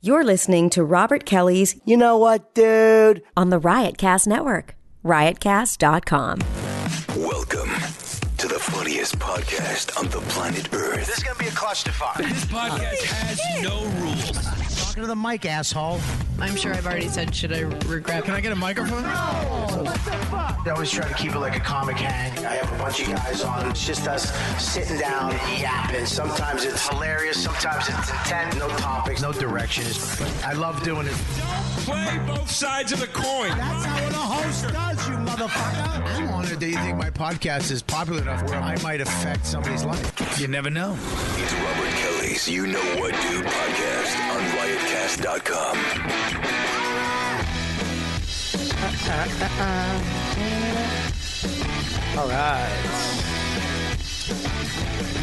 You're listening to Robert Kelly's You know what, dude? on the Riotcast Network, riotcast.com. Welcome to the funniest podcast on the planet Earth. This is gonna be a clutch to fire. This podcast has no rules. Talking to the mic, asshole. I'm sure I've already said, should I regret? Can I get a microphone? I always try to keep it like a comic hang. I have a bunch of guys on. It's just us sitting down, yapping. Sometimes it's hilarious, sometimes it's intent. No topics, no directions. I love doing it. Play both sides of the coin. That's how a host does, you motherfucker. I'm honored that you think my podcast is popular enough where I might affect somebody's life. You never know. It's Robert Kelly's You Know What Dude podcast on riotcast.com. Uh, All right.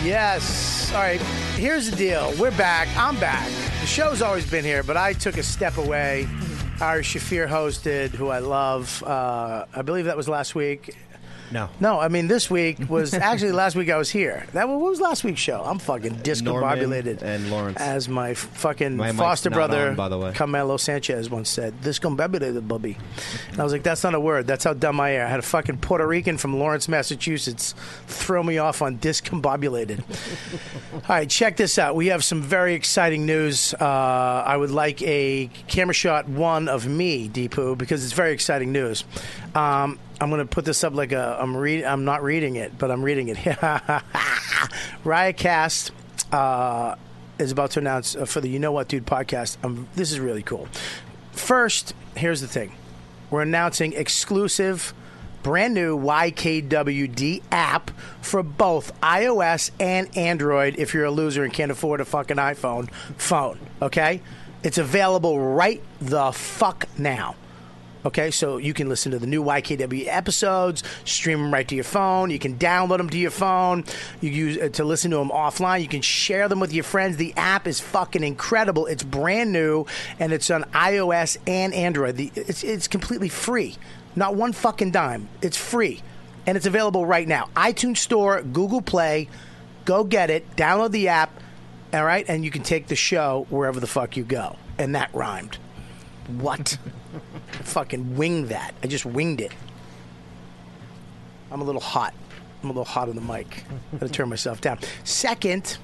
Yes. All right. Here's the deal. We're back. I'm back. The show's always been here, but I took a step away. Our Shafir hosted, who I love. Uh, I believe that was last week. No. No, I mean this week was actually last week I was here. That what was last week's show? I'm fucking discombobulated. Norman and Lawrence. as my fucking My mic's foster not brother, on, by the way. Carmelo Sanchez once said, discombobulated, bubby. And I was like, that's not a word. That's how dumb I am. I had a fucking Puerto Rican from Lawrence, Massachusetts throw me off on discombobulated. All right, check this out. We have some very exciting news. Uh, I would like a camera shot one of me, Deepu, because it's very exciting news. Um, I'm going to put this up like a. I'm read. I'm not reading it, but I'm reading it. Riotcast. Uh, is about to announce uh, for the You Know What Dude podcast. Um, this is really cool. First, here's the thing we're announcing exclusive, brand new YKWD app for both iOS and Android if you're a loser and can't afford a fucking iPhone phone, okay? It's available right the fuck now. Okay, so you can listen to the new YKW episodes, stream them right to your phone. You can download them to your phone. You use uh, to listen to them offline. You can share them with your friends. The app is fucking incredible. It's brand new and it's on iOS and Android. The, it's it's completely free. Not one fucking dime. It's free, and it's available right now. iTunes Store, Google Play. Go get it. Download the app. All right, and you can take the show wherever the fuck you go. And that rhymed. What? fucking wing that. I just winged it. I'm a little hot. I'm a little hot on the mic. Gotta turn myself down. Second,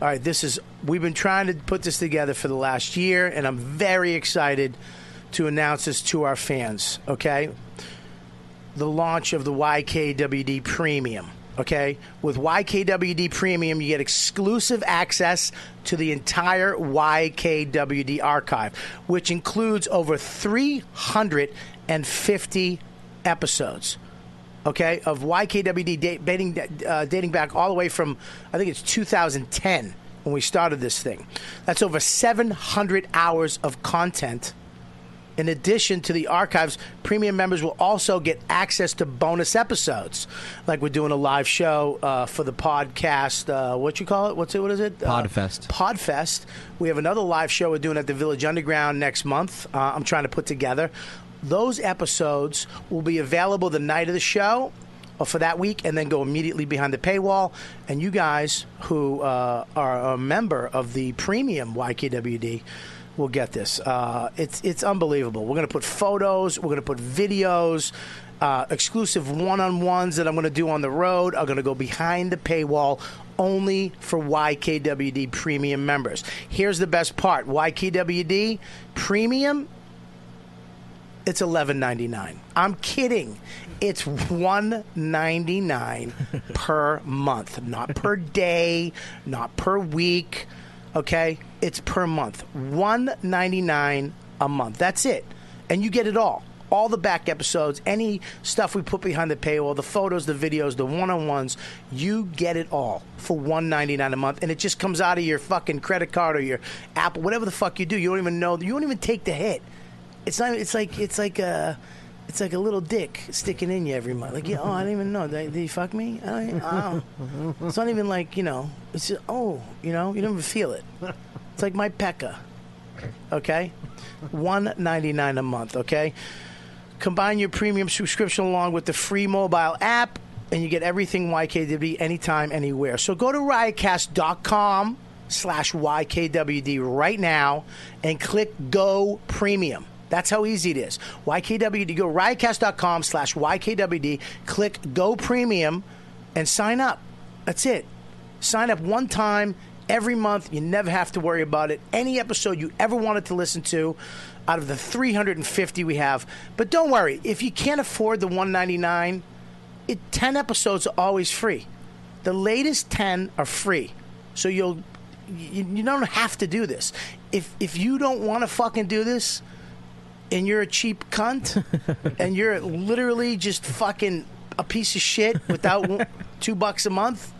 all right, this is we've been trying to put this together for the last year, and I'm very excited to announce this to our fans. Okay, the launch of the YKWd Premium. Okay, with YKWd Premium, you get exclusive access to the entire YKWd archive, which includes over 350 episodes. Okay, of YKWd date, dating uh, dating back all the way from I think it's 2010 when we started this thing. That's over 700 hours of content. In addition to the archives, premium members will also get access to bonus episodes, like we're doing a live show uh, for the podcast. Uh, what you call it? What's it? What is it? Podfest. Uh, Podfest. We have another live show we're doing at the Village Underground next month. Uh, I'm trying to put together. Those episodes will be available the night of the show or for that week and then go immediately behind the paywall. And you guys who uh, are a member of the premium YKWD will get this. Uh, it's, it's unbelievable. We're going to put photos, we're going to put videos. Uh, exclusive one-on-ones that I'm going to do on the road are going to go behind the paywall only for YKWD premium members. Here's the best part: YKWD premium it's eleven ninety nine. I'm kidding. It's one ninety nine per month, not per day, not per week. Okay, it's per month. One ninety nine a month. That's it, and you get it all. All the back episodes, any stuff we put behind the paywall, the photos, the videos, the one-on-ones, you get it all for one ninety nine a month, and it just comes out of your fucking credit card or your Apple, whatever the fuck you do. You don't even know. You don't even take the hit it's not. It's like it's like a, it's like a little dick sticking in you every month. Like, yeah, oh, I don't even know. Did, did he fuck me? I don't, even- I don't. It's not even like you know. It's just, oh, you know, you don't even feel it. It's like my Pekka. Okay, one ninety nine a month. Okay, combine your premium subscription along with the free mobile app, and you get everything YKWD anytime, anywhere. So go to riotcast.com slash YKWD right now and click Go Premium. That's how easy it is. YKWD, go riotcast.com slash YKWD, click Go Premium and sign up. That's it. Sign up one time every month. You never have to worry about it. Any episode you ever wanted to listen to out of the 350 we have. But don't worry, if you can't afford the 199, it, 10 episodes are always free. The latest 10 are free. So you'll you, you don't have to do this. If if you don't want to fucking do this and you're a cheap cunt and you're literally just fucking a piece of shit without w- 2 bucks a month,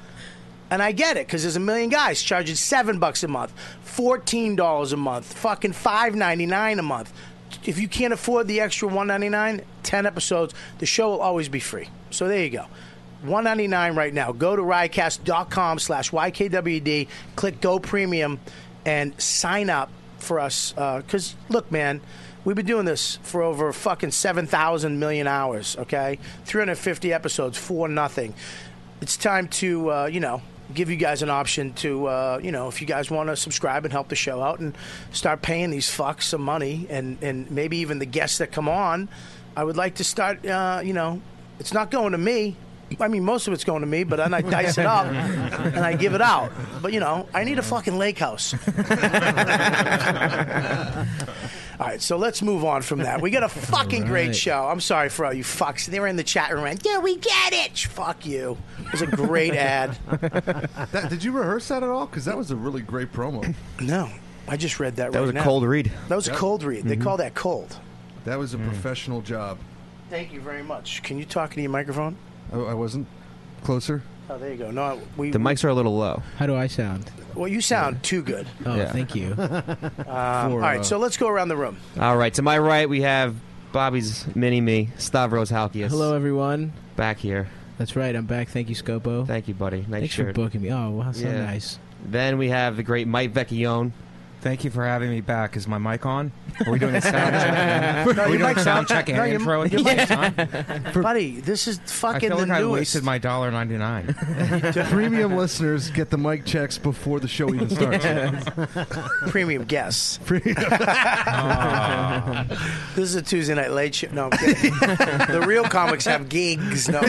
and I get it because there's a million guys charging seven bucks a month, fourteen dollars a month, fucking five ninety nine a month. If you can't afford the extra one ninety nine, ten episodes, the show will always be free. So there you go. 199 right now. Go to riotcast.com slash YKWD, click Go Premium, and sign up for us. Because, look, man, we've been doing this for over fucking 7,000 million hours, okay? 350 episodes for nothing it's time to uh, you know give you guys an option to uh, you know if you guys want to subscribe and help the show out and start paying these fucks some money and and maybe even the guests that come on i would like to start uh, you know it's not going to me I mean, most of it's going to me, but then I dice it up and I give it out. But you know, I need a fucking lake house. All right, so let's move on from that. We got a fucking great right. show. Oh, I'm sorry for all you fucks. They were in the chat room and yeah, we get it. Sh- Fuck you. It was a great ad. That, did you rehearse that at all? Because that was a really great promo. No, I just read that. That right was a now. cold read. That was a Yeah. cold read. Mm-hmm. They call that cold. That Mm. was a professional job. Thank you very much. Can you talk into your microphone? I, Oh, I wasn't closer. Oh, there you go. No, we. The mics are a little low. How do I sound? Well, you sound too good. Uh, Oh, Yeah. thank you. All right, uh, so let's go around the room. All right, to my right we have Bobby's mini me, Stavros Halkias. Hello, everyone. Back here. That's right. I'm back. Thank you, Scopo. Thank you, buddy. Nice Thanks for shirt. booking me. Oh, wow, so Yeah. nice. Then we have the great Mike Vecchione. Thank you for having me back. Is my mic on? Are we doing a sound check? Are we doing a sound check and no, your- intro at the same time? Buddy, this is I fucking feel the like I newest. wasted my dollar ninety nine. Premium listeners get the mic checks before the show even starts. premium guests. this is a Tuesday night late show. No, I'm kidding. the real comics have gigs. No.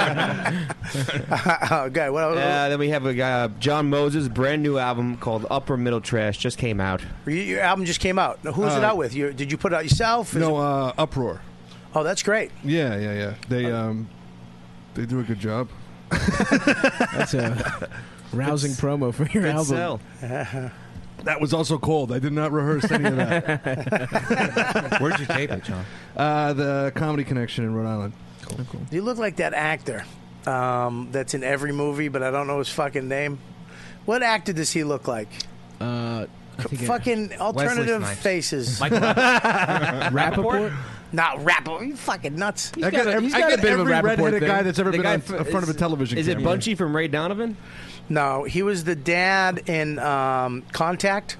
okay, well, Uh, then we have a guy, uh, John Moses, brand new album called Upper Middle Trash, just came out. your- your album just came out. Now, Who is it Uh, out with? You, did you put it out yourself? Is no, it- uh, uproar. oh, that's great. Uh, Yeah, yeah, yeah. They um, they do a good job. That's a rousing promo for your album. That was also cold. I did not rehearse any of that. Where'd you tape it, John? Uh, the Comedy Connection in Rhode Island. You look like that actor um, that's in every movie, but I don't know his fucking name. What actor does he look like? Uh, I think Fucking alternative Snipes. faces. uh, Rappaport. Not rapper. You fucking nuts. I got a- he's got a bit of a every Rappaport redheaded thing. guy that's ever The been guy on fr- in front of a is- television. Is it camera. Bunchy from Ray Donovan? No, he was the dad in um, Contact.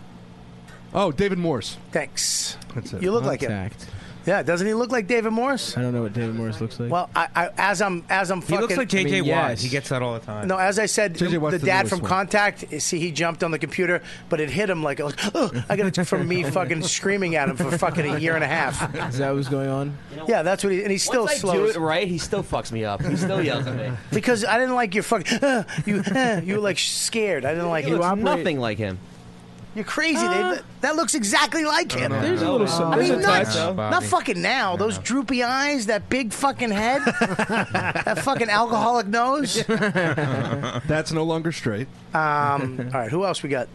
Oh, David Morse. Thanks. That's it. You look like him. Contact. Yeah, doesn't he look like David Morris? I don't know what David Morris looks like. Well, I, I as I'm as I'm He fucking looks like JJ mean, Watt. yes. He gets that all the time. No, as I said, JJ Watt's the the dad newest from one. Contact. See, he jumped on the computer, but it hit him like, like oh, I got it from me fucking screaming at him for fucking a year and a half. Is that what's going on? Yeah, that's what he and he's still Once slow I do as- it right, he still fucks me up. He still yells at me. because I didn't like your fucking uh, you uh, you were like scared. I didn't like He you. looks I'm- nothing like him. You're crazy, Dave. That looks exactly like him. There's a little. I something. mean, There's a touch, nuts. though. Not fucking now. Those droopy eyes, that big fucking head, that fucking alcoholic nose. That's no longer straight. Um, all right, who else we got?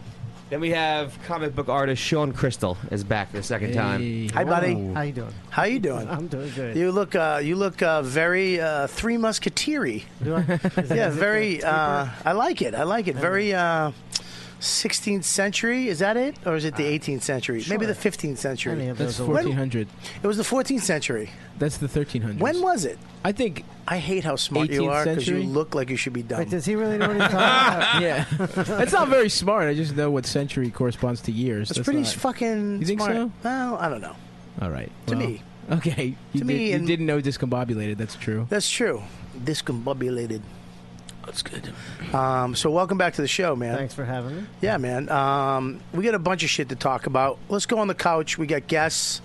Then we have comic book artist Sean Crystal is back for the second time. Hey. Hi, buddy. How you doing? How you doing? I'm doing good. You look, uh, you look uh, very uh, three musketeery. Do I- is it- Yeah, is it very. the Uh, taper? I like it. I like it. Very. Uh, 16th century is that it or is it the 18th century maybe the 15th Uh, Any century of That's those old- 1400. it was the 14th century That's the 1300s. when was it I think? i hate how smart you 18th are because you century? look like you should be dumb Wait, does he really know what he's talking about? Yeah, that's not very smart. I just know what century corresponds to years. It's pretty not- fucking. You think smart. so? Well, I don't know. All right. To well, me, Okay. You To did, me you and- didn't know discombobulated. That's true. that's true. Discombobulated. That's good. Um, so welcome back to the show, man. Thanks for having me. Yeah, man. Um, we got a bunch of shit to talk about. Let's go on the couch. We got guests.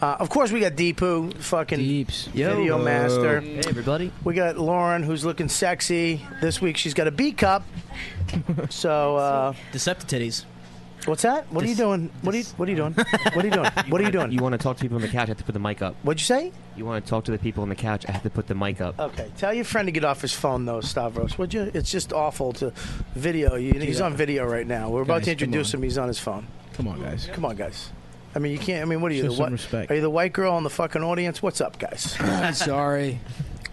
Uh, of course, we got Deepu, fucking Yo. video master. Hey, everybody. We got Lauren, who's looking sexy. This week, she's got a B cup. so, uh, Deceptive titties. what's that? What are you doing? What are you? What are you doing? What are you doing? What are you doing? You want to talk to people on the couch? I have to put the mic up. What'd you say? Oh, You want to talk to the people on the couch? I have to put the mic up. Okay, tell your friend to get off his phone, though, Stavros. Would you? It's just awful to video. You- He's Yeah. on video right now. We're about to Guys, come introduce on. him. He's on his phone. Come on, guys. Come on, guys. I mean, you can't. I mean, what are you? Show the some whi- respect. Are you the white girl in the fucking audience? What's up, guys? I'm sorry.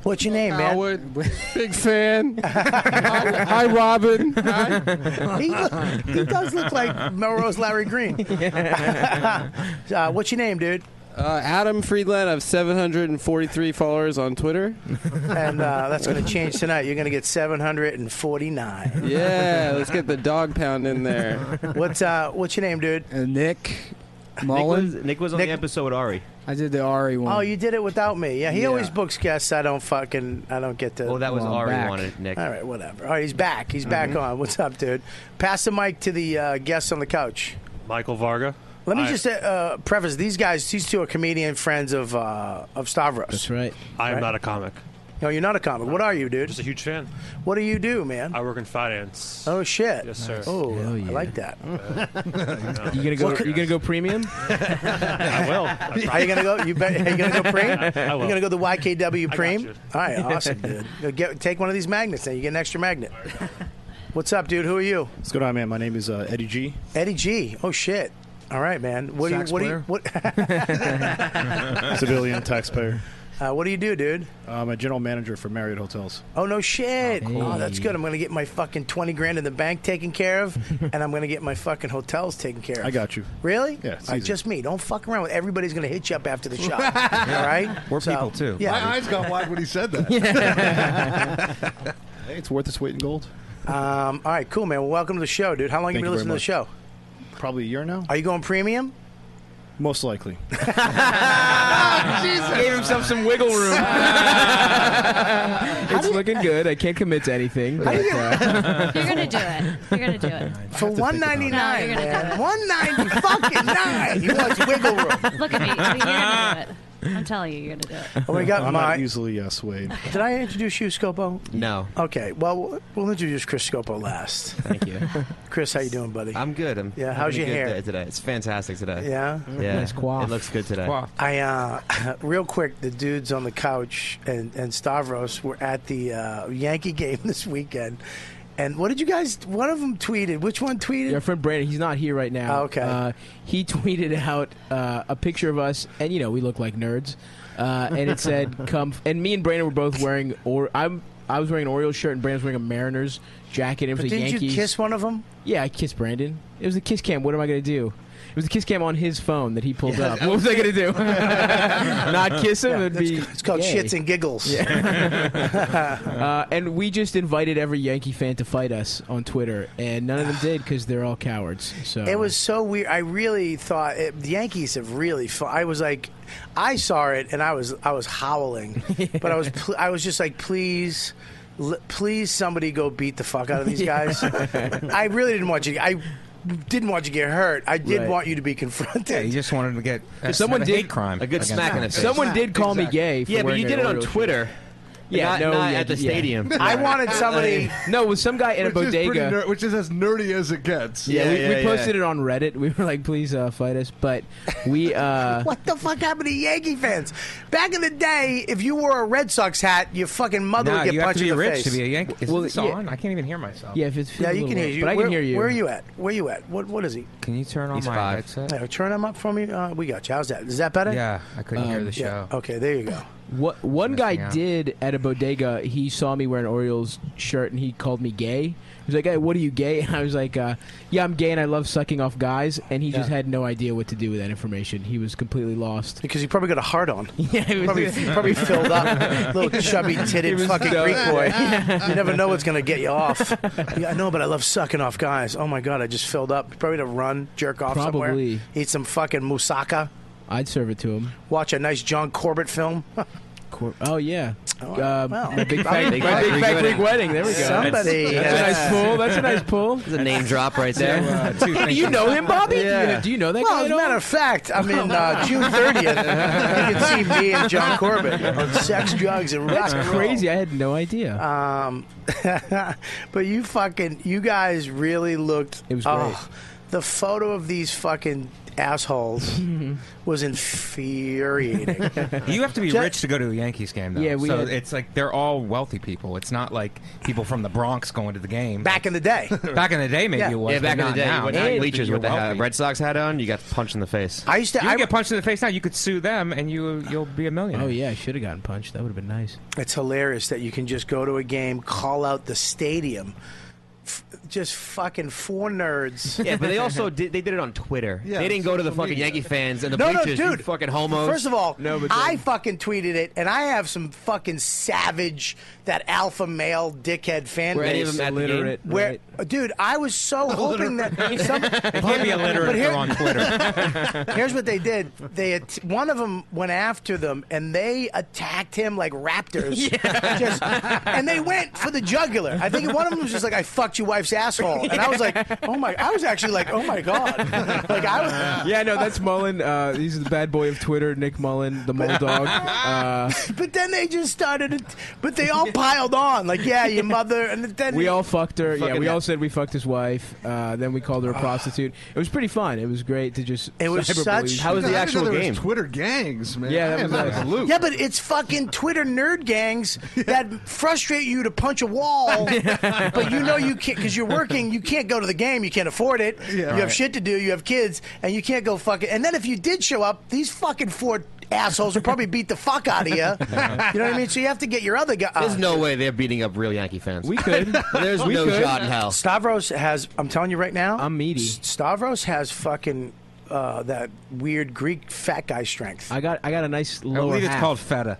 What's your name, man? Howard, Uh, big fan. hi, hi, Robin. Hi. he, look- he does look like Melrose Larry Green. uh, what's your name, dude? Uh, Adam Friedland. I have 743 followers on Twitter. And uh, that's going to change tonight. You're going to get 749. Yeah, let's get the dog pound in there. What's uh, what's your name, dude? Nick Mullen. Nick was, Nick was on the episode Ari. I did the Ari Oh, you did it without me. Yeah, he Yeah. always books guests. I don't fucking. I don't get to. Well, that was Well, I'm Ari back. wanted, Nick. All right, whatever. All right, he's back. He's back Mhm. on. What's up, dude? Pass the mic to the uh, guests on the couch. Michael Varga. Let me I- just uh, uh, preface these guys. These two are comedian friends of uh, of Stavros. That's right. I am not a comic. No, you're not a comic. What are you, dude? Just a huge fan. What do you do, man? I work in finance. Oh shit. Yes, sir. Oh, I like that. You gonna go? You gonna go premium? I will. I Are you gonna go? You bet. Are you gonna go preem? I will. You gonna go the YKW I got preem? you. All right, awesome, dude. Go Get, take one of these magnets, then you get an extra magnet. What's up, dude? Who are you? What's going on, man? My name is uh, Eddie G. Eddie G. Oh shit. All right, man. What Sax do you? What do you? What? Civilian taxpayer. Uh, what do you do, dude? I'm a general manager for Marriott Hotels. Oh no shit! Oh, cool. Oh, that's good. I'm gonna get my fucking twenty grand in the bank taken care of, and I'm gonna get my fucking hotels taken care of. I got you. Really? Yeah, it's All right, easy. just me. Don't fuck around with. Everybody's gonna hit you up after the show. All right. We're So, people, too. Yeah. My eyes got wide when he said that. Hey, it's worth its weight in gold. Um, all right, cool, man. Well, welcome to the show, dude. How long Thank you been you listening to the very show? Probably a year now. Are you going premium? Most likely. Jesus. Gave himself some wiggle room. it's looking good. I can't commit to anything. But, uh, You're gonna do it. You're gonna do it. For one ninety nine, No, you're gonna do man. One ninety fucking nine. He wants wiggle room. Look at me. You're gonna do it. I'm telling you, you're gonna do it. Oh, we got I'm my- not easily uh, swayed. Did I introduce you, Scopo? No. Okay. Well, we'll introduce Chris Scopo last. Thank you. Chris, how you doing, buddy? I'm good. I'm Yeah, having how's a your good hair? day today? It's fantastic today. Yeah? Yeah. Nice coif. It looks good today. I uh, real quick, the dudes on the couch and, and Stavros were at the uh, Yankee game this weekend. And what did you guys? One of them tweeted. Which one tweeted? Our friend Brandon, he's not here right now. Oh, okay. Uh, he tweeted out uh, a picture of us, and you know we look like nerds. Uh, and it said, "Come." f-" And me and Brandon were both wearing, or I'm, I was wearing an Orioles shirt, and Brandon was wearing a Mariners jacket. It was But a didn't you Yankees. kiss one of them? Yeah, I kissed Brandon. It was a kiss cam. What am I gonna do? It was a kiss cam on his phone that he pulled Yeah, up. that What was I gonna was- do? Not kiss him? Yeah, It'd that's be. ca- it's called gay. shits and giggles. uh, and we just invited every Yankee fan to fight us on Twitter, and none of them did because they're all cowards. So It was Um, so weird. I really thought it, the Yankees have really. Fu- I was like, I saw it and I was I was howling, but I was pl- I was just like, please. l- Please, somebody go beat the fuck out of these guys. I really didn't want you. I didn't want you to get hurt. I did Right. want you to be confronted. Yeah, you just wanted to get uh, Someone a did- hate crime. a good against smack in them. the face. Someone did call me gay for yeah, but wearing you an did it on Oreo shirt. Twitter. Yeah, not, no, not yeah, at the yeah. stadium. I wanted somebody- no, it was some guy in a Which is pretty bodega. ner- which is as nerdy as it gets. Yeah, we, we posted it on Reddit. We were like, "Please uh, fight us," but we uh, What the fuck happened to Yankee fans? Back in the day, if you wore a Red Sox hat, your fucking mother Nah, would get you have punched to be in the rich face. to be a Yankee. Is Well, this yeah. on? I can't even hear myself. Yeah, if it's yeah, you can hear you. But I where, can hear you. Where are you at? Where are you at? What What is he? Can you turn on He's my five. headset? Hey, turn him up for me. Uh, we got you. How's that? Is that better? Um, Yeah, I couldn't hear the yeah. Okay, there you go. What one guy out. did at a bodega, he saw me wearing an Orioles shirt and he called me gay. He was like, "Hey, what are you gay?" And I was like, uh, "Yeah, I'm gay and I love sucking off guys." And he just Yeah. had no idea what to do with that information. He was completely lost because he probably got a heart on. yeah, he was Probably, probably filled up, little chubby He titted was fucking so- Greek boy. Yeah. You never know what's gonna get you off. Yeah, I know, but I love sucking off guys. Oh my god, I just filled up. Probably to run, jerk off Probably. somewhere, eat some fucking moussaka, I'd serve it to him. watch a nice John Corbett film. Cor- oh yeah, uh, Wow. my big I fat, mean, my Big Fat big fat Greek Greek wedding. There we go. Somebody That's, has- a nice pull. That's a nice pull. It's a name drop right there. So, uh, do you know him, Bobby? Do, you, do you know that well, guy? as a matter of fact, I'm in uh, June 30th. you can see me and John Corbett on sex, drugs, and rock That's and roll. crazy. I had no idea. Um, but you fucking, you guys really looked. It was great. the photo of these fucking assholes was infuriating. You have to be Jack- rich to go to a Yankees game, though. Yeah, we so had- it's like they're all wealthy people. It's not like people from the Bronx going to the game. Back in the day. back in the day, maybe yeah. it was. Yeah, back but in not the day, now. you went Now out you'd in be- bleachers you're with the wealthy. uh, Red Sox hat on. You got punched in the face. I used to. You get punched in the face now. You could sue them, and you you'll be a millionaire. Oh yeah, I should have gotten punched. That would have been nice. It's hilarious that you can just go to a game, call out the stadium, f- just fucking four nerds. Yeah, but they also did. They did it on Twitter. Yeah, they didn't go to the social fucking media. Yankee fans and the no, no, bleachers. you dude, fucking homos. First of all, no, but I fucking tweeted it, and I have some fucking savage that alpha male dickhead fan Were base. any of them at the Illiterate, game? Where, dude, I was so hoping that some. They can't be illiterate But if here- they're on Twitter. Here's what they did. They at- one of them went after them and they attacked him like raptors. Just- and they went for the jugular. I think one of them was just like, "I fucked your wife's asshole," and I was like, "Oh my!" I was actually like, "Oh my god!" Like I was. yeah, no, that's Mullen. Uh, he's the bad boy of Twitter, Nick Mullen, the mole dog. Uh, But then they just started. But they all piled on. Like, yeah, your mother, and then we all fucked her. Yeah, Fucking we that- all said we fucked his wife. Uh, then we called her a prostitute. It was pretty fun. It was great to just. It was cyberbully. such- How was the Yeah, I didn't know actual there was game? Twitter gangs, man. Yeah, I that am was out of nice. the loop. Yeah, but it's fucking Twitter nerd gangs that frustrate you to punch a wall, but you know you can't because you're working. You can't go to the game. You can't afford it. you have Right. shit to do. You have kids, and you can't go fucking. And then if you did show up, these fucking four assholes would probably beat the fuck out of you. you know what I mean? So you have to get your other guy. There's no way they're beating up real Yankee fans. We could. There's We no could. shot in hell. Stavros has. I'm telling you right now. I'm meaty. Stavros has fucking uh, that weird Greek fat guy strength. I got I got a nice lower. believe it's half. called feta.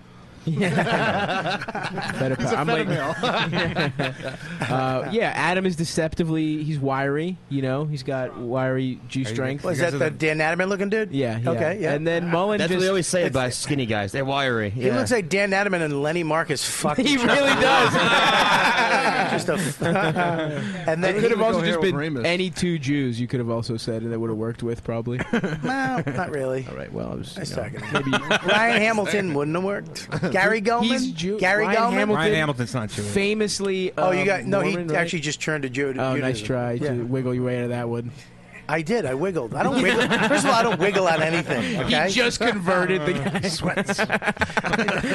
feta He's a I'm feta like, uh, yeah, Adam is deceptively. He's wiry. You know, he's got wiry G strength. Was that the Dan Adaman looking dude? Yeah, yeah. Okay. Yeah. And then Mullen That's just what they always say about skinny guys. They're wiry. He looks like Dan Adaman and Lenny Marcus fucking. He really does. Just a. F- and then It could have also just been any two Jews. You could have also said, and that would have worked with probably. No, not really. All right. Well, I was. Just you know, talking. Ryan Hamilton wouldn't have worked. Gary Goldman. He's Jew- Gary Ryan Goldman. Hamilton Ryan Hamilton's not Jewish. Famously. oh, you um, got no. Mormon, he right? actually just turned to Jude. Oh, nice Judaism. try Yeah. to wiggle your way out of that one. I did. I wiggled. I don't wiggle. First of all, I don't wiggle on anything. Okay. He just converted the guy. Sweats.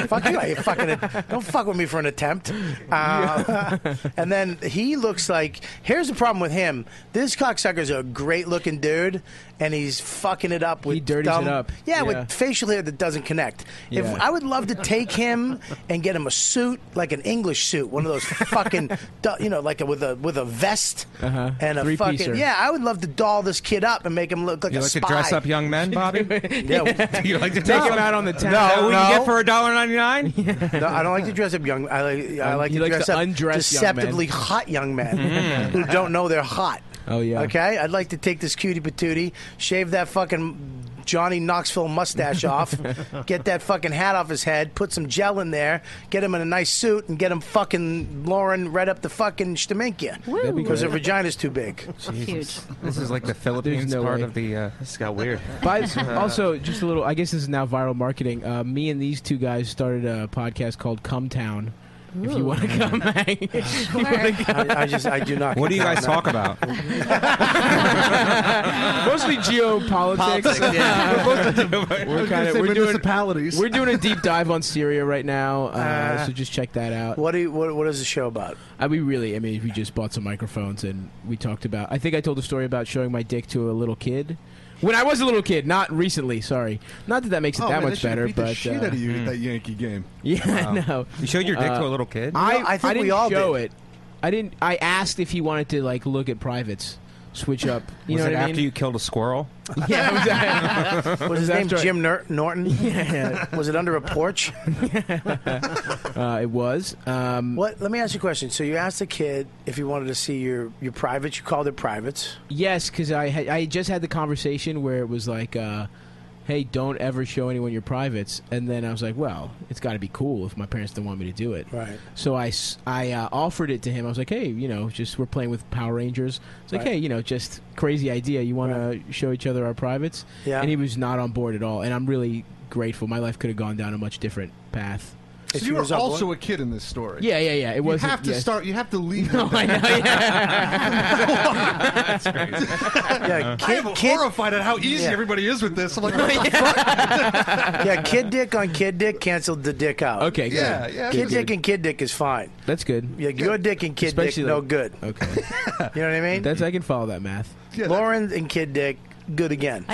fuck you! You fucking don't fuck with me for an attempt. Uh, and then he looks like here's the problem with him. This cocksucker's a great looking dude, and he's fucking it up with He dirties dumb- it up. Yeah, Yeah. with facial hair that doesn't connect. Yeah. If I would love to take him and get him a suit, like an English suit, one of those fucking, du- you know, like a, with a with a vest Uh-huh. and a Three-piecer. fucking yeah. I would love to doll this kid up and make him look like you a like spy. to dress up young men, Bobby? Yeah. Do you like to Take dress him up- out on the town. No, No, we can no. get for a dollar ninety nine. No, I don't like to dress up young. I like I Um, like he to likes dress to up undress young men. Mm. deceptively hot young men who don't know they're hot. Oh yeah. Okay, I'd like to take this cutie patootie, shave that fucking Johnny Knoxville mustache off, get that fucking hat off his head, put some gel in there, get him in a nice suit, and get him fucking Lauren right up the fucking Staminkia That'd be because her great. vagina's too big. This is like the Philippines no part way. of the. Uh, this got weird. By, also, just a little. I guess this is now viral marketing. Uh, me and these two guys started a podcast called Come Town. If you want to come hang, Oh if you wanna come- I, I just I do not. What do you guys talk about? Mostly geopolitics. Politics, yeah. we're kind of we're doing We're doing a deep dive on Syria right now, uh, Uh, so just check that out. What do you, what what is the show about? I we really, I mean, we just bought some microphones and we talked about. I think I told a story about showing my dick to a little kid when I was a little kid, not recently. Sorry, not that that makes it Oh, that man, they much should've better, beat but the shit uh, out of you at that Yankee game. Yeah, I know. You showed your dick Uh, to a little kid. I, I think didn't we all show did. it. I didn't. I asked if he wanted to like look at privates, switch up. You was know it what I after mean? you killed a squirrel? Yeah, it was What was his name? Jim Nor- Norton. Yeah. Was it under a porch? Uh, it was. Um, What? Let me ask you a question. So you asked the kid if he wanted to see your your privates. You called it privates. Yes, because I had, I just had the conversation where it was like, uh, hey, don't ever show anyone your privates. And then I was like, well, it's got to be cool if my parents didn't want me to do it. Right. So I, s- I, uh, offered it to him. I was like, hey, you know, just we're playing with Power Rangers. It's like, Right. hey, you know, just crazy idea. You want to show each other our privates? Yeah. And he was not on board at all. And I'm really grateful. My life could have gone down a much different path. So you were also a kid in this story. Yeah, yeah, yeah. It you wasn't- have to yeah. start. You have to leave. Uh-huh. yeah, I'm horrified at how easy Yeah. everybody is with this. I'm like, what the yeah, Kid Dick on Kid Dick canceled the dick out. Okay, good. Yeah, yeah, Kid that's Dick good. and Kid Dick is fine. That's good. Yeah, your dick and Kid Especially Dick, no like- good. Okay. You know what I mean? That's I can follow that math. Lauren and Kid Dick, good again.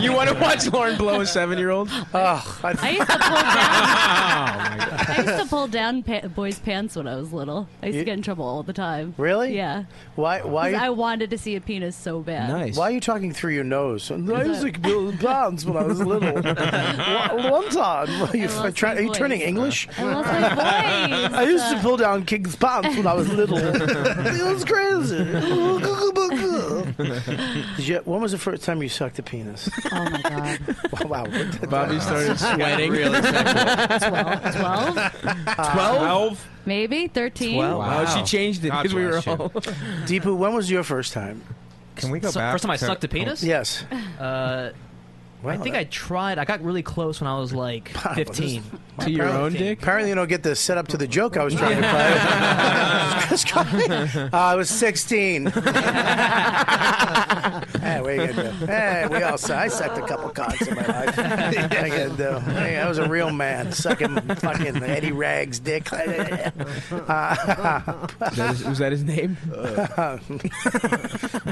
you want to watch Lauren blow a seven-year-old? Oh, Oh, I used to pull down. I used to pull down pa- boys' pants when I was little. I used You- to get in trouble all the time. Really? Yeah. Why? 'Cause I Why? wanted to see a penis so bad. Why are you talking through your nose? I used to build plans when I was little. One one time, are you, lost try- my are you voice. turning English? I lost my voice. I used to pull down king's pants when I was little. it was crazy. Did you, when was the first time you sucked a penis? Oh my god. Wow. Bobby started sweating. Really Twelve. Twelve? Maybe thirteen. Wow. She changed it God because we were bless you. all. Deepu, when was your first time? Can we So- First time I sucked a penis. Oh, Yes. Uh, Wow, I think that- I tried. I got really close when I was like Wow, this- fifteen. Apparently, you don't get the setup to the joke I was trying to play. uh, I was 16. hey, what are you gonna do? Hey, we all suck. I sucked a couple cocks in my life. What are you gonna do? Hey, I was a real man sucking fucking Eddie Rags dick. Uh, Was that his- was that his name?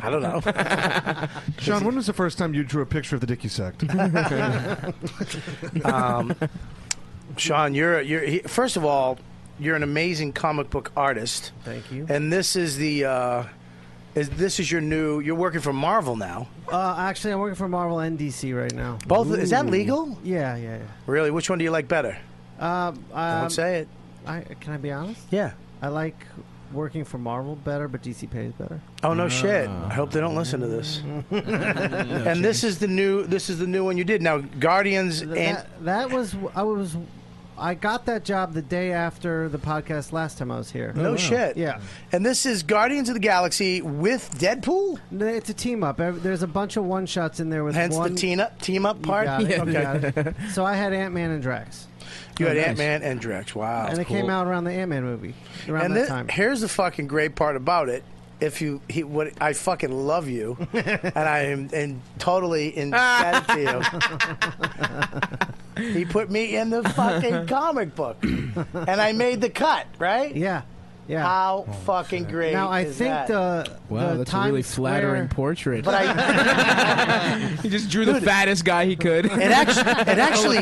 I don't know. Sean, when was the first time you drew a picture of the dick you sucked? um, Sean, you're you're he- first of all, you're an amazing comic book artist. Thank you. And this is the uh, is this is your new? You're working for Marvel now. Uh, actually, I'm working for Marvel and DC right now. Both- is that legal? Yeah, yeah, yeah. Really, which one do you like better? Um, Don't um, say it. I, can I be honest? Yeah. I like working for Marvel better, but DC pays better. Ah. Oh no shit! I hope they don't listen to this. and this is the new this is the new one you did now. Guardians Th- and that, that was I was I got that job the day after the podcast last time I was here. no shit. Oh, Yeah. And this is Guardians of the Galaxy with Deadpool. No, It's a team up. Ev- There's a bunch of one shots in there with Hence one the team up team up You part. got it, you okay. got it. So I had Ant Man and Drax. You had Oh, nice. Ant Man and Drex. Wow. and it came out around the Ant Man movie. Around and that thi- time. here's the fucking great part about it. If you, he, what, I fucking love you, and I am and totally indebted to you. he put me in the fucking comic book, and I made the cut. Right? Yeah. Yeah. How fucking great! Now I is think that? the Wow, the that's a Times really flattering Square- portrait. But he just drew the fattest guy he could. Oh, It actually, it actually,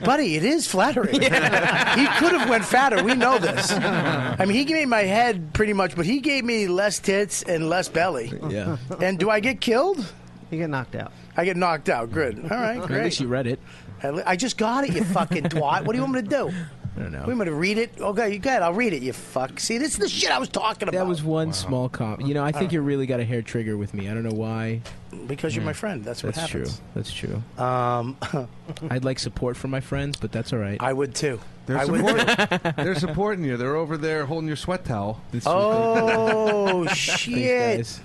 buddy, it is flattering. he could have went fatter. We know this. I mean, he gave me my head pretty much, but he gave me less tits and less belly. Yeah. And do I get killed? You get knocked out. I get knocked out. Good. All right. At Great. least you read it. At le- I just got it, you fucking twat. What do you want me to do? I don't know. We want me to read it? Okay, you got it. I'll read it, you fuck. See, this is the shit I was talking about. That was one small comp. You know, I think Alright. you really got a hair trigger with me. I don't know why. Because you're my friend. That's what That's happens. true. That's true. Um, I'd like support from my friends, but that's all right. I would too. They're, I would- supporting, they're supporting you. They're over there holding your sweat towel. Oh, shit.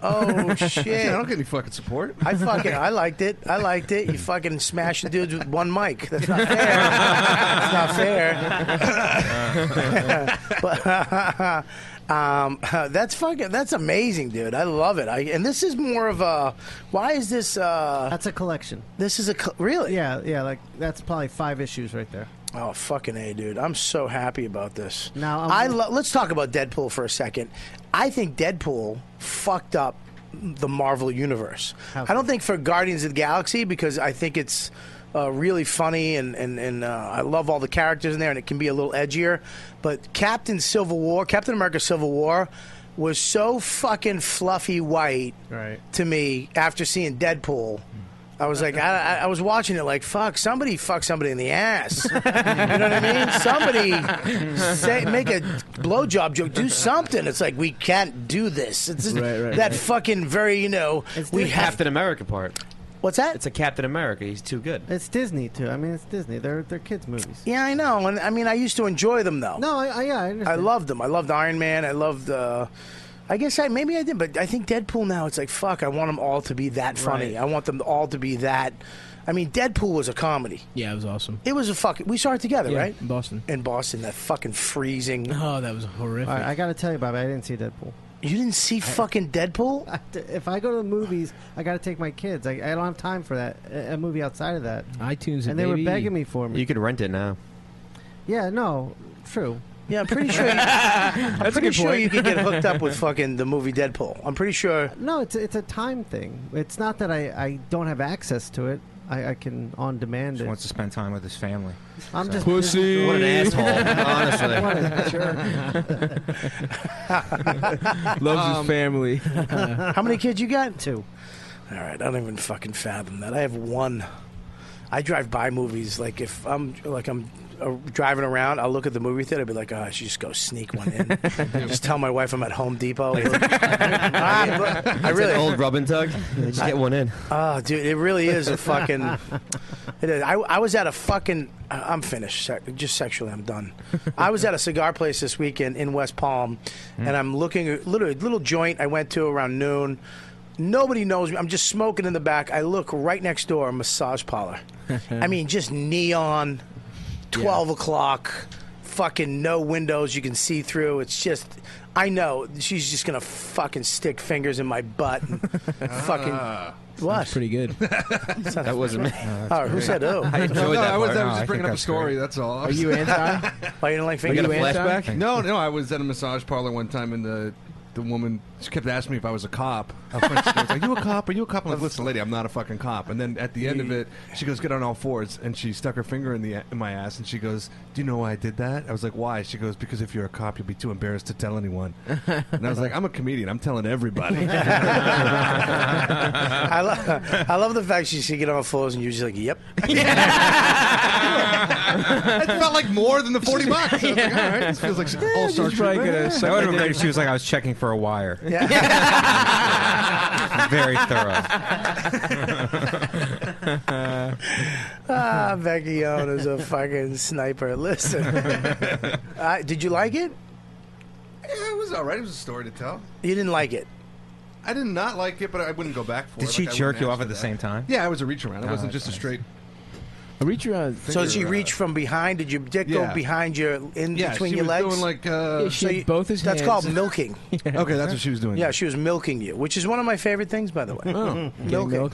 Oh, shit. I don't get any fucking support. I fucking I liked it. I liked it. You fucking smashed the dudes with one mic. That's not fair. That's not fair. but, um, that's fucking that's amazing, dude. I love it. I, and this is more of a why is this? Uh, that's a collection. This is a co- really yeah yeah like that's probably five issues right there. Oh fucking a, dude! I'm so happy about this. Now, I'm- I lo- let's talk about Deadpool for a second. I think Deadpool fucked up the Marvel universe. I don't think for Guardians of the Galaxy because I think it's uh, really funny and and and uh, I love all the characters in there and it can be a little edgier. But Captain Civil War, Captain America Civil War, was so fucking fluffy white Right. to me after seeing Deadpool. I was like, I, I- I was watching it like, fuck, somebody fuck somebody in the ass. you know what I mean? Somebody say, make a blowjob joke, do something. It's like, we can't do this. It's just Right, right, that right. fucking very, you know, we have Captain America part. What's that? It's a Captain America. He's too good. It's Disney too. I mean, it's Disney. They're they're kids movies. Yeah, I know. And I mean, I used to enjoy them though. No, I, I yeah, I I understand. loved them. I loved Iron Man. I loved. Uh, I guess I maybe I did, but I think Deadpool now it's like fuck. I want them all to be that funny. Right. I want them all to be that. I mean, Deadpool was a comedy. Yeah, it was awesome. It was a fucking. We saw it together, Yeah, right? in Boston. In Boston, that fucking freezing. Oh, that was horrific. All right, I got to tell you, Bobby, I didn't see Deadpool. You didn't see fucking Deadpool? if I go to the movies, I got to take my kids. I, I don't have time for that. A, a movie outside of that. iTunes and they were begging me for me. You could rent it now. Yeah, no, true. Yeah, I'm pretty sure. I'm That's a pretty good sure point. you could get hooked up with fucking the movie Deadpool. I'm pretty sure. No, it's it's a time thing. It's not that I, I don't have access to it. I, I can on demand Just it. wants to spend time with his family. I'm So- just What an asshole, honestly. What a jerk. Loves Um, his family. How many kids you got? Two. All right, I don't even fucking fathom that. I have one. I drive by movies like if I'm like I'm uh, driving around, I'll look at the movie theater, I'll be like, oh, I should just go sneak one in. just tell my wife I'm at Home Depot. I, I It's really an old rub and tug. Yeah, Just get one in. Oh, dude, it really is a fucking. it is. I, I was at a fucking. I- I'm finished. se- Just sexually, I'm done. I was at a cigar place this weekend in West Palm, and I'm looking literally little joint I went to around noon. Nobody knows me. I'm just smoking in the back. I look right next door, a massage parlor. I mean, just neon, twelve o'clock, fucking no windows you can see through. It's just, I know she's just gonna fucking stick fingers in my butt, and fucking. What? pretty good. that wasn't me. Oh, who said oh? I enjoyed No, no, that I was- part. I was No, just I bringing think up a that's story, great. that's all. Are you anti? Why you don't like We fingers? No, no. I was at a massage parlor one time, and the the woman she kept asking me if I was a cop. She goes, "Are you a cop? Are you a cop?" I'm like, "Listen, lady, I'm not a fucking cop." And then at the end of it, she goes, "Get on all fours. and she stuck her finger in the in my ass, and she goes, "Do you know why I did that?" I was like, "Why?" She goes, "Because if you're a cop, you'll be too embarrassed to tell anyone." And I was like, "I'm a comedian. I'm telling everybody." I, lo- I love the fact she she get on floors and you're just like, yep. It felt like more than the forty bucks. I was like, Yeah. all right, this feels like all star That would have been great if she was like, I was checking for a wire. Very thorough. ah, Vecchione is a fucking sniper. Listen, uh, did you like it? Yeah, it was all right. It was a story to tell. You didn't like it. I did not like it, but I wouldn't go back for it. Did Like, she I jerk wouldn't you ask off for at the that. same time? Yeah, it was a reach around. It Oh, wasn't that's just a straight. A reach around. So did she reach from behind? Did your dick Yeah. go behind your in Yeah, between she your was legs? doing like, uh, Yeah, she So had you- both his That's hands. called milking. Okay, that's what she was doing. Yeah, she was milking you, which is one of my favorite things, by the way. Mm-hmm. Milking.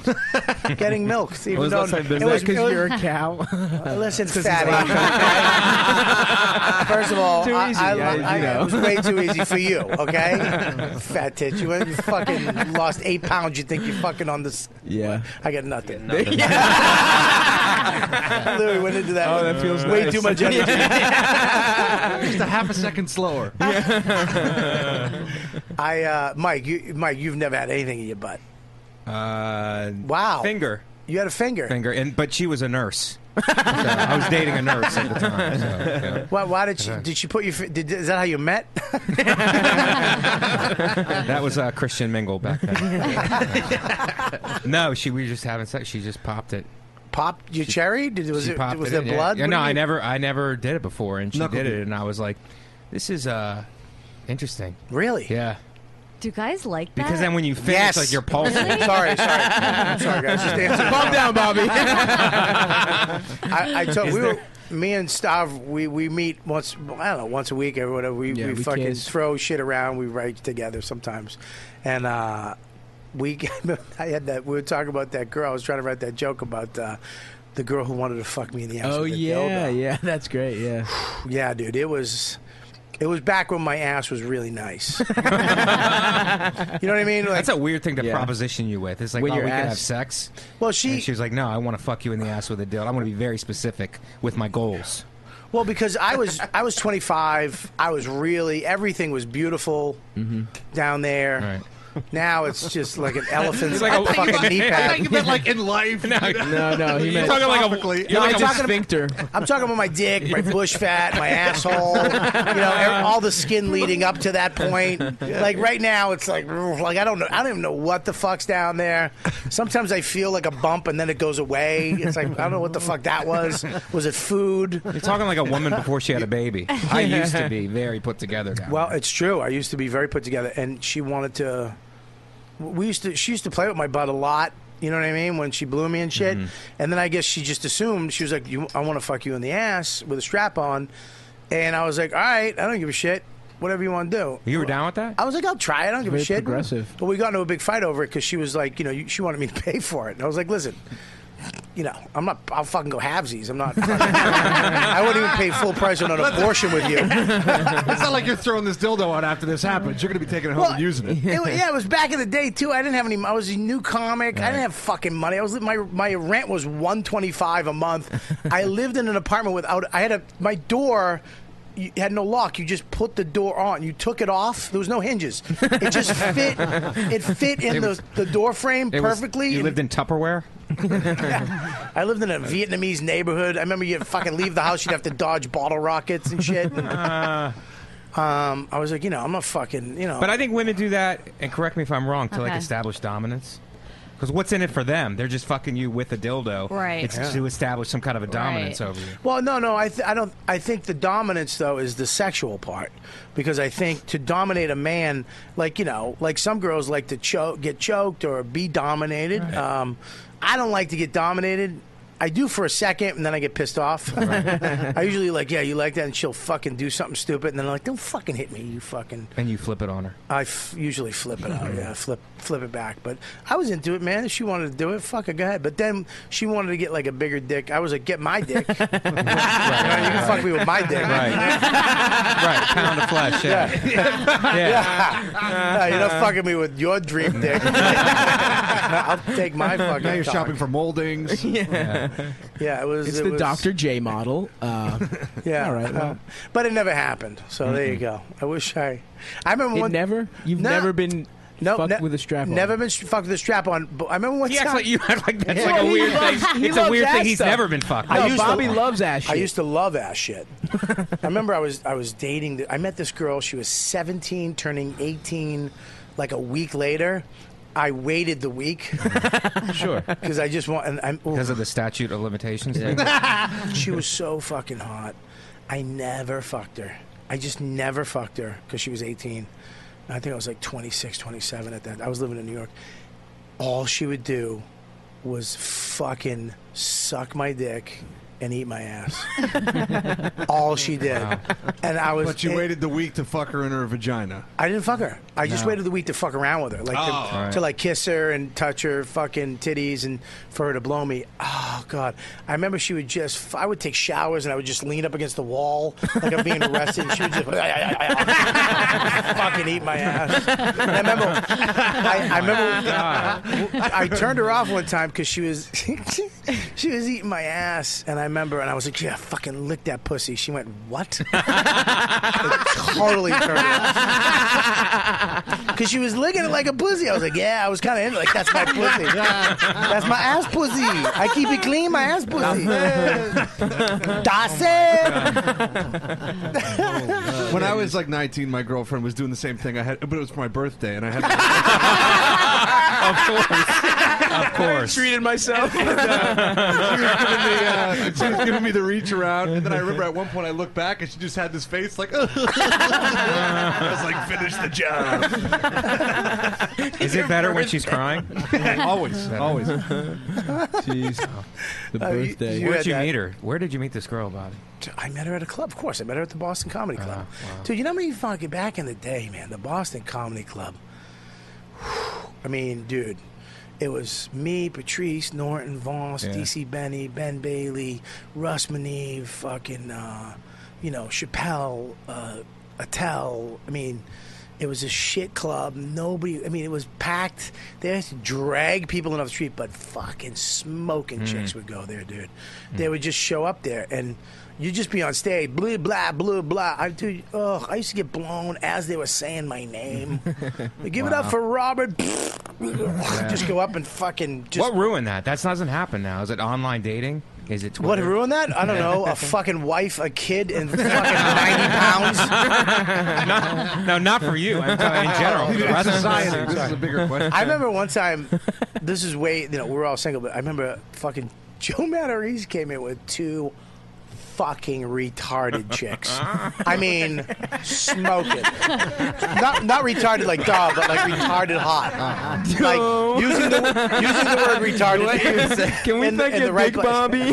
Getting milked. Even was the though last time you've been it was- milked? 'Cause it was- you're a cow. Listen, It's 'cause he's fatty. First of all, Too I, easy, I, guys, I- you know. it was way too easy for you. Okay, fat tit, you, went- you fucking lost eight pounds. You think you're fucking on this? Yeah. I got nothing. Louis went into that. Oh, with that feels way nice. too much energy. just a half a second slower. I, uh, Mike, you, Mike, you've never had anything in your butt. Uh, Wow. Finger. You had a finger. Finger. And But she was a nurse. So I was dating a nurse at the time. So, yeah. Why, why did she? Did she put you? fi- Did, is that how you met? That was uh, Christian Mingle back then. no, she we were just having sex. She just popped it. Popped your cherry? Did was She it? popped Was it there in, yeah. blood? Yeah, What no, do you I mean? never, I never did it before, and she Knuckle did beat. it, and I was like, "This is uh, interesting." Really? Yeah. Do guys like that? Because then when you finish, Yes. like you're pulsing. Really? Sorry, sorry, I'm sorry, guys. Just answer. Calm down, Bobby. I, I told Is we there- were, me and Stav we, we meet once I don't know once a week or whatever. We, Yeah, we, we fucking kid. throw shit around. We write together sometimes, and uh, we I had that we were talking about that girl. I was trying to write that joke about uh, the girl who wanted to fuck me in the ass. Oh with the yeah, dildo. yeah, that's great. Yeah. yeah, dude. It was. It was back when my ass was really nice. you know what I mean? Like, That's a weird thing to proposition you with. It's like, With oh, your we could ass- have sex. Well, she and she was like, no, I want to fuck you in the ass with a deal. I want to be very specific with my goals. Well, because I was I was 25. I was really everything was beautiful down there. Now it's just like an elephant's He's like a- I thought you fucking meant- knee I pad. thought you meant like in life. No, No, no, he meant- No, I'm talking about- sphincter. I'm talking about my dick, my bush fat, my asshole. You know, ev- all the skin leading up to that point. Like right now, it's like, ugh, like I don't know, I don't even know what the fuck's down there. Sometimes I feel like a bump and then it goes away. It's like I don't know what the fuck that was. Was it food? You're talking like a woman before she had a baby. I used to be very put together. Now. Well, it's true. I used to be very put together, and she wanted to. We used to. She used to play with my butt a lot. You know what I mean? When she blew me and shit, Mm-hmm. and then I guess she just assumed she was like, you, "I want to fuck you in the ass with a strap on," and I was like, "All right, I don't give a shit. Whatever you want to do." You were down with that? I was like, "I'll try. it. I don't give a Very shit." progressive. But we got into a big fight over it because she was like, you know, you- she wanted me to pay for it, and I was like, "Listen." You know, I'm not. I'll fucking go halvesies. I'm not. I wouldn't even pay full price on an abortion with you. it's not like you're throwing this dildo out after this happens. You're going to be taking it home and using it. It wa- yeah, it was back in the day too. I didn't have any. I was a new comic. I didn't have fucking money. I was li- my my rent was one twenty five a month. I lived in an apartment without. I had a my door. You had no lock. You just put the door on. You took it off. There was no hinges. It just fit. It fit in It the was- the door frame It was- perfectly. you and- lived in Tupperware. I lived in a Vietnamese neighborhood. I remember you'd fucking leave the house, you'd have to dodge bottle rockets and shit. um, I was like, you know, I'm not fucking, you know. But I think women do that, and correct me if I'm wrong, to like Okay. establish dominance. Because what's in it for them? They're just fucking you with a dildo. Right. It's Yeah. to establish some kind of a dominance over you. Well, no, no. I, th- I don't. I think the dominance though is the sexual part, because I think to dominate a man, like you know, like some girls like to choke, get choked, or be dominated. Um, I don't like to get dominated. I do for a second, and then I get pissed off. I usually like, yeah, you like that, and she'll fucking do something stupid, and then I'm like, don't fucking hit me, you fucking. And you flip it on her. I f- usually flip it out, yeah, flip flip it back. But I was into it, man. If she wanted to do it, fuck her, go ahead. But then she wanted to get like a bigger dick. I was like, get my dick. you, know, you can fuck me with my dick. Right. right. Pound of flesh. Yeah. Yeah. No, you're not fucking me with your dream dick. I'll take my fucking. Now you're cock. shopping for moldings. Yeah. Yeah, it was. It's it the was- Dr. J model. Uh, Yeah, All right. uh, Well, but it never happened. So there you Mm-mm. go. I wish I. I remember It one. never? You've No. never been No, fucked ne- with a strap on? Never been sh- fucked with a strap on. But I remember one He time. acts like you act like that's like Well, a he weird loves- thing. he It's a loves weird ass thing. He's stuff. never been fucked. I with. used to, I used to love ass shit. I remember I was I was dating. The, I met this girl. She was 17, turning 18, like a week later. I waited the week. Sure. Because I just want. And I'm, Because of the statute of limitations. thing. she was so fucking hot. I never fucked her. I just never fucked her because she was 18. I think I was like 26, 27 at that. I was living in New York. All she would do was fucking suck my dick and eat my ass. All she did. And I was. But you it- waited the week to fuck her in her vagina. I didn't fuck her. I just No. waited the week to fuck around with her, like to, Oh, all right. to like kiss her and touch her fucking titties and for her to blow me. Oh god, I remember she would just. I would take showers and I would just lean up against the wall like I'm being arrested. and she would just fucking eat my ass. And I remember. I, I remember. I turned her off one time because she was she was eating my ass, and I remember, and I was like, yeah, fucking lick that pussy. She went, what? It totally turned her off. Cause she was licking it like a pussy. I was like, yeah, I was kind of into it. like that's my pussy. That's my ass pussy. I keep it clean, my ass pussy. That's it. when I was like 19, my girlfriend was doing the same thing. I had, but it was for my birthday, and I had. of course. treated myself. uh, she, was giving me, uh, she was giving me the reach around, and then I remember at one point I looked back and she just had this face like. I was like, finish the job. Is it better when she's crying? always, always. Jeez. The Uh, you- birthday. you Where had did you that- meet her? Where did you meet this girl, Bobby? I met her at a club. Of course, I met her at the Boston Comedy Club. Dude, you know how many fucking back in the day, man? The Boston Comedy Club. I mean, dude, it was me, Patrice, Norton, Voss, Yeah. DC Benny, Ben Bailey, Russ Maneve, fucking, uh, you know, Chappelle, uh, Attell. I mean, It was a shit club. Nobody, I mean, it was packed. They used to drag people in off the street, but fucking smoking Hmm. Mm. chicks would go there, dude. They would just show up there and you'd just be on stage, blah, blah, blah, blah. I, dude, oh, I used to get blown as they were saying my name. Give it up Wow. for Robert. Just go up and fucking just. what ruined that? That doesn't happen now. Is it online dating? Is it Twitter? What ruined that? I don't know. A fucking wife, a kid, and fucking ninety pounds. no, not for you. I'm talking in general. Dude, For us. I remember one time. This is way. You know, we're all single, but I remember fucking Joe Matarese came in with two fucking retarded chicks. I mean, smoking. Not not retarded like dog, but like retarded hot. Uh-huh. Like using the using the word retarded. Can we in- thank in you, the right Big place. Bobby?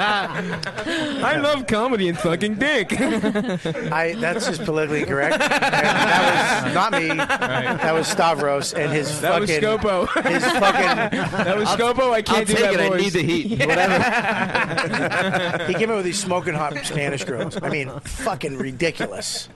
I love comedy and fucking dick. I that's just politically incorrect. that was not me. That was Stavros and his That fucking. was Scopo. His fucking. That was Scopo. I can't I'll do take that it. I voice. need the heat. he came up with these smoking hot Spanish girls. I mean, fucking ridiculous.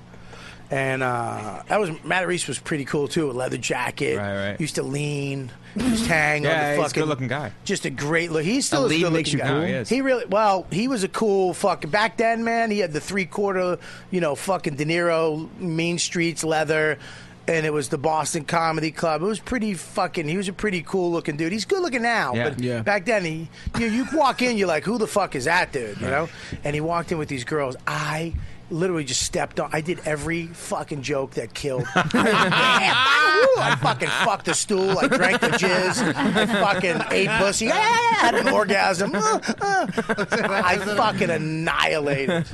And uh, that was Matt Reese was pretty cool too. A leather jacket, right, right. used to lean, used to hang Yeah, on he's the a fucking good-looking guy. Just a great look. He still A is lean good makes looking guy. you cool? No, he is. He really well. He was a cool fucking back then, man. He had the three quarter, you know, fucking De Niro, Mean Streets leather, and it was the Boston Comedy Club. It was pretty fucking. He was a pretty cool looking dude. He's good looking now, Yeah. but Yeah. back then he, you, you walk in, you're like, who the fuck is that dude? You know? And he walked in with these girls. I. Literally just stepped on. I did every fucking joke that killed. I, woo, I fucking fucked a stool. I drank the jizz. I fucking ate pussy. Ah, I had an orgasm. Ah, ah. I fucking annihilated.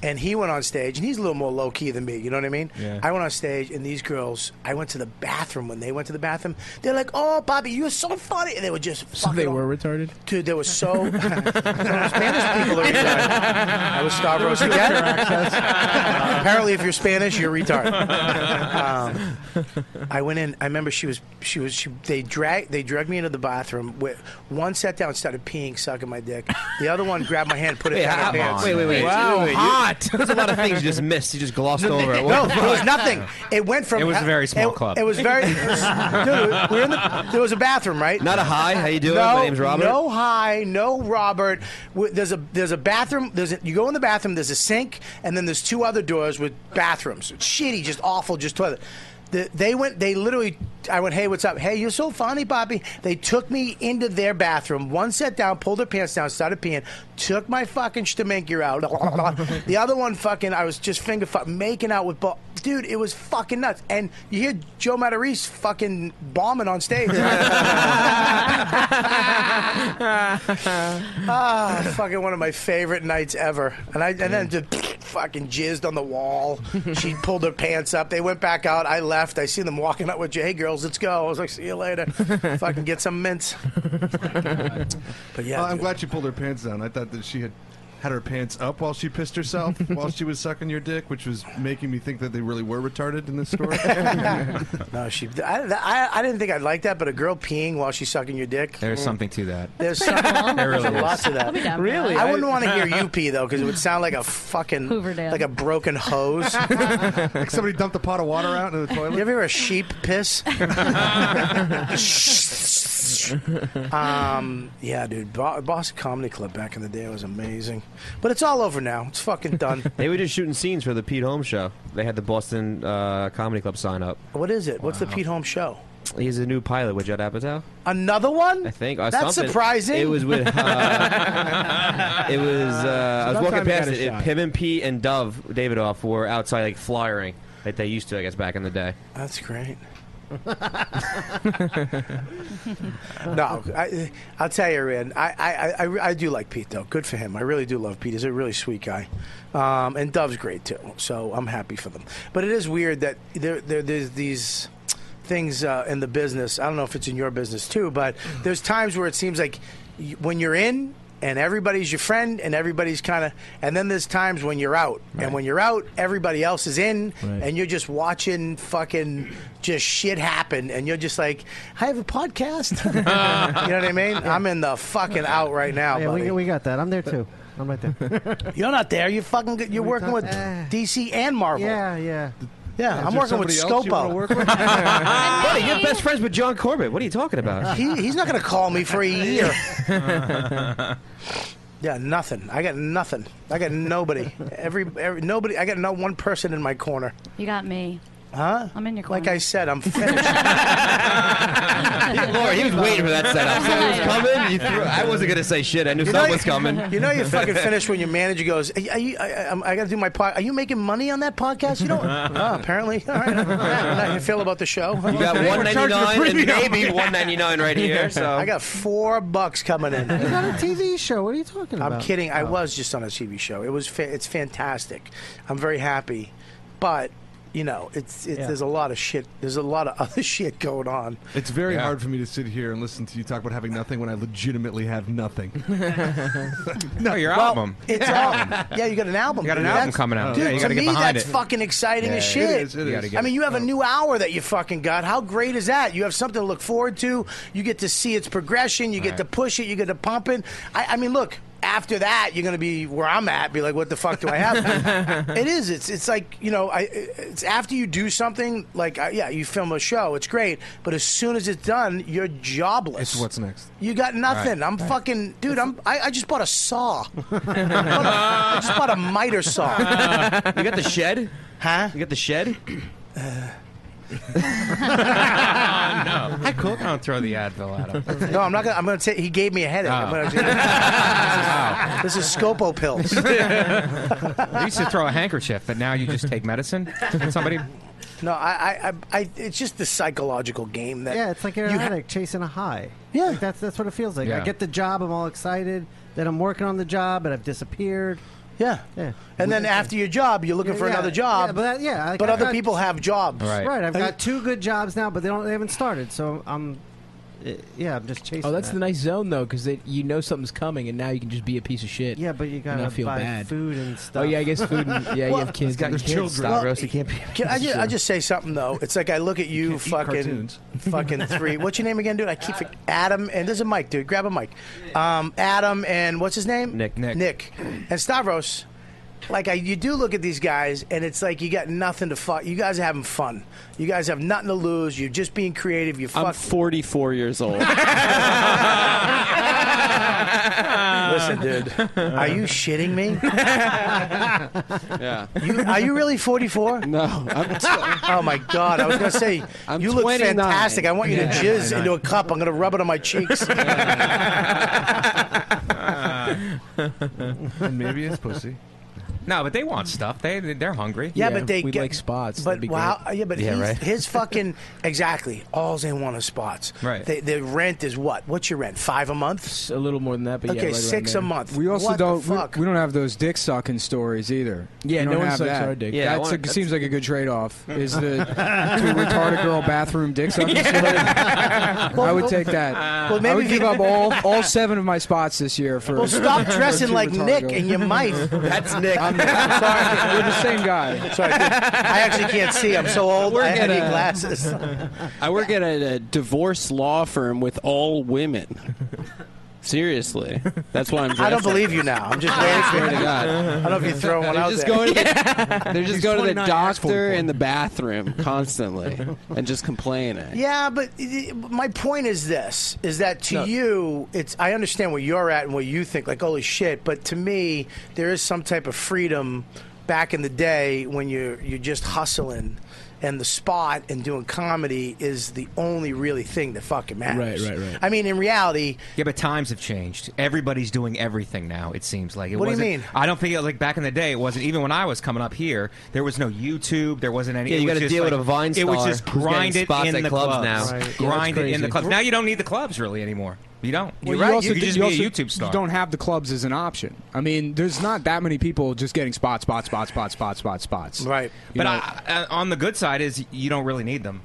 And he went on stage, and he's a little more low key than me. You know what I mean? Yeah. I went on stage, and these girls. I went to the bathroom when they went to the bathroom. They're like, "Oh, Bobby, you're so funny," and they were just So fucking. they were retarded. Dude, they were so Spanish people are retarded. I was Stavros There was again. wheelchair Apparently, if you're Spanish, you're retarded. Um, I went in. I remember she was she was she, they drag they dragged me into the bathroom. With, one sat down, and started peeing, sucking my dick. The other one grabbed my hand, put it Wait, down hot her pants. box. Wait, wait, wait. Wow, Wait, wait, you- hot. There's a lot of things you just missed. You just glossed over. it. No, it was nothing. It went from It was a very small it, club. It was very. Dude, we're in the. There was a bathroom, right? Not a hi, how you doing? No, My name's Robert. No hi, no Robert. W- There's a there's a bathroom. There's a, you go in the bathroom. There's a sink, and then there's two other doors with bathrooms. Shitty, just awful, just toilet. The, they went. They literally. I went. Hey, what's up? Hey, you're so funny, Bobby. They took me into their bathroom. One sat down, pulled her pants down, started peeing. Took my fucking stomach out. the other one, fucking, I was just finger fuck making out with. Bo- Dude, it was fucking nuts. And you hear Joe Matarese fucking bombing on stage. ah, fucking one of my favorite nights ever. And I and then just fucking jizzed on the wall. She pulled her pants up. They went back out. I left. I seen them walking out with Jay "Hey, girls. Let's go. I was like, see you later. fucking get some mints. But yeah, Uh, I'm glad she pulled her pants down. I thought that she had had her pants up while she pissed herself while she was sucking your dick, which was making me think that they really were retarded in this story. no, she. I, I, I didn't think I'd like that, but a girl peeing while she's sucking your dick. There's Mm. something to that. There's, some, There there's really a is. lot to I'll that. be down for Really? that. I wouldn't want to hear you pee though, because it would sound like a fucking Hoover Dam. like a broken hose. like somebody dumped a pot of water out into the toilet. You ever hear a sheep piss? um, yeah, dude. Bo- Boston Comedy Club back in the day was amazing, but it's all over now. It's fucking done. They were just shooting scenes for the Pete Holmes show. They had the Boston uh, Comedy Club sign up. What is it? What's the Pete Holmes show? He's a new pilot with Judd Apatow, Another one? I think. Or That's something. surprising. It was with. Uh, it was. Uh, I was Sometime walking you past got a it. shot. Him and Pete and Dove Davidoff were outside, like flyering, like they used to, I guess, back in the day. That's great. no, I, I'll tell you, man. I, I, I, I do like Pete though. Good for him. I really do love Pete. He's a really sweet guy, um, and Dove's great too. So I'm happy for them. But it is weird that there, there there's these things uh, in the business. I don't know if it's in your business too, but there's times where it seems like y- when you're in. And everybody's your friend, and everybody's kind of. And then there's times when you're out, and when you're out, everybody else is in, Right. and you're just watching fucking just shit happen, and you're just like, I have a podcast. you know what I mean? I'm in the fucking out right now, yeah, buddy. we, we got that. I'm there too. I'm right there. You're not there. You're fucking. Good. You're working with DC and Marvel. Yeah, yeah. Yeah, Is I'm there working with somebody else you wanna Scopo. work Buddy, you're best friends with John Corbett. What are you talking about? He, he's not going to call me for a year. Yeah, nothing. I got nothing. I got nobody. Every, every nobody. I got not one person in my corner. You got me. Huh? I'm in your Like I said, I'm finished. Lord, he was waiting for that setup. So it was coming. You threw, I wasn't gonna say shit. I knew something was coming. You know you're fucking finished when your manager goes, "Are you- are you- I, I, I got to do my pod. Are you making money on that podcast? You don't. oh, apparently. All right. How do you feel about the show? You got Okay. 199 and maybe 199 right here. So I got four bucks coming in. It's not a TV show. What are you talking about? Oh. I'm kidding. Oh. I was just on a TV show. It was fa- it's fantastic. I'm very happy, but you know, it's, it's Yeah. there's a lot of shit. There's a lot of other shit going on. It's very Yeah. hard for me to sit here and listen to you talk about having nothing when I legitimately have nothing. no, your Well, album. It's Oh, album. Yeah, you got an album. You got an dude. album That's- coming out. Dude, Yeah, you to gotta get me, behind that's it. fucking exciting Yeah, as it shit. is, it You gotta is. get I mean, you have a new hour that you fucking got. How great is that? You have something to look forward to. You get to see its progression. You get Right. to push it. You get to pump it. I, I mean, look. After that, you're gonna be where I'm at. Be like, what the fuck do I have? it is. It's it's like you know. I it's after you do something like I, yeah, you film a show. It's great, but as soon as it's done, you're jobless. It's what's next. You got nothing. Right. I'm Right. fucking dude. I'm I, I just bought a saw. I, bought a, I just bought a miter saw. you got the shed, huh? You got the shed. no. I cook. I don't throw the Advil at him. No, I'm not gonna. I'm gonna say he gave me a headache. I'm gonna Ah. do- this is Scopo pills. you used to throw a handkerchief, but now you just take medicine. Somebody. No, I, I, I, I it's just the psychological game that. yeah, it's like you're an addict chasing a high. Yeah, that's that's what it feels like. I Yeah. get the job, I'm all excited. Then I'm working on the job, and I've disappeared. Yeah, yeah. And then after your job, you're looking for Yeah, another job. yeah, but that- yeah, like, but I've other got- people have jobs. Right. I've got two good jobs now, but they don't. They haven't started. So I'm. eh, Yeah, I'm just chasing. Oh, that's that. the nice zone though, because you know something's coming, and now you can just be a piece of shit. Yeah, but you and gotta not feel buy bad. food and Oh stuff. yeah, I guess food. And, yeah, you Well, have kids. he's got and kids, children. Well, Rosie can't be. Can I just, I just say something though? It's like I look at you, fucking, cartoons. fucking three. What's your name again, dude? I keep Adam. Adam and there's a mic, dude. Grab a mic. Um, Adam and what's his name? Nick. Nick. Nick and Stavros. Like I, you do look at these guys, and it's like you got nothing to fuck. You guys are having fun. You guys have nothing to lose. You're just being creative. You I'm fuck. 44 years old. Listen, dude. Are you shitting me? Yeah. You, are you really 44? No. I'm oh my god! I was gonna say I'm you look 29. fantastic. I want you to Yeah. jizz into a cup. I'm gonna rub it on my cheeks. Uh, and maybe it's pussy. No, but they want stuff. They they're hungry. Yeah, but they get, But That'd be wow, great. yeah, but Yeah, he's, right. his fucking exactly. All they want is spots. Right. They, their rent is what? What's your rent? Five a month? A little more than that, but yeah, okay, right around six there. a month. We also What the don't. We, fuck? we don't have those dick sucking stories either. Yeah, we don't no one have sucks that. our dick. Yeah, Yeah, I that's want- a- seems like a good trade off. Is the two retarded girl bathroom dick sucking story? I would take that. Well, I maybe would if you- give up all all seven of my spots this year for. Well, stop for dressing two like retarded Nick girls. and you might. That's Nick. I'm, I'm sorry, we're the same guy. Sorry, dude. I actually can't see. I'm so old. We're I, I gonna- need glasses. I work at a, a divorce law firm with all women. Seriously, that's why I'm. Dressed I don't like believe this. you now. I'm just waiting for swear to God. I don't know if you throw one They're out just there. going to the, they're just He's going to the 29, acts doctor and the bathroom constantly and just complaining. Yeah, but uh, my point is this: is that to you, it's I understand where you're at and what you think, like holy shit. But to me, there is some type of freedom back in the day when you're you're just hustling, and the spot and doing comedy is the only really thing that fucking matters. Right, right, right. I mean, in reality, Yeah, but times have changed. Everybody's doing everything now. It seems like. It What do you wasn't- mean? I don't think it, like back in the day. It wasn't even when I was coming up here. There was no YouTube. There wasn't any. Yeah, it you was gotta just deal like- with a Vine It was star just who's getting grind it spots in at the clubs now. clubs, Right. Yeah, Grind that's it in the crazy. clubs. Now you don't need the clubs really anymore. You don't. Well, You're right. also you could d- just you be also a YouTube star. don't have the clubs as an option. I mean, there's not that many people just getting spots, spots, spots, spots, spots, spots, spots. Right. But I, I, on the good side is you don't really need them.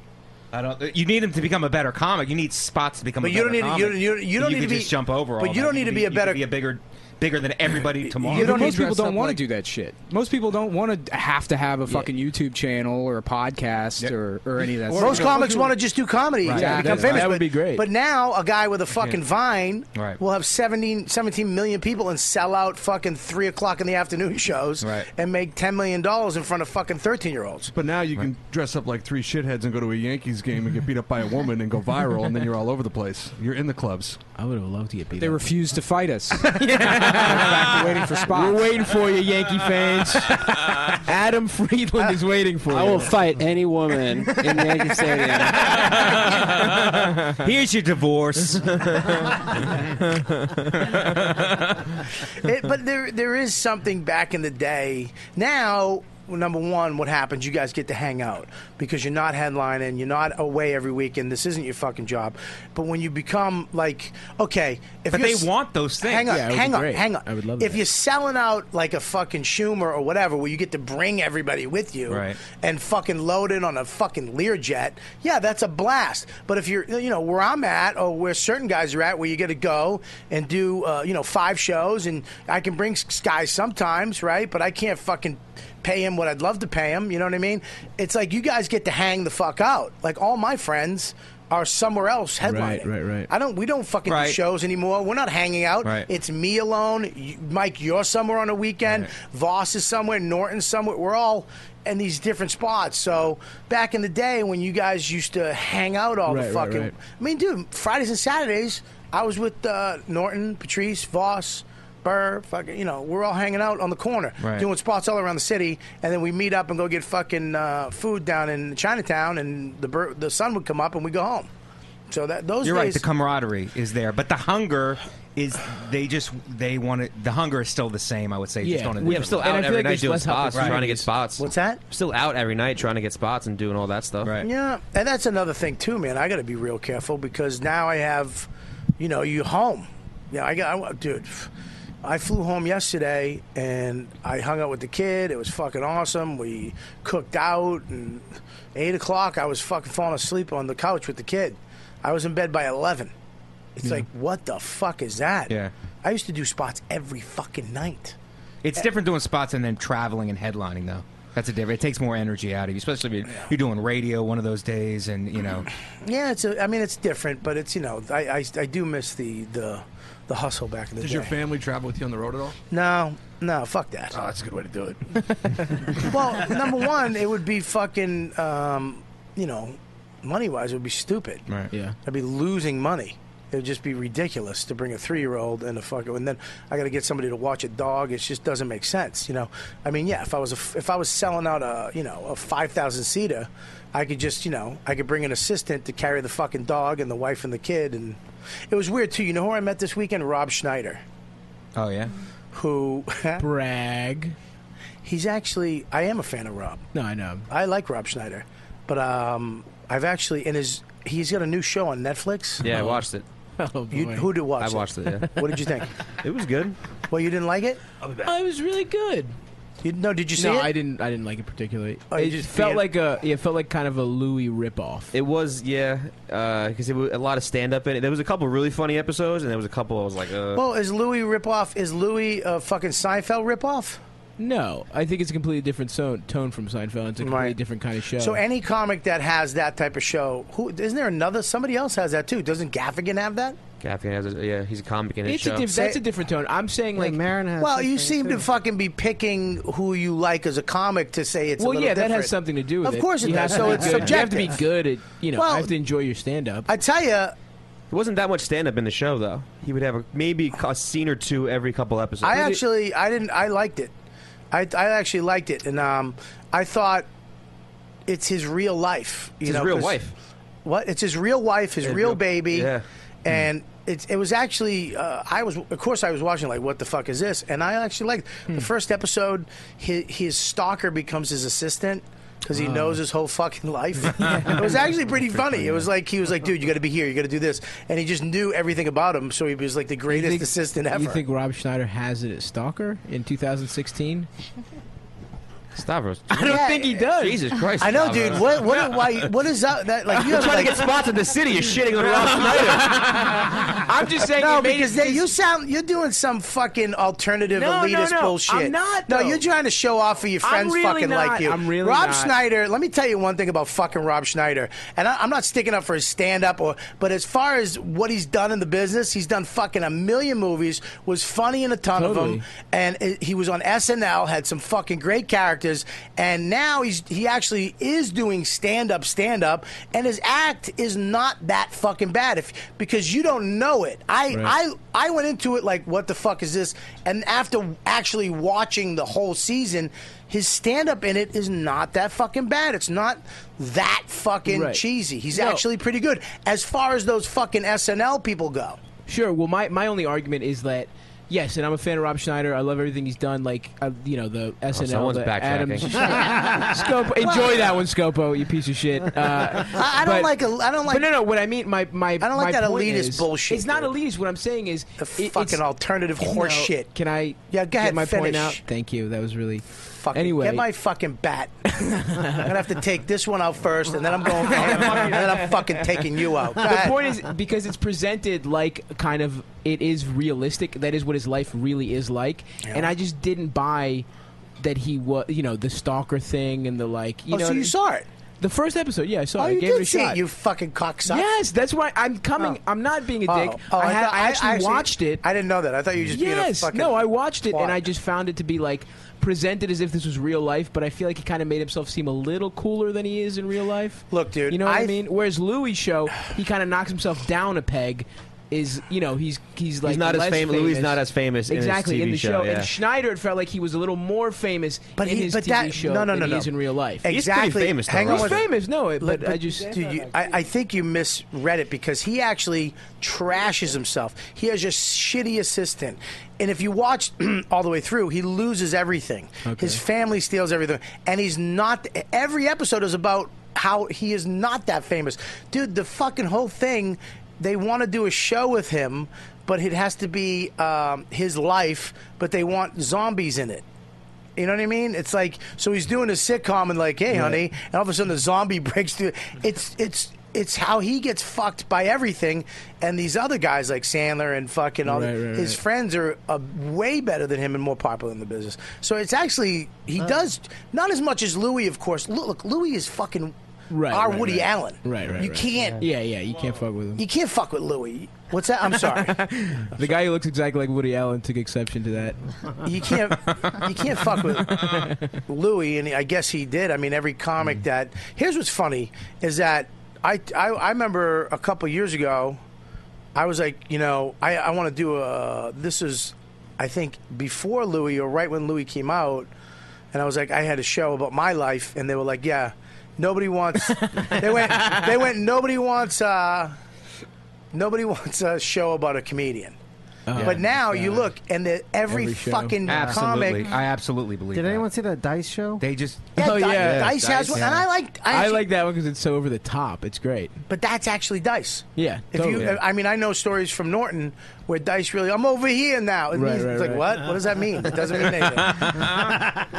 I don't. You need them to become a better comic. You need spots to become. But a you don't better need to- you comic. don't- you don't- you don't could need to be- just jump over. but all you that. don't need could to be a you could better- be a bigger. bigger than everybody tomorrow. But most people don't want to do that shit. Most people don't want to have to have a fucking YouTube channel or a podcast or, or any of that. Most comics want to just do comedy. Right. and Yeah, become that's- famous, that would but- be great. But now a guy with a fucking Vine Right. will have 17, 17 million people and sell out fucking three o'clock in the afternoon shows and make ten million dollars in front of fucking thirteen year olds. But now you can dress up like three shitheads and go to a Yankees game and get beat up by a woman and go viral, and then you're all over the place. You're in the clubs. I would have loved to get beat. They refuse to fight us. In fact, they're waiting for spots. We're waiting for you, Yankee fans. Adam Friedland is waiting for you. I will fight any woman in Yankee Stadium. Here's your divorce. it, but there there is something back in the day. Now, number one, what happens? You guys get to hang out because you're not headlining, you're not away every weekend. This isn't your fucking job. But when you become like, okay, if But you're they s- want those things. hang on, Yeah, it would be hang on, great. hang on. I would love if that. you're selling out like a fucking Schumer or whatever, where you get to bring everybody with you Right. and fucking load in on a fucking Learjet, yeah, that's a blast. But if you're, you know, where I'm at or where certain guys are at, where you got to go and do, uh, you know, five shows, and I can bring s- guys sometimes, right? But I can't fucking pay him what I'd love to pay him. You know what I mean? It's like you guys get to hang the fuck out. Like all my friends are somewhere else headlining. right, right. I don't. We don't fucking do Right. shows anymore. We're not hanging out. Right. It's me alone. You, Mike, you're somewhere on a weekend. Voss is somewhere. Norton somewhere. We're all in these different spots. So back in the day when you guys used to hang out all Right, the right, fucking. right. I mean, dude, Fridays and Saturdays, I was with uh, Norton, Patrice, Voss. Burr, fucking, you know, we're all hanging out on the corner, Right. doing spots all around the city, and then we meet up and go get fucking uh, food down in Chinatown, and the bur- the sun would come up, and we go home. So that those You're right. days- The camaraderie is there, but the hunger is. They just they want it. The hunger is still the same. I would say. just Yeah. on a Yeah, different still level. out And I feel every like night there's doing less spots, Us trying to get spots. What's that? Still out every night trying to get spots and doing all that stuff. Right. Yeah, and that's another thing too, man. I got to be real careful because now I have, you know, you home. Yeah, I got, I, dude. I flew home yesterday and I hung out with the kid. It was fucking awesome. We cooked out and eight o'clock. I was fucking falling asleep on the couch with the kid. I was in bed by eleven. It's Yeah. like, what the fuck is that? Yeah. I used to do spots every fucking night. Eh. It's different doing spots and then traveling and headlining though. That's a different. It takes more energy out of you, especially if you're, you're doing radio one of those days, and you know. Yeah, it's. A, I mean, it's different, but it's you know, I, I, I do miss the the the hustle back in the Does day. your family travel with you on the road at all? No, no, fuck that. Oh, that's a good way to do it. well, number one, it would be fucking, um, you know, money wise, it would be stupid. Right. Yeah. I'd be losing money. It would just be ridiculous to bring a three year old and a fucking, and then I got to get somebody to watch a dog. It just doesn't make sense, you know. I mean, yeah, if I was a, if I was selling out a you know a five thousand seater, I could just you know I could bring an assistant to carry the fucking dog and the wife and the kid, and it was weird too. You know who I met this weekend? Rob Schneider Oh yeah. who brag. He's actually I am a fan of Rob. No, I know. I like Rob Schneider, but um, I've actually in his he's got a new show on Netflix. Yeah, I watched it. Oh, You, who did watch? I watched it, yeah. What did you think? It was good. Well, you didn't like it. I'll be back. I Oh, was really good. You, no, did you see no, it? I didn't. I didn't like it particularly. Oh, you it just felt fan- like a. Yeah, it felt like kind of a Louis ripoff. It was, yeah, because it was a lot of stand up in it. There was a couple really funny episodes, and there was a couple I was like, uh, Well, is Louis ripoff? Is Louis a fucking Seinfeld ripoff? No, I think it's a completely different so- tone from Seinfeld. It's a completely different kind of show. So any comic that has that type of show, who isn't there another? Somebody else has that too. Doesn't Gaffigan have that? Gaffigan has a, uh, yeah, he's a comic in his it's show. a diff- that's a different tone. I'm saying like Marin well, you seem to fucking be picking who you like as a comic to say it's. a well, little yeah, that different. has something to do with of it. Of course it You does. have So to be it's good. subjective. You have to be good at you know. Well- I have to enjoy your stand up. I tell you, It wasn't that much stand up in the show, though. He would have a, maybe a scene or two every couple episodes. I actually, I didn't, I liked it. I, I actually liked it, and um, I thought it's his real life. You It's his know, real 'cause- wife. What? It's his real wife, his Yeah, real real- baby. yeah. Hmm. And it's it was actually uh, I was of course I was watching like what the fuck is this? And I actually liked Hmm. the first episode. His, his stalker becomes his assistant. Because Ah. he Oh. knows his whole fucking life. it was actually pretty funny. It was like he was like, "Dude, you got to be here. You got to do this," and he just knew everything about him. So he was like the greatest assistant ever. You think Rob Schneider has it at Stalker in 2016? Stavros. I don't think he does. Jesus Christ. I know, Stavros. dude. What what why, what is that? that like you I'm have, trying like, to get spots in the city. You're shitting on Rob Snyder. I'm just saying No, it made because it- they, you sound you're doing some fucking alternative No, no, elitist no, bullshit. I'm not, No, though. you're trying to show off for your I'm friends really fucking not. like you. I'm really Rob not. Schneider. Let me tell you one thing about fucking Rob Schneider, and I, I'm not sticking up for his stand up or, but as far as what he's done in the business, he's done fucking a million movies. Was funny in a ton of Totally. them, and uh, he was on SNL, had some fucking great characters, and now he's he actually is doing stand up, stand up, and his act is not that fucking bad if because you don't know it. I Right. I I went into it like what the fuck is this, and after actually watching the whole season. His stand up in it is not that fucking bad. It's not that fucking Right. cheesy. He's No. actually pretty good as far as those fucking SNL people go. Sure. Well, my, my only argument is that yes, and I'm a fan of Rob Schneider. I love everything he's done. Like uh, you know the SNL, Oh, someone's the backtracking. Adams. Scopo, enjoy that one, Scopo. You piece of shit. Uh, I- I don't like a- I don't like- But no, no. What I mean, my my I don't like that elitist bullshit, It's not elitist. What I'm saying is The it- fucking it's- alternative you know, horse shit. Can I? Yeah, go ahead. Get my finish. point out. Thank you. That was really. Fucking, anyway, Get my fucking bat. I'm gonna have to take this one out first, and then I'm going, and then I'm fucking taking you out. Go the ahead. point is because it's presented like kind of it is realistic. That is what his life really is like, and I just didn't buy that he was you know the stalker thing and the like. You Oh, know, so you saw it? The first episode, yeah, I saw Oh, it. I you gave did it a see it, shot. you fucking cocksucker. Yes, that's why I'm coming. I'm not being a Oh. dick. Oh, I, had, thought- I, actually watched it. I didn't know that. I thought you were just being a yes, fucking. no, I watched it twat. and I just found it to be like presented as if this was real life, but I feel like he kind of made himself seem a little cooler than he is in real life. Look, dude, you know what I, I- mean. Whereas Louis' show, he kind of knocks himself down a peg. Is you know he's he's like not as less fam- famous. Louis is not as famous in his exactly TV the show, show. yeah. And Schneider, it felt like he was a little more famous But in he- his but TV that- show no, no, than no, he no. is in real life. Exactly. Hang on He's with famous, no, it- But, but I just dude, you, I, I think you misread it because he actually trashes himself. He has a shitty assistant, and if you watch all the way through, he loses everything. His family steals everything, and he's not. Every episode is about how he is not that famous, dude. The fucking whole thing. They want to do a show with him, but it has to be um, his life. But they want zombies in it. You know what I mean? It's like so he's doing a sitcom and like, hey, honey, and all of a sudden the zombie breaks through. It's it's it's how he gets fucked by everything, and these other guys like Sandler and fucking all Right, right, his right. friends are uh, way better than him and more popular in the business. So it's actually he Uh. does not as much as Louis, of course. Look, look Louis is fucking Right, our right, Woody right. Allen. Right, right. You right. can't- Yeah, yeah. You can't fuck with him. You can't fuck with Louis. What's that? I'm sorry. The guy who looks exactly like Woody Allen took exception to that. you can't you can't fuck with Louis, and I guess he did. I mean, every comic that here's what's funny is that I I, I remember a couple years ago, I was like, you know, I I want to do a this is, I think before Louis or right when Louis came out, and I was like, I had a show about my life, and they were like, yeah, nobody wants. they went they went nobody wants. uh Nobody wants a show about a comedian. Oh, but now you God. look, and the, every, fucking absolutely. comic. I absolutely believe. Did that. anyone see that Dice show? They just Yeah, Di- Dice, has one, and I like. I, I, actually- like that one because it's so over the top. It's great. but that's actually Dice. Yeah, If totally. you, I mean, I know stories from Norton where Dice really, I'm over here now. It Right, means, right, it's like right. what? What does that mean? It doesn't mean anything. I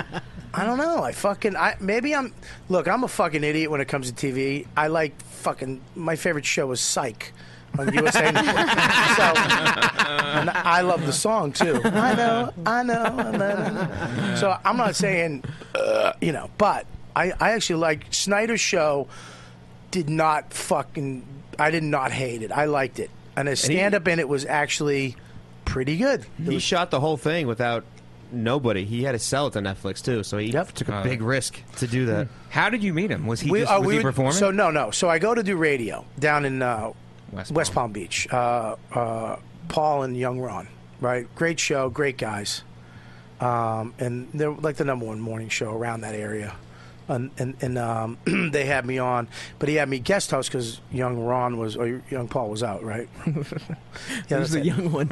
don't know. I fucking, I maybe I'm. Look, I'm a fucking idiot when it comes to TV. I like fucking. My favorite show was Psych. On USA Network. so, and I love the song too. I know, I know, I know. So I'm not saying, uh, you know, but I, I actually like Snyder's show. Did not fucking. I did not hate it. I liked it, and his And he- stand up in it was actually pretty good. He shot the whole thing without nobody. He had to sell it to Netflix too, so he took a big risk to do that. How did you meet him? Was he just, uh, was he would- performing? So no, no. So I go to do radio down in uh, West, Palm. Beach. Uh, uh, Paul and Young Ron, right? Great show, great guys, um, and they're like the number one morning show around that area. And and, and um, they had me on, but he had me guest host because Young Ron was or Young Paul was out, right? yeah, Who's the young one?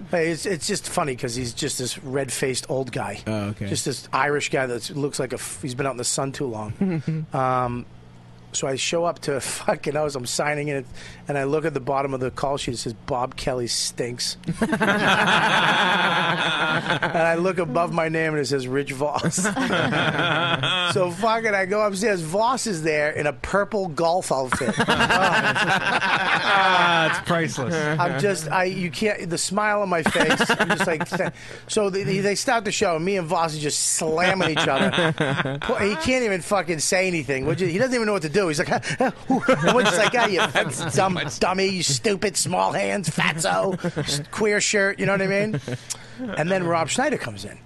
Hey, it's it's just funny because he's just this red faced old guy. Oh, okay. Just this Irish guy that looks like a f- he's been out in the sun too long. um, so I show up to fucking house. I'm signing in, and I look at the bottom of the call sheet. It says Bob Kelly stinks. and I look above my name and it says Rich Voss. so fucking, I go upstairs. Voss is there in a purple golf outfit. ah, it's priceless. I'm just, I you can't. The smile on my face. I'm just like, th- so they, they start the show. and Me and Voss are just slamming each other. Poor- He can't even fucking say anything. Would you? He doesn't even know what to do. He's like, and we're just like, ah, you fucking dumb dummy, you stupid, small hands, fatso, s- queer shirt. You know what I mean? And then Rob Schneider comes in,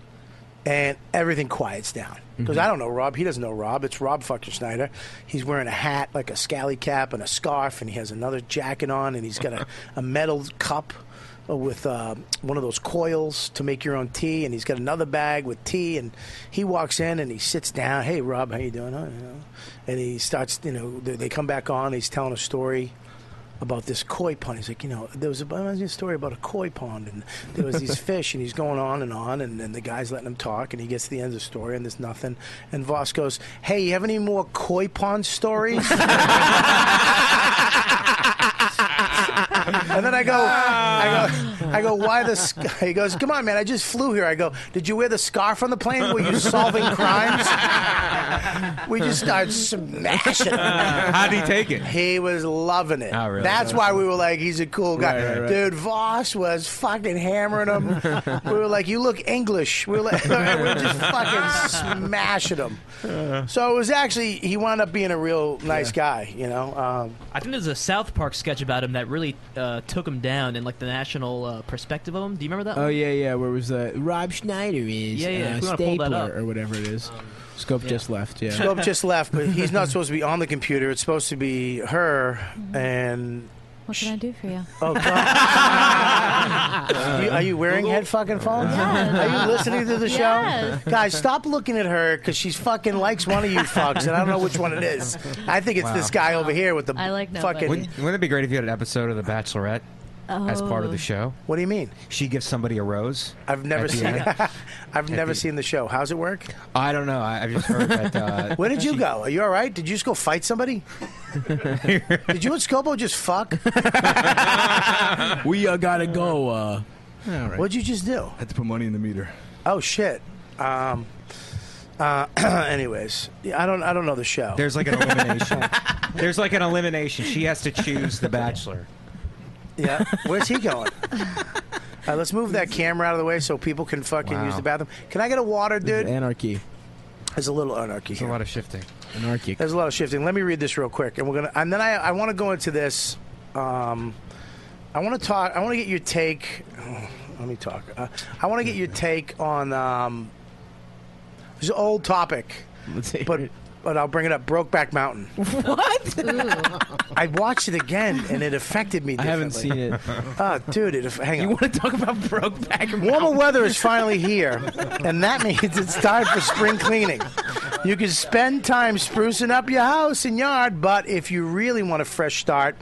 and everything quiets down because I don't know Rob. He doesn't know Rob. It's Rob fucking Schneider. He's wearing a hat, like a scally cap, and a scarf, and he has another jacket on, and he's got a, a metal cup with uh, one of those coils to make your own tea, and he's got another bag with tea, and he walks in and he sits down. Hey, Rob, how you doing? Oh, you know. And he starts, you know, they, they come back on. He's telling a story about this koi pond. He's like, you know, there was a, there was a story about a koi pond, and there was these fish, and he's going on and on, and, and the guy's letting him talk, and he gets to the end of the story, and there's nothing. And Voss goes, hey, you have any more koi pond stories? and then I go, I go, I go. Why the? Sc-? He goes, come on, man. I just flew here. I go. Did you wear the scarf on the plane? Were you solving crimes? we just start smashing. How'd he take it? He was loving it. Oh, really? That's why we were like, he's a cool guy, Right, right, right. dude. Voss was fucking hammering him. we were like, you look English. We were like, we we're just fucking smashing him. So it was actually he wound up being a real nice guy, you know. Um, I think there's a South Park sketch about him that really uh, took him down in like the national uh, perspective of him. Do you remember that? Oh yeah, yeah. Where was the Rob Schneider is Yeah, yeah, uh, if we wanna pull that up. stapler or whatever it is. Scope just left. Yeah. Um, Scope just left, but he's not supposed to be on the computer. It's supposed to be her and. What can I do for you? Oh, God. You- are you wearing head fucking phones? Are you listening to the show? Yes. Guys, stop looking at her because she's fucking likes one of you fucks, and I don't know which one it is. I think it's Wow. this guy over here with the fucking. Wouldn't, wouldn't it be great if you had an episode of The Bachelorette as part of Oh. the show? What do you mean? She gives somebody a rose. I've never at the seen. end. I've never the- seen the show. How's it work? I don't know. I, I've just heard that. Uh, Where did you go? Are you all right? Did you just go fight somebody? did you and Scopo just fuck? we uh, gotta go. Uh, What'd you just do? had to put money in the meter. Oh shit. Um, uh, anyways, yeah, I don't. I don't know the show. There's like an elimination. There's like an elimination. She has to choose The Bachelor. Yeah. Where's he going? Uh, let's move that camera out of the way so people can fucking Wow. use the bathroom. Can I get a water, dude? anarchy. There's a little anarchy. There's a lot of shifting. Anarchic. There's a lot of shifting. Let me read this real quick, and we're gonna. And then I, I want to go into this. Um, I want to talk. I want to get your take. oh, let me talk. Uh, I want to get your take on. Um, it's an old topic, but but I'll bring it up. Brokeback Mountain. What? I watched it again, and it affected me. I haven't differently. seen it. Ah, dude, it, aff- hang on. You want to talk about Brokeback? Warmer weather is finally here, and that means it's time for spring cleaning. You can spend time sprucing up your house and yard, but if you really want a fresh start,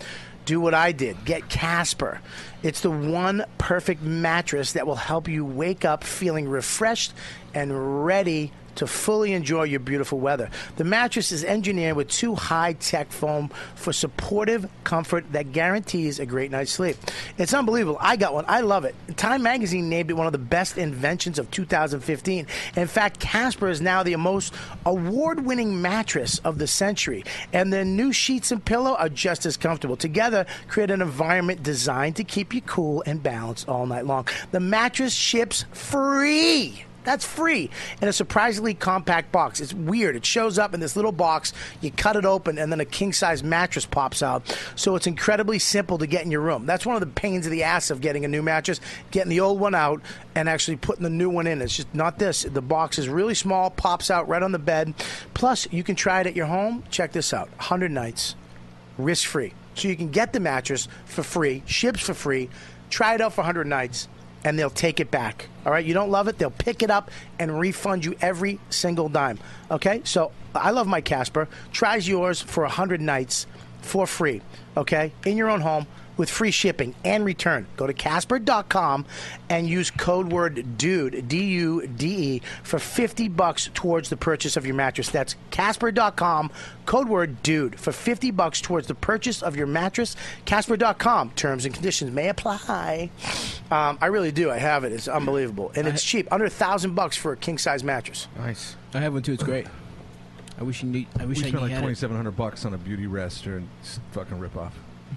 do what I did. Get Casper. It's the one perfect mattress that will help you wake up feeling refreshed and ready to fully enjoy your beautiful weather. The mattress is engineered with two high tech foam for supportive comfort that guarantees a great night's sleep. It's unbelievable. I got one. I love it. Time magazine named it one of the best inventions of 2015. In fact, Casper is now the most award winning mattress of the century, and their new sheets and pillow are just as comfortable. Together, create an environment designed to keep you cool and balanced all night long. The mattress ships free. That's free in a surprisingly compact box. It's weird. It shows up in this little box. You cut it open, and then a king size mattress pops out. So it's incredibly simple to get in your room. That's one of the pains of the ass of getting a new mattress, getting the old one out, and actually putting the new one in. It's just not this. The box is really small, pops out right on the bed. Plus, you can try it at your home. Check this out 100 nights risk free. So you can get the mattress for free, ships for free, try it out for 100 nights, and they'll take it back. All right, you don't love it, they'll pick it up and refund you every single dime. Okay, so I love my Casper. Tries yours for 100 nights for free. Okay, in your own home. with free shipping and return. Go to Casper.com and use code word DUDE, D U D E, for 50 bucks towards the purchase of your mattress. That's Casper.com, code word DUDE, for 50 bucks towards the purchase of your mattress. Casper.com, terms and conditions may apply. Um, I really do. I have it. It's unbelievable. And it's cheap, under a 1000 bucks for a king size mattress. Nice. I have one too. It's great. I wish you knew. I wish we I spent knew like you had twenty it. seven hundred bucks on a beauty rest and s- fucking rip off.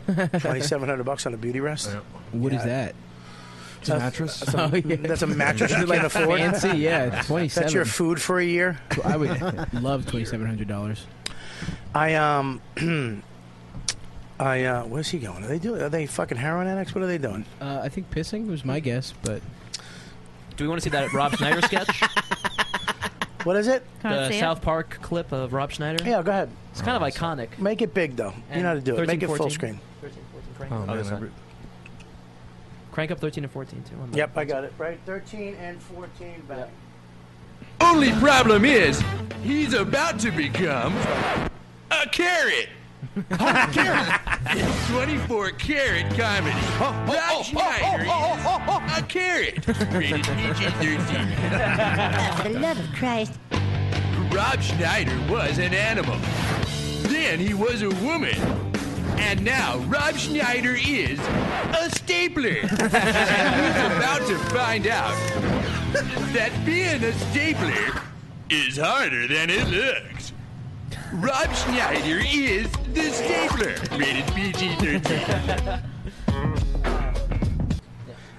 2700 bucks on a beauty rest? What is that? It's a mattress. That's a, that's a mattress you Like can't afford. Oh, fancy, yeah, That's 27. your food for a year. I would love twenty seven hundred dollars. I um, I uh, where's he going? Are they doing? Are they fucking heroin addicts? What are they doing? Uh, I think pissing was my guess, but Do we want to see that Rob Schneider sketch? What is it? The South Park clip of Rob Schneider. Yeah, go ahead. Oh, It's kind of iconic. Make it big though. you know how to do it. Make it full screen. 13, 14, crank, Oh, up. man, this I one. re- crank up 13 and 14 too. on that. Yep, I got it. Right, thirteen and fourteen. Back. Only problem is, he's about to become a carrot. Oh, Hot carrot. It's 24 carat comedy. Oh, Rob Schneider is a carrot. Rated PG-13. For the love of Christ. Rob Schneider was an animal. Then he was a woman. And now Rob Schneider is a stapler. and he's about to find out that being a stapler is harder than it looks. Rob Schneider is the stapler. Rated PG 13.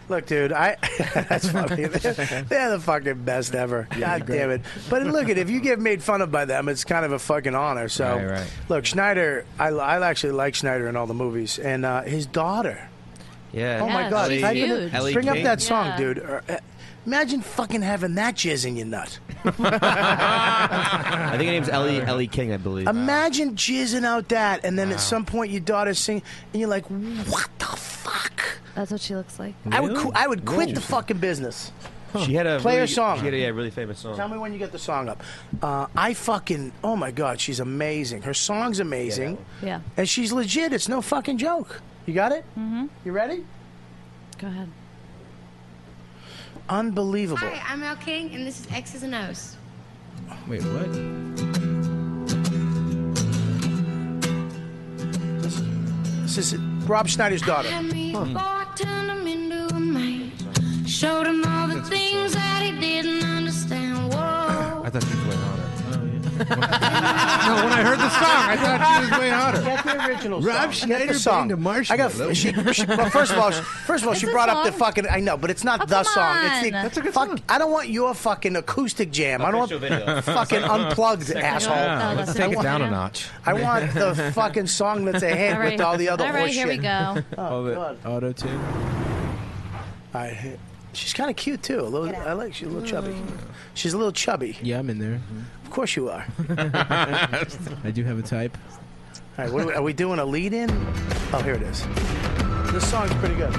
Look, dude, I that's funny. They're the fucking best ever. God damn it! But look, at if you get made fun of by them, it's kind of a fucking honor. So, Right, right. look, Schneider, I, I actually like Schneider in all the movies, and uh, his daughter. Yeah. Oh my Yeah, god! she's type in- huge. Ellie bring up King. that song, Yeah. dude. Or, uh, imagine fucking having that jizz in your nut. I think her name's Ellie Uh, Ellie King, I believe. um, Imagine jizzing out that, and then at some point your daughter's singing, and you're like, "What the fuck?" That's what she looks like. I would, qu- I would quit Whoa. the fucking business. She had a Play her really- song. She had a yeah, really famous song. Tell me when you get the song up. Uh, I fucking oh my god, she's amazing. Her song's amazing, Yeah. and she's legit. It's no fucking joke. You got it? Mm-hmm. You ready? Go ahead. Unbelievable. Hi, I'm Al King, and this is X's and O's. Wait, what? This is Rob Schneider's daughter. Had me Hmm. bought, turned him into a man. Showed him all the things that he didn't understand. Whoa. I thought you was way hotter. Oh, no, when I heard the song, I thought she was way hotter. Get the original Rob song. Schneider Get the song. being the I got. marshmallow. She, she, well, first of all, she- first of all, It's she a brought up the song. fucking. I know, but it's not Oh, the come song. It's the, on. That's a good fuck, I don't want your fucking acoustic jam. I don't want Official video. fucking unplugged Second asshole. one. Yeah, let's I take it want- down a notch. I want the fucking song that's ahead All right. with all the other All right, horseshit. here we go. Oh, All the God. auto tune. I, she's kind of cute too. A little, I like. She's a little chubby. She's a little chubby. Yeah, I'm in there. Of course you are. I do have a type. All right, what are, we, are we doing a lead in? Oh, here it is. This song's pretty good.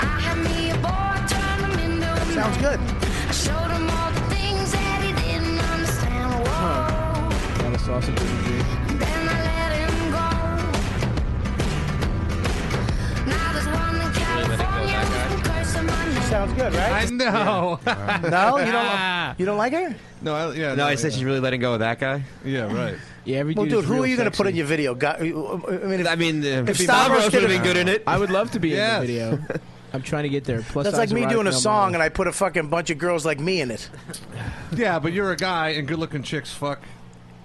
Had me a boy, turned him into a Sounds good. Showed him all the things that he didn't understand. Whoa. Not a sausage. Then I let him go. Now there's one in California who can curse him by name. Sounds good, right? I know. no, you don't. You don't like her? Ah. No, I, yeah. no, I said she's really letting go of that guy. Yeah, right. Yeah, every Well, dude, who are you going to put in your video? Guy- I mean, if, I mean, uh, if Steve Stavros Stavros did would've a- been good in it. I would love to be Yes. in the video. I'm trying to get there. Plus, that's I like was me erotic doing a film song and I put a fucking bunch of girls like me in it. Yeah, but you're a guy, and good-looking chicks fuck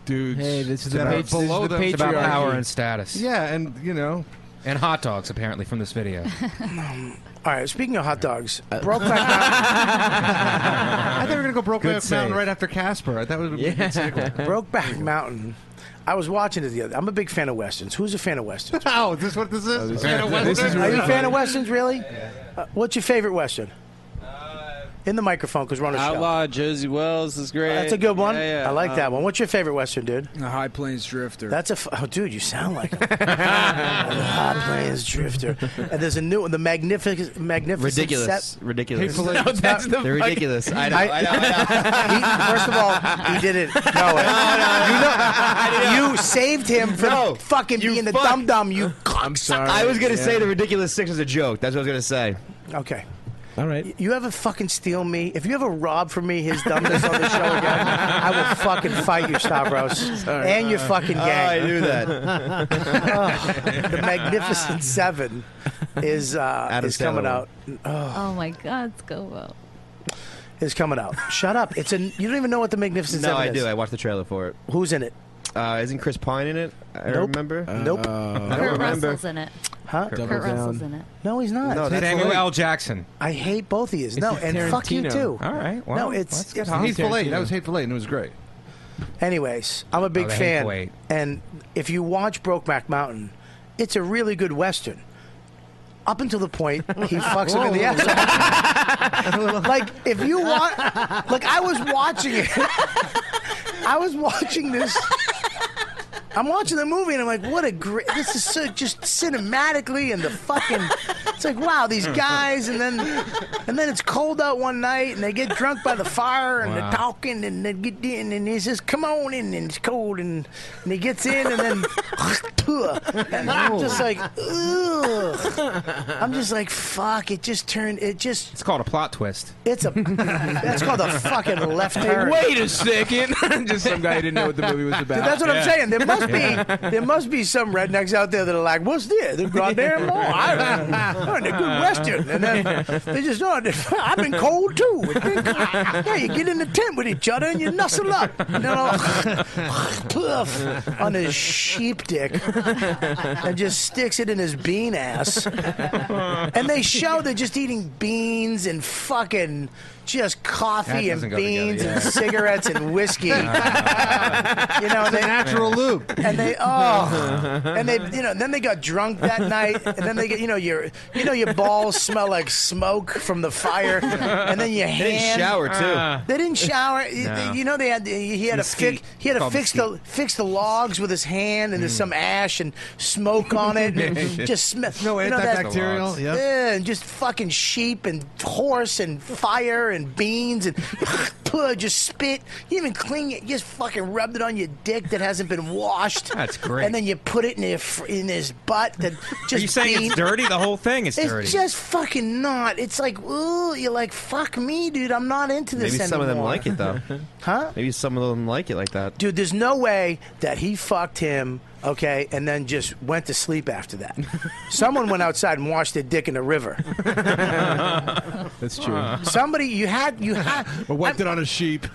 dudes. Hey, this is that the are patri- this is below the them. It's about patriarchy. power and status. Yeah, and you know, and hot dogs apparently from this video. Uh, All right. Speaking of hot dogs, uh, Brokeback Mountain. I thought we were gonna go broke Good Mountain save. right after Casper. That would be a good sequel. Brokeback Mountain. I was watching it the other. I'm a big fan of westerns. Who's a fan of westerns? Oh, is this what this is? Are you a fan of westerns? Really? Uh, what's your favorite western? in the microphone because we're on a show. Outlaw Josie Wells is great. That's a good one. Yeah, yeah. I like that Um, one. What's your favorite Western, dude? A High Plains Drifter. That's a f- oh, dude. You sound like him. Hot Plains Drifter. And there's a new one. The magnificent, magnificent, Ridiculous. Set- Ridiculous. Hateful Eight. No, that's the They're fucking- ridiculous. I know, I know, He, first of all, he didn't know it. You, know- you saved him from fucking being the dum dum. You. I'm sorry. I was gonna say the ridiculous six is a joke. That's what I was gonna say. Okay. All right. You ever fucking steal me? If you ever rob from me his dumbness on the show again, I will fucking fight you, Stavros, Sorry. and your fucking Oh, gang. I knew that. Oh, the Magnificent Seven is uh, Adam is coming Sandler. out. Oh, Oh my God, it's go well. is coming out. Shut up! It's a you don't even know what the Magnificent No, Seven I is. do. I watched the trailer for it. Who's in it? Uh, isn't Chris Pine in it? I Nope. remember. Uh, Nope. I don't Kurt remember. Russell's in it. Huh? Double Kurt Russell's in it. No, he's not. No, Hey, that's Samuel right. L. Jackson. I hate both of you. It's No, a and fuck you Tarantino. too. All right, well, no, let's it's, get it's on Hateful Tarantino. Eight, that was Hateful Eight, and it was great. Anyways, I'm a big the Hateful fan, Eight. and if you watch Brokeback Mountain, it's a really good western. Up until the point he fucks him in the Whoa. ass. like if you want, like I was watching it. I was watching this. I'm watching the movie and I'm like, what a great! This is so just cinematically and the fucking. It's like wow, these guys, and then and then it's cold out one night and they get drunk by the fire and Wow. they're talking and they get in and he says, come on in and it's cold and, and he gets in and then and I'm just like, ugh. I'm just like, fuck! It just turned. It just. It's called a plot twist. It's a. That's called a fucking left turn. Wait a second. Just some guy who didn't know what the movie was about. Dude, that's what I'm saying. There must Yeah. be there must be some rednecks out there that are like, "What's this? The goddamn mall? I'm in a good western." And then they just, "Oh, I've been cold too." It's been cold. Yeah, you get in the tent with each other and you nuzzle up. And then all puff on his sheep dick and just sticks it in his bean ass. And they show they're just eating beans and fucking just coffee That and doesn't go together, beans yeah. and cigarettes and whiskey. You know, It's a they- natural lube. And they oh, and they you know, then they got drunk that night, and then they get you know your you know your balls smell like smoke from the fire, and then your They hand. Uh, didn't shower, too. Ah. They didn't shower. No. You know they had he had to Mesquite. fix he had to Called fix the fix the logs with his hand, and there's some ash and smoke on it, and just smell. No you know, that- antibacterial, yep. Yeah, and just fucking sheep and horse and fire and beans and just spit. You didn't even clean it. You just fucking rubbed it on your dick that hasn't been washed. That's great. And then you put it in your, fr- in his butt. That just Are you saying bean- it's dirty? The whole thing is it's dirty. just fucking not. It's like, ooh, you're like, fuck me, dude. I'm not into this Maybe anymore. some of them like it though. huh? Maybe some of them like it like that. Dude, there's no way that he fucked him, okay, and then just went to sleep after that. Someone went outside and washed their dick in the river. That's true. Somebody, you had, you had. Or wiped it on a sheep.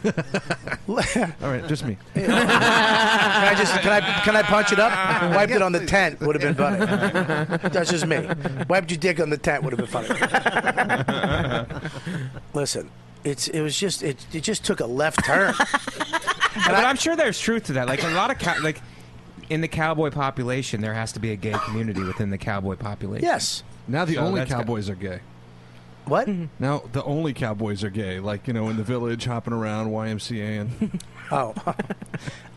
All right, just me. Can I just, can I, can I punch it up? Wiped it on the tent would have been funny. That's just me. Wiped your dick on the tent would have been funny. Listen, it's, it was just, it, it just took a left turn. but I'm sure there's truth to that. Like a lot of cow- like in the cowboy population, there has to be a gay community within the cowboy population. Yes. Now the So only that's got- cowboys are gay. What? Now the only cowboys are gay. Like you know, in the village, hopping around YMCA and Oh,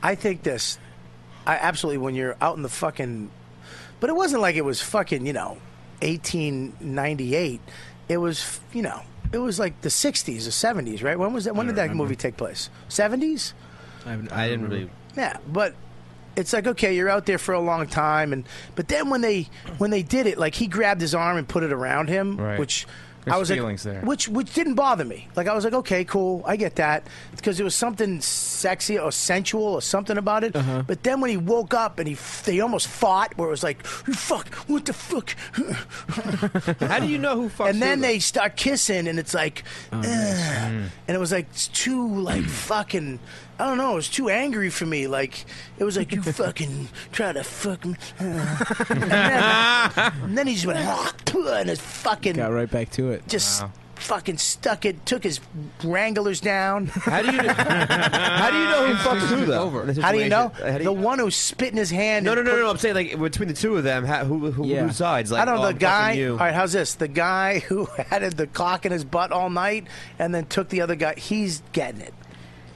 I think this. I absolutely when you're out in the fucking, but it wasn't like it was fucking you know, 1898. It was you know it was like the 60s or 70s, right? When was that? When did that movie take place? 70s. I, haven't- I didn't really. Yeah, but it's like okay, you're out there for a long time, and but then when they when they did it, like he grabbed his arm and put it around him, Right. which I There's was feelings like, there. which which didn't bother me. Like I was like, okay, cool, I get that because it was something sexy or sensual or something about it. Uh-huh. But then when he woke up and he f- they almost fought, where it was like, fuck, what the fuck? How do you know who Oh, fucks? And then they start kissing, and it's like, ugh. and it was like it's too like fucking. I don't know. It was too angry for me. Like it was like you fucking try to fuck me. "Ah," and, then, and then he just went and his fucking Got right back to it. just fucking stuck it, took his wranglers down. How do you know, how do you know who fucks who though? in this How do you situation? know? How do you- the one who's spitting his hand. No, and no, no, put- no, no. I'm saying like between the two of them, how, who who, who sides? Like I don't oh, know. I'm the fucking guy. You. All right, how's this? The guy who had it- the clock in his butt all night and then took the other guy. He's getting it.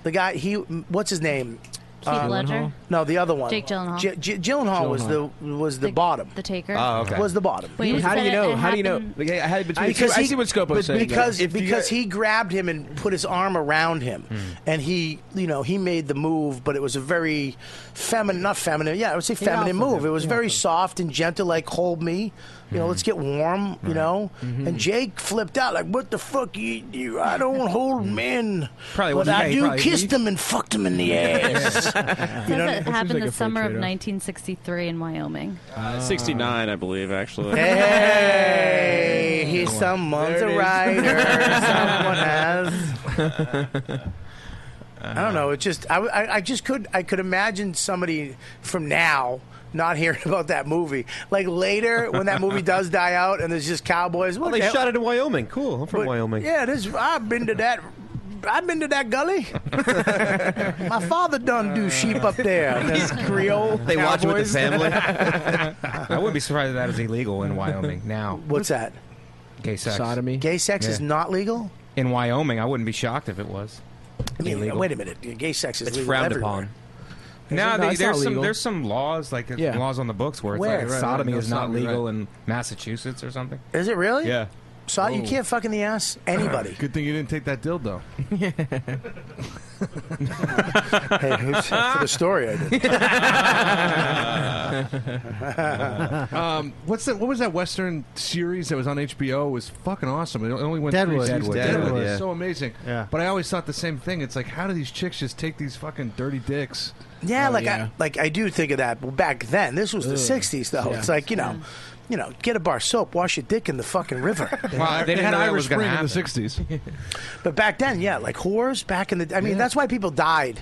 The guy. He. What's his name? Uh, Keith Ledger? No, the other one. Jake Gyllenhaal. J- J- Gyllenhaal was the Gyllenhaal. was the, bottom. The taker. Was the bottom. Wait, you Ah, how do said you it- know? it How do you know? happened- Like, I, I had between because two, I he- see what but Scopo's saying. Because because he grabbed him and put his arm around him, Hmm. Hmm. and he you know he made the move, but it was a very feminine, not feminine. Yeah, I would say He feminine offered move. him. It was He very soft and gentle, like hold me, you Mm-hmm. know, let's get warm, you know. And Jake flipped out like, what the fuck? You, you I don't hold men, Mm-hmm. Probably but wasn't- I yeah, he do probably- kissed he- them and fucked them in the ass. Says know, it it seems happened like the a fair summer of trade-off. 1963 in Wyoming. Uh, 69, I believe, actually. Hey, he's someone's a writer. someone has. I don't know. It just I, I, I just could I could imagine somebody from now not hearing about that movie. Like later when that movie does die out and there's just cowboys. Oh, What they the hell- shot it in Wyoming. Cool. I'm from but- Wyoming. Yeah, this I've been to that. I've been to that gully. My father done do sheep up there. That's Creole. They watch it with the cowboys. family. I wouldn't be surprised if that is illegal in Wyoming now. What's that? Gay sex. Sodomy. Gay sex is Yeah. not legal. In Wyoming, I wouldn't be shocked if it was. I mean, illegal. wait a minute. Gay sex is It's legal frowned everywhere. upon. Is No, it? No, they, it's not there's some legal. there's some laws like Yeah. laws on the books where it's Where? like Right, right, sodomy no is not sodomy, legal in Massachusetts or something. Is it really? Yeah. Oh. So you Whoa. can't fuck in the ass anybody. Good thing you didn't take that dildo. hey, who's for the story I did. um, what's that? What was that Western series that was on HBO? It was fucking awesome. It only went Deadwood. Three seasons. Deadwood, Deadwood. Deadwood, yeah. It's so amazing. Yeah. But I always thought the same thing. It's like, how do these chicks just take these fucking dirty dicks? Oh, yeah, like I like I do think of that. Well, back then, this was the Ugh. '60s, though. Yeah. It's like you know, you know, get a bar of soap, wash your dick in the fucking river. Well, they had Irish Spring in the '60s. But back then, yeah, like whores back in the. I mean, that's why people died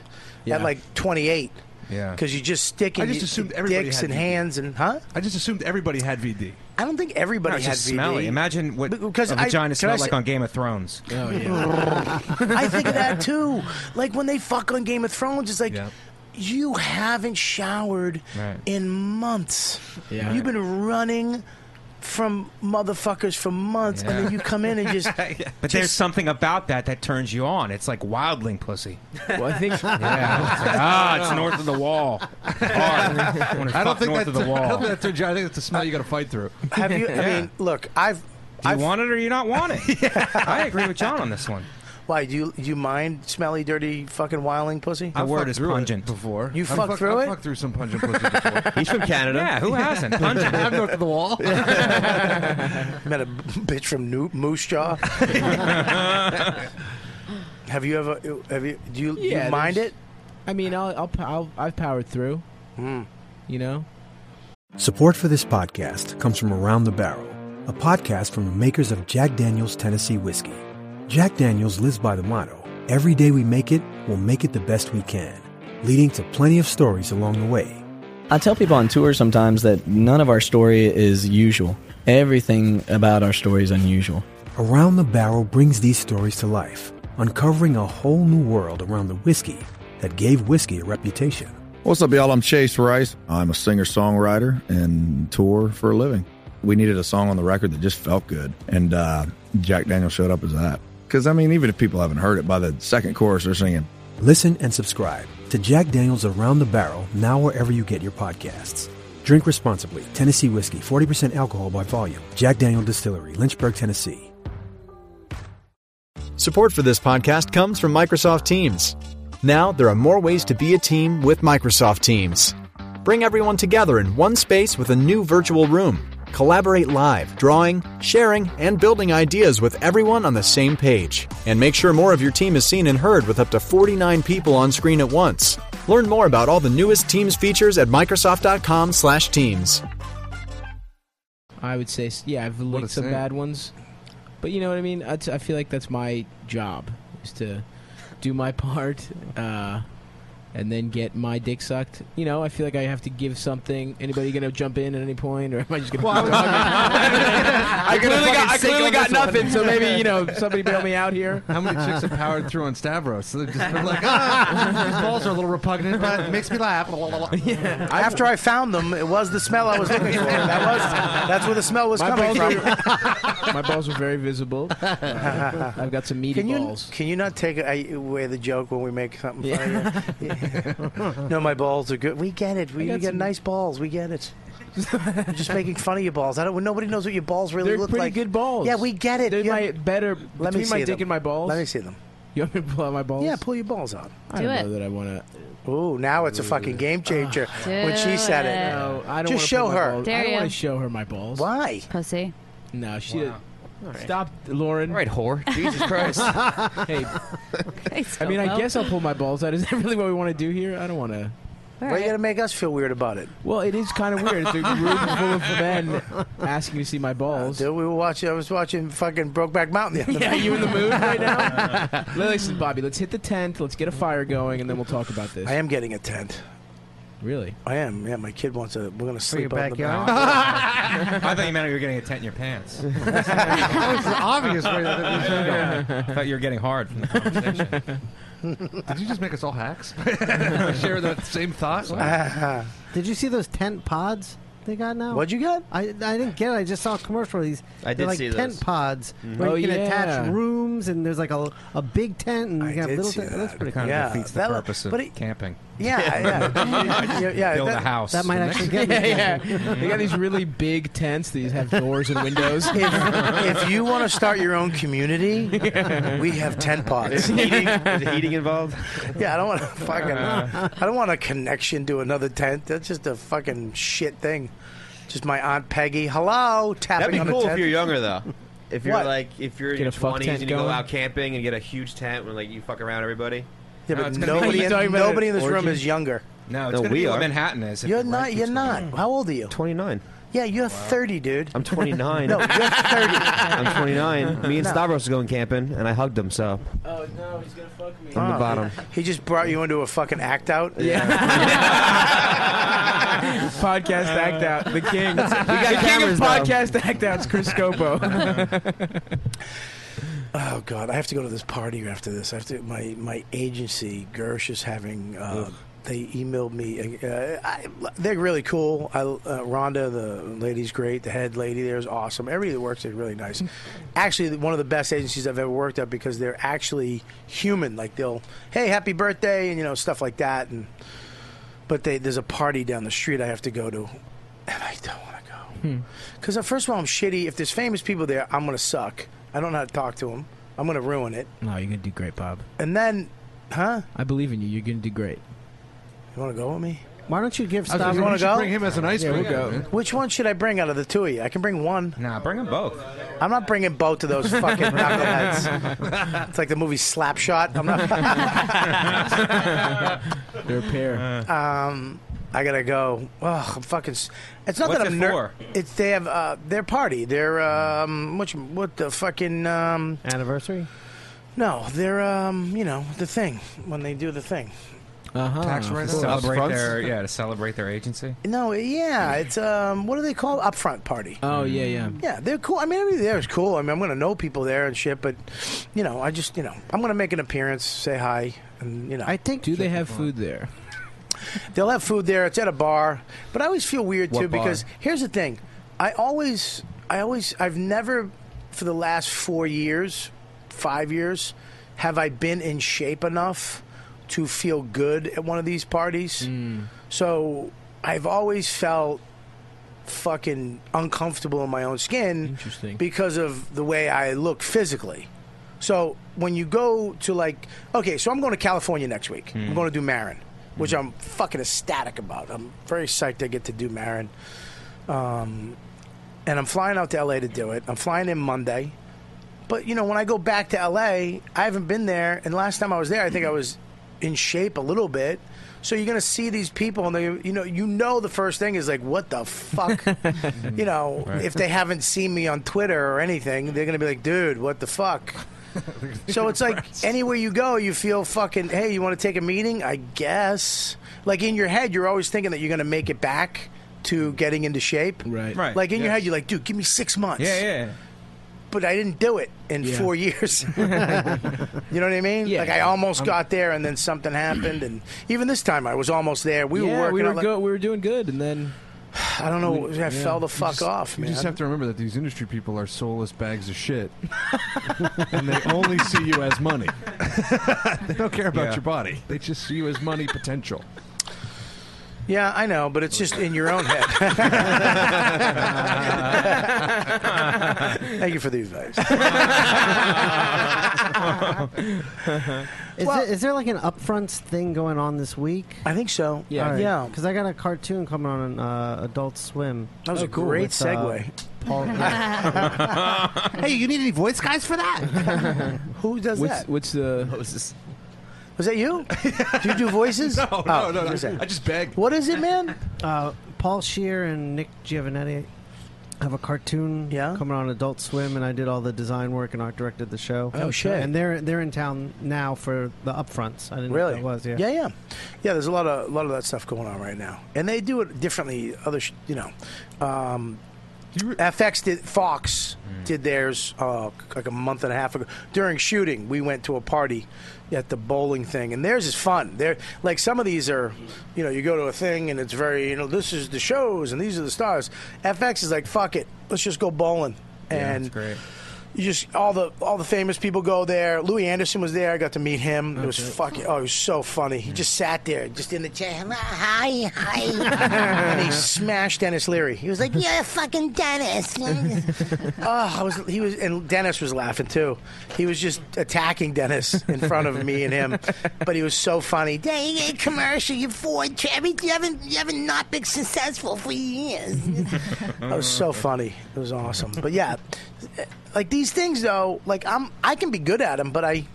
at like 28 yeah. because you just stick I in just your assumed everybody dicks had and VD. hands and huh? I just assumed everybody had VD. I don't think everybody No, it's had just VD. smelly. Imagine what Because a I- vagina can I smelled say- like on Game of Thrones. Oh, yeah. I think of that too. Like when they fuck on Game of Thrones, it's like you haven't showered Right. in months. Yeah. You've been running from motherfuckers for months, and then you come in and just. But there's something about that that turns you on. It's like wildling pussy. Well, I think. Yeah. It's like, ah, it's north of the wall. Hard. I wanna I don't fuck think north that's of the I wall. don't think that's a job. I think it's a smell you got to fight through. Have you? I mean, look, I've. Do you want it or you not want it? I agree with John on this one. Why do you, do you mind smelly, dirty, fucking wiling pussy? The word is pungent. Before You fucked through it? Fuck through some pungent pussy before. He's from Canada. Yeah, who hasn't? Pungent. I'm north of the wall. Met a bitch from New- Moose Jaw. have you ever? Have you? Do you, do you Yeah, mind there's- it? I mean, I'll, I'll, I'll, I've powered through. Hmm. You know. Support for this podcast comes from Around the Barrel, a podcast from the makers of Jack Daniels Tennessee Whiskey. Jack Daniels lives by the motto every day we make it, we'll make it the best we can, leading to plenty of stories along the way. I tell people on tour sometimes that none of our story is usual. Everything about our story is unusual. Around the Barrel brings these stories to life, uncovering a whole new world around the whiskey that gave whiskey a reputation. What's up, y'all? I'm Chase Rice. I'm a singer songwriter and tour for a living. We needed a song on the record that just felt good, and uh, Jack Daniel showed up as that. Because, I mean, even if people haven't heard it, by the second chorus, they're singing. Listen and subscribe to Jack Daniels Around the Barrel now wherever you get your podcasts. Drink responsibly. Tennessee whiskey, 40% alcohol by volume. Jack Daniel Distillery, Lynchburg, Tennessee. Support for this podcast comes from Microsoft Teams. Now, there are more ways to be a team with Microsoft Teams. Bring everyone together in one space with a new virtual room. Collaborate live, drawing, sharing, and building ideas with everyone on the same page. And make sure more of your team is seen and heard with up to 49 people on screen at once. Learn more about all the newest Teams features at microsoft.com/teams. I would say, s- yeah, I've licked some sin. bad ones, but you know what I mean. That's, I feel like that's my job is to do my part, uh, and then get my dick sucked. You know, I feel like I have to give something. Anybody gonna jump in at any point, or am I just gonna? keep talking? I clearly got, I clearly got nothing. So maybe you know somebody bail me out here. How many chicks have powered through on Stavros? So they've just been like, ah, his balls are a little repugnant, but it makes me laugh. After I found them, it was the smell I was looking for. That was that's where the smell was My coming balls from. My balls were very visible. Uh, I've got some meaty Can you balls. can you not take a- away the joke when we make something funny? no, my balls are good. We get it. We, got we get some- nice balls. We get it. I'm just making fun of your balls. I don't. Nobody knows what your balls really They're look pretty like. good balls. Yeah, we get it. They're Yeah. my better Let me between my see dick them. and my balls. Let me see them. You want me to pull out my balls? Yeah, pull your balls out. I don't know that I want to. Ooh, now it's a fucking game changer. when she said it, No, I don't Just wanna show put my her. balls- I don't want to show her my balls. Why? Pussy. No, she. Stop, Lauren. Right, whore. Jesus Christ. hey, I mean, I Well. guess I'll pull my balls out. Is that really what we want to do here? I don't want to. Why you gotta make us feel weird about it? Well, it is kind of weird. It's a room full of men asking me to see my balls. Dude, we were watching. I was watching fucking Brokeback Mountain the other Yeah, night. you in the mood right now? Listen, Bobby, let's hit the tent. Let's get a fire going, and then we'll talk about this. I am getting a tent. Really? I am. Yeah, my kid wants a. We're gonna sleep out in the backyard? back. I thought you meant you were getting a tent in your pants. that was the obvious way that it was going. I thought you were getting hard from the conversation. Did you just make us all hacks? Share that same thought? Did you see those tent pods they got now? What'd you get? I, I didn't get it. I just saw a commercial of these. I They're did like see tent those. pods Mhm. where Oh, you can attach yeah. rooms and there's like a, a big tent and you can have did little see tent. that. That's pretty kind cool. of defeats the purpose of but it- camping. Yeah, yeah. Yeah, yeah, Build that- a house. that might The actually next- get me yeah, yeah. something. They got these really big tents. These have doors and windows. if, if you want to start your own community, we have tent pods. Is heating- is heating involved? Yeah, I don't want to fucking. I don't want a connection to another tent. That's just a fucking shit thing. Just my aunt Peggy. Hello, tapping That'd be on cool a tent. if you're younger though. If you're What? like, if you're in Get your a fuck twenties tent and you go going? out camping and get a huge tent when like you fuck around everybody. Yeah, but it's gonna be- nobody, in, nobody in this room is younger. No, it's gonna be what Manhattan is. if You're the not. rent You're keeps going not. up. How old are you? Twenty nine. Yeah, you're 30, dude. I'm 29. no, you're 30. I'm 29. Me and No. Stavros are going camping, and I hugged him. So Oh no, he's gonna fuck me. From Oh. the bottom. He just brought you into a fucking act out. podcast act out. The king. We got the king cameras, of though. podcast act outs, Chris Scopo. oh God, I have to go to this party after this. I have to. My my agency Gersh is having. Uh, they emailed me. Uh, I, they're really cool. I, uh, Rhonda, the lady's great. The head lady there is awesome. Everybody that works there is really nice. actually, one of the best agencies I've ever worked at because they're actually human. Like they'll, hey, happy birthday, and you know stuff like that. And but they, there's a party down the street I have to go to, and I don't want to go. Because first of all, I'm shitty. If there's famous people there, I'm gonna suck. I don't know how to talk to them. I'm gonna ruin it. No, you're gonna do great, Bob. And then, huh? I believe in you. You're gonna do great. You want to go with me? Why don't you give I was gonna say, wanna you Stavros? should go? bring him as an ice Yeah, we'll go. Which one should I bring out of the two of you? I can bring one. Nah, bring them both. I'm not bringing both of those fucking knuckleheads. It's like the movie Slapshot. I'm not. They're a pair. Uh. um, I gotta go. Ugh, I'm fucking. s- It's not What's that I'm it ner- for? It's they have uh, their party. Their um, what? What the fucking um, anniversary? No, they're um, you know, the thing when they do the thing. Uh-huh. To celebrate their yeah to celebrate their agency. No, yeah, it's um, what do they call it? upfront party? Oh, yeah, yeah. yeah. They're cool. I mean, everybody there is cool. I mean, I'm gonna know people there and shit, but you know, I just you know, I'm gonna make an appearance, say hi, and you know, I think. Do they have food there? They'll have food there. It's at a bar, but I always feel weird What too bar? because here's the thing: I always, I always, I've never, for the last four years, five years, have I been in shape enough to feel good at one of these parties. Hmm. So I've always felt fucking uncomfortable in my own skin Interesting. because of the way I look physically. So when you go to like, okay, so I'm going to California next week. Hmm. I'm going to do Marin, which I'm fucking ecstatic about. I'm very psyched I get to do Marin. Um, and I'm flying out to LA to do it. I'm flying in Monday. But you know, when I go back to LA, I haven't been there. And last time I was there, I think I was in shape a little bit. So you're gonna see these people, and they, you know, you know, the first thing is like, what the fuck, you know, Right. if they haven't seen me on Twitter or anything, they're gonna be like, dude, what the fuck. So it's like anywhere you go, you feel fucking. Hey, you want to take a meeting? I guess. Like in your head, you're always thinking that you're going to make it back to getting into shape. Right. Right, Like in your yes. head, you're like, dude, give me six months. Yeah, yeah. But I didn't do it in Yeah. four years. you know what I mean? Yeah. Like I almost I'm- got there, and then something happened, and even this time I was almost there. We were Yeah, working. We were on, like- go- we were doing good, and then I don't know. I Yeah. fell the You fuck just- off, You man. just have to remember that these industry people are soulless bags of shit, and they only see you as money. they don't care about Yeah. your body. They just see you as money potential. yeah, I know, but it's just in your own head. Thank you for the advice. Is, there- is there like an upfront thing going on this week? I think so. Yeah, Yeah. Yeah. Because I got a cartoon coming on uh, Adult Swim. That was a great With, uh, segue. Paul- hey, you need any voice guys for that? Who does what's, that? what's the Moses? Was that you? do you do voices? No, Oh, no, no, no. who's that? I just begged. What is it, man? Uh, Paul Shear and Nick Giovanetti have a cartoon coming on Adult Swim, and I did all the design work and art directed the show. Oh, shit. And they're they're in town now for the upfronts. I didn't Really? know what that was. yeah, Yeah, yeah, Yeah, There's a lot of a lot of that stuff going on right now, and they do it differently. Other, sh- you know, um, FX did Fox Hmm. did theirs uh, like a month and a half ago during shooting. We went to a party at the bowling thing, and theirs is fun. They're like some of these are, you know, you go to a thing and it's very, you know, this is the shows and these are the stars. FX is like fuck it, let's just go bowling, and you just all the all the famous people go there. Louis Anderson was there. I got to meet him. it was fucking oh, it was so funny. He just sat there, just in the chair. Hi, hi. and he smashed Dennis Leary. He was like, "Yeah, fucking Dennis." oh, I was. He was, and Dennis was laughing too. He was just attacking Dennis in front of me and him, but he was so funny. Dang it, commercial, you Ford. tra- I mean, you haven't you haven't not been successful for years. That was so funny. It was awesome. But yeah, like these things though, like I'm I can be good at them, but I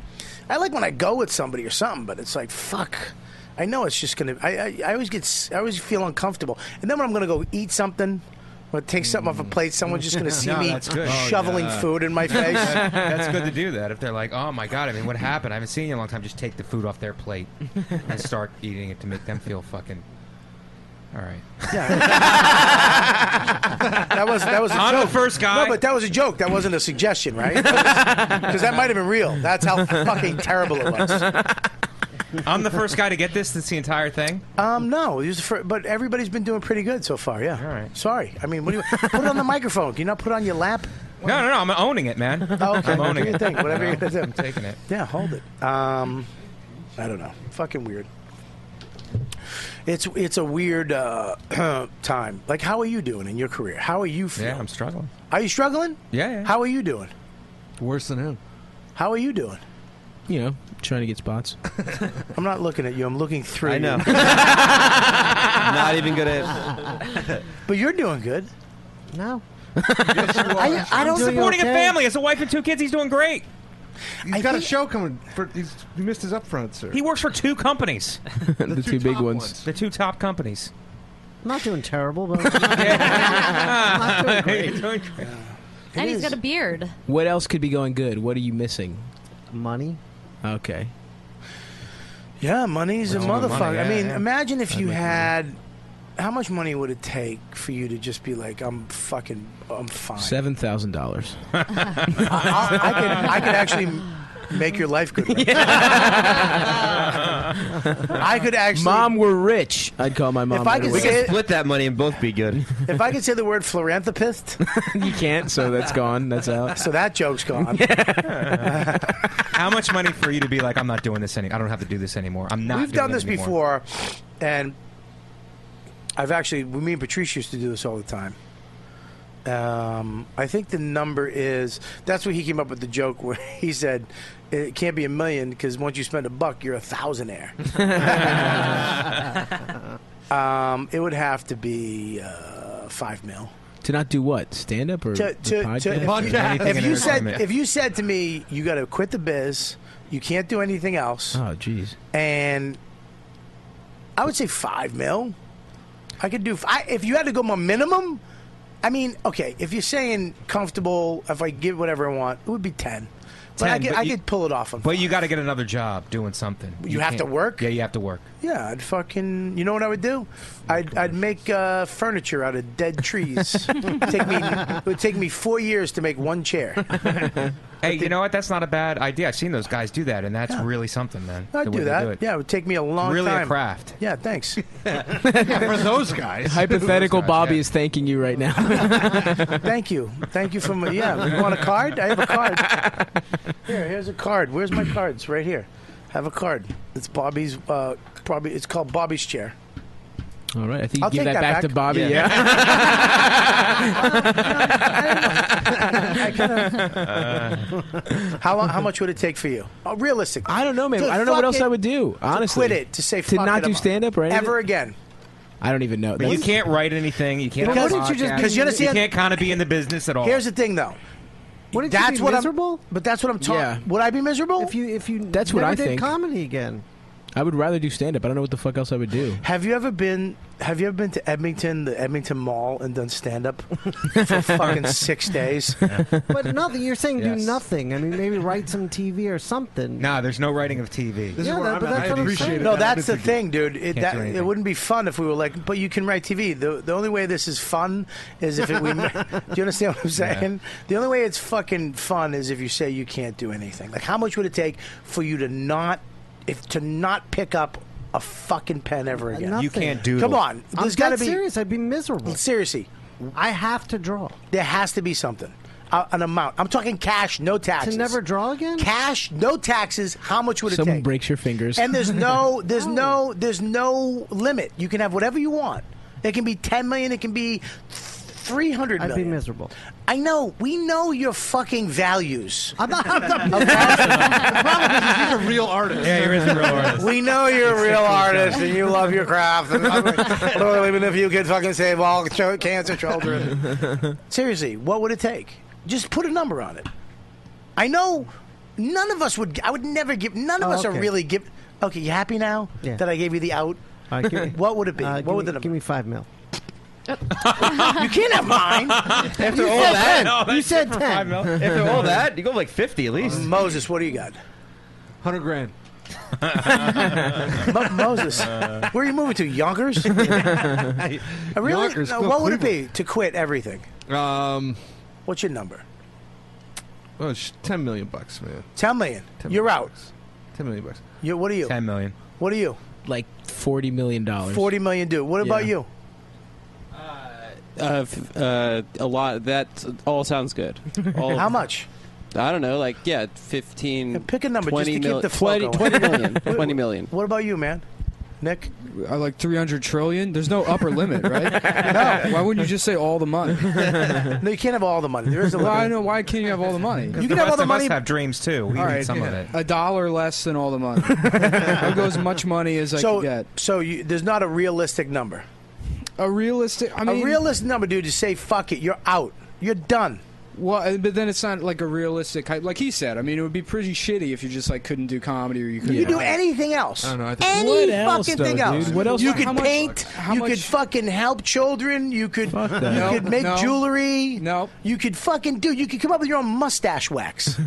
I like when I go with somebody or something, but it's like fuck. I know it's just gonna. I, I, I always get. s- I always feel uncomfortable, and then when I'm gonna go eat something, or take something off a plate, someone's just gonna see No, me that's good. shoveling Oh, yeah. food in my face. That- that's good to do that. If they're like, "Oh my god, I mean, what happened? I haven't seen you in a long time." Just take the food off their plate and start eating it to make them feel fucking. All right. That was that was a I'm the joke. first guy. No, but that was a joke. That wasn't a suggestion, right? Because that might have been real. That's how fucking terrible it was. I'm the first guy to get this. That's the entire thing. Um, no, it was the fir- but everybody's been doing pretty good so far. Yeah. All right. Sorry. I mean, what do you put it on the microphone? Can you not put it on your lap? No, no, no. I'm owning it, man. Oh, okay. I'm owning Do your it. thing, whatever You you're know, gonna do. I'm taking it. Yeah, hold it. Um, I don't know. Fucking weird. It's it's a weird uh, time. Like, how are you doing in your career? How are you feeling? Yeah, I'm struggling. Are you struggling? Yeah, yeah. How are you doing? Worse than him. How are you doing? you know trying to get spots. I'm not looking at you. I'm looking through. I know. Not even good at. but you're doing good. No. I, I don't supporting a family as a wife and two kids. He's doing great. He's got a show coming. For, he's, he missed his upfront, sir. He works for two companies. the, two, big ones. The two top companies. I'm not doing terrible, but I'm not doing great. and is. he's got a beard. What else could be going good? What are you missing? Money. Okay. Yeah, money's a Well, money, motherfucker. I yeah, mean, yeah. imagine if I'd you make had. How much money would it take for you to just be like, I'm fucking, I'm fine. Seven thousand dollars. I, I could, I could actually make your life good. right now. I could actually. Mom, we're rich. I'd call my mom. If I could right away. We can Say- split that money and both be good. If I could say the word philanthropist, you can't, so that's gone. That's out. so that joke's gone. How much money for you to be like, I'm not doing this anymore. I don't have to do this anymore. I'm not. We've doing done it this anymore." before, and I've actually, we- me and Patrice used to do this all the time. Um, I think the number is that's where he came up with the joke where he said it can't be a million because once you spend a buck, you're a thousandaire. um, it would have to be uh, five mil. To not do what? Stand up or To, the to, podcast? to- if, you, if you said if you said to me you got to quit the biz, you can't do anything else, oh, jeez. and I would say five mil. I could do. f I if you had to go my minimum, I mean, okay. If you're saying comfortable, if I give whatever I want, it would be ten. But I Ten, could, but I you- could pull it off. on But you got to get another job doing something. You have to can't- work? Yeah, you have to work. Yeah, I'd fucking. You know what I would do? I'd, I'd make uh, furniture out of dead trees. take me. It would take me four years to make one chair. Hey, you know what? That's not a bad idea. I've seen those guys do that, and that's really something, man. the I'd way do they that. it. yeah, it would take me a long Really a time. craft. Yeah, thanks. For those guys. Hypothetical Those guys, Bobby yeah. is thanking you right now. Thank you. Thank you for my. Yeah, you want a card? I have a card. Here, here's a card. Where's my card? It's right here. Have a card. It's Bobby's. Uh, probably it's called Bobby's chair. All right, I think you I'll give take that back. that, back, to Bobby. Yeah. Yeah. I kinda- how long, How much would it take for you? Oh, realistic. I don't know, man. I don't know what else I would do. Honestly, to quit it to say to fuck not it, do I'm- stand up right ever again. I don't even know. But you That's- can't write anything. You can't. Well, have a wouldn't you just podcast. be- you, Because you can't kind of be in the business Oh. at all. Here's the thing, though. Wouldn't you that's be what miserable? I'm. But that's what I'm talking. Yeah. Would I be miserable? If you if you That's what never I did think. comedy again. I would rather do stand up. I don't know what the fuck else I would do. Have you ever been? Have you ever been to Edmonton, the Edmonton Mall, and done stand up for fucking six days? But nothing. You're saying Yes. do nothing. I mean, maybe write some TV or something. Nah, there's no writing of TV. This is Yeah, where that- I'm but at. that's I what I'm appreciate saying. it. No, That that's happens the again. thing, dude. It, Can't that, do anything. it wouldn't be fun if we were like, but you can write TV. The, the only way this is fun is if it, we. do you understand what I'm Yeah. saying? The only way it's fucking fun is if you say you can't do anything. Like, how much would it take for you to not, if to not pick up a fucking pen ever again? Nothing. Come on, I'm there's got to be. dead serious. I'd be miserable. Seriously, I have to draw. There has to be something. Uh, an amount. I'm talking cash, no taxes. never draw again? Cash, no taxes. How much would it Someone take? breaks your fingers. And there's no, there's no, there's no limit. You can have whatever you want. It can be 10 million. It can be 300 I'd million. be miserable. I know. We know your fucking values. I'm not. I'm not he's a real artist. Yeah, he is a real artist. We know you're a real artist and you love your craft. And I don't even if you could fucking save all cho- cancer children. Seriously, what would it take? Just put a number on it. I know none of us would. I would never give. None of Oh, us are okay. really give. Okay, you happy now Yeah. that I gave you the out? All right, give me- what would it be? Uh, give what would me- the number? Give me five mil. you can't have mine. After all that, you said ten. After all that, you go like fifty at least. Moses, what do you got? Hundred grand. Mo- Moses, where are you moving to? Yonkers? I really, Yonkers, no, Cleveland. what would it be to quit everything? Um, What's your number? Oh, it's ten million bucks, man. 10 million. You're out. Ten million bucks. You, what are you? Ten million. What are you? Like forty million dollars. 40 million, dude. What about Yeah. you? Uh, f- uh, a lot. That all sounds good. All How much? I don't know. Like yeah, fifteen. pick a number just 20 to keep mil- the flow 20 going. 20 million. Twenty million. What about you, man? Nick? I like 300 trillion. There's no upper limit, right? no. Why wouldn't you just say all the money? No, you can't have all the money. There is a well, I limit. know. Why can't you have all the money? You can have all the money. have dreams too. We need some of it. A dollar less than all the money. I'll go as much money as I so, can get. so you, there's not a realistic number. A realistic. I mean, a realistic number, dude, to say, fuck it, you're out. You're done. Well, uh, but then it's not like a realistic. hy- Like he said, I mean, it would be pretty shitty if you just like couldn't do comedy or you couldn't. You do anything else. I don't know, I think- Any What else, fucking though, thing else. dude? What else- You How could much- paint. how you much- could fucking help children. You could. You that. No, could make no. jewelry. No. You could fucking do. You could come up with your own mustache wax.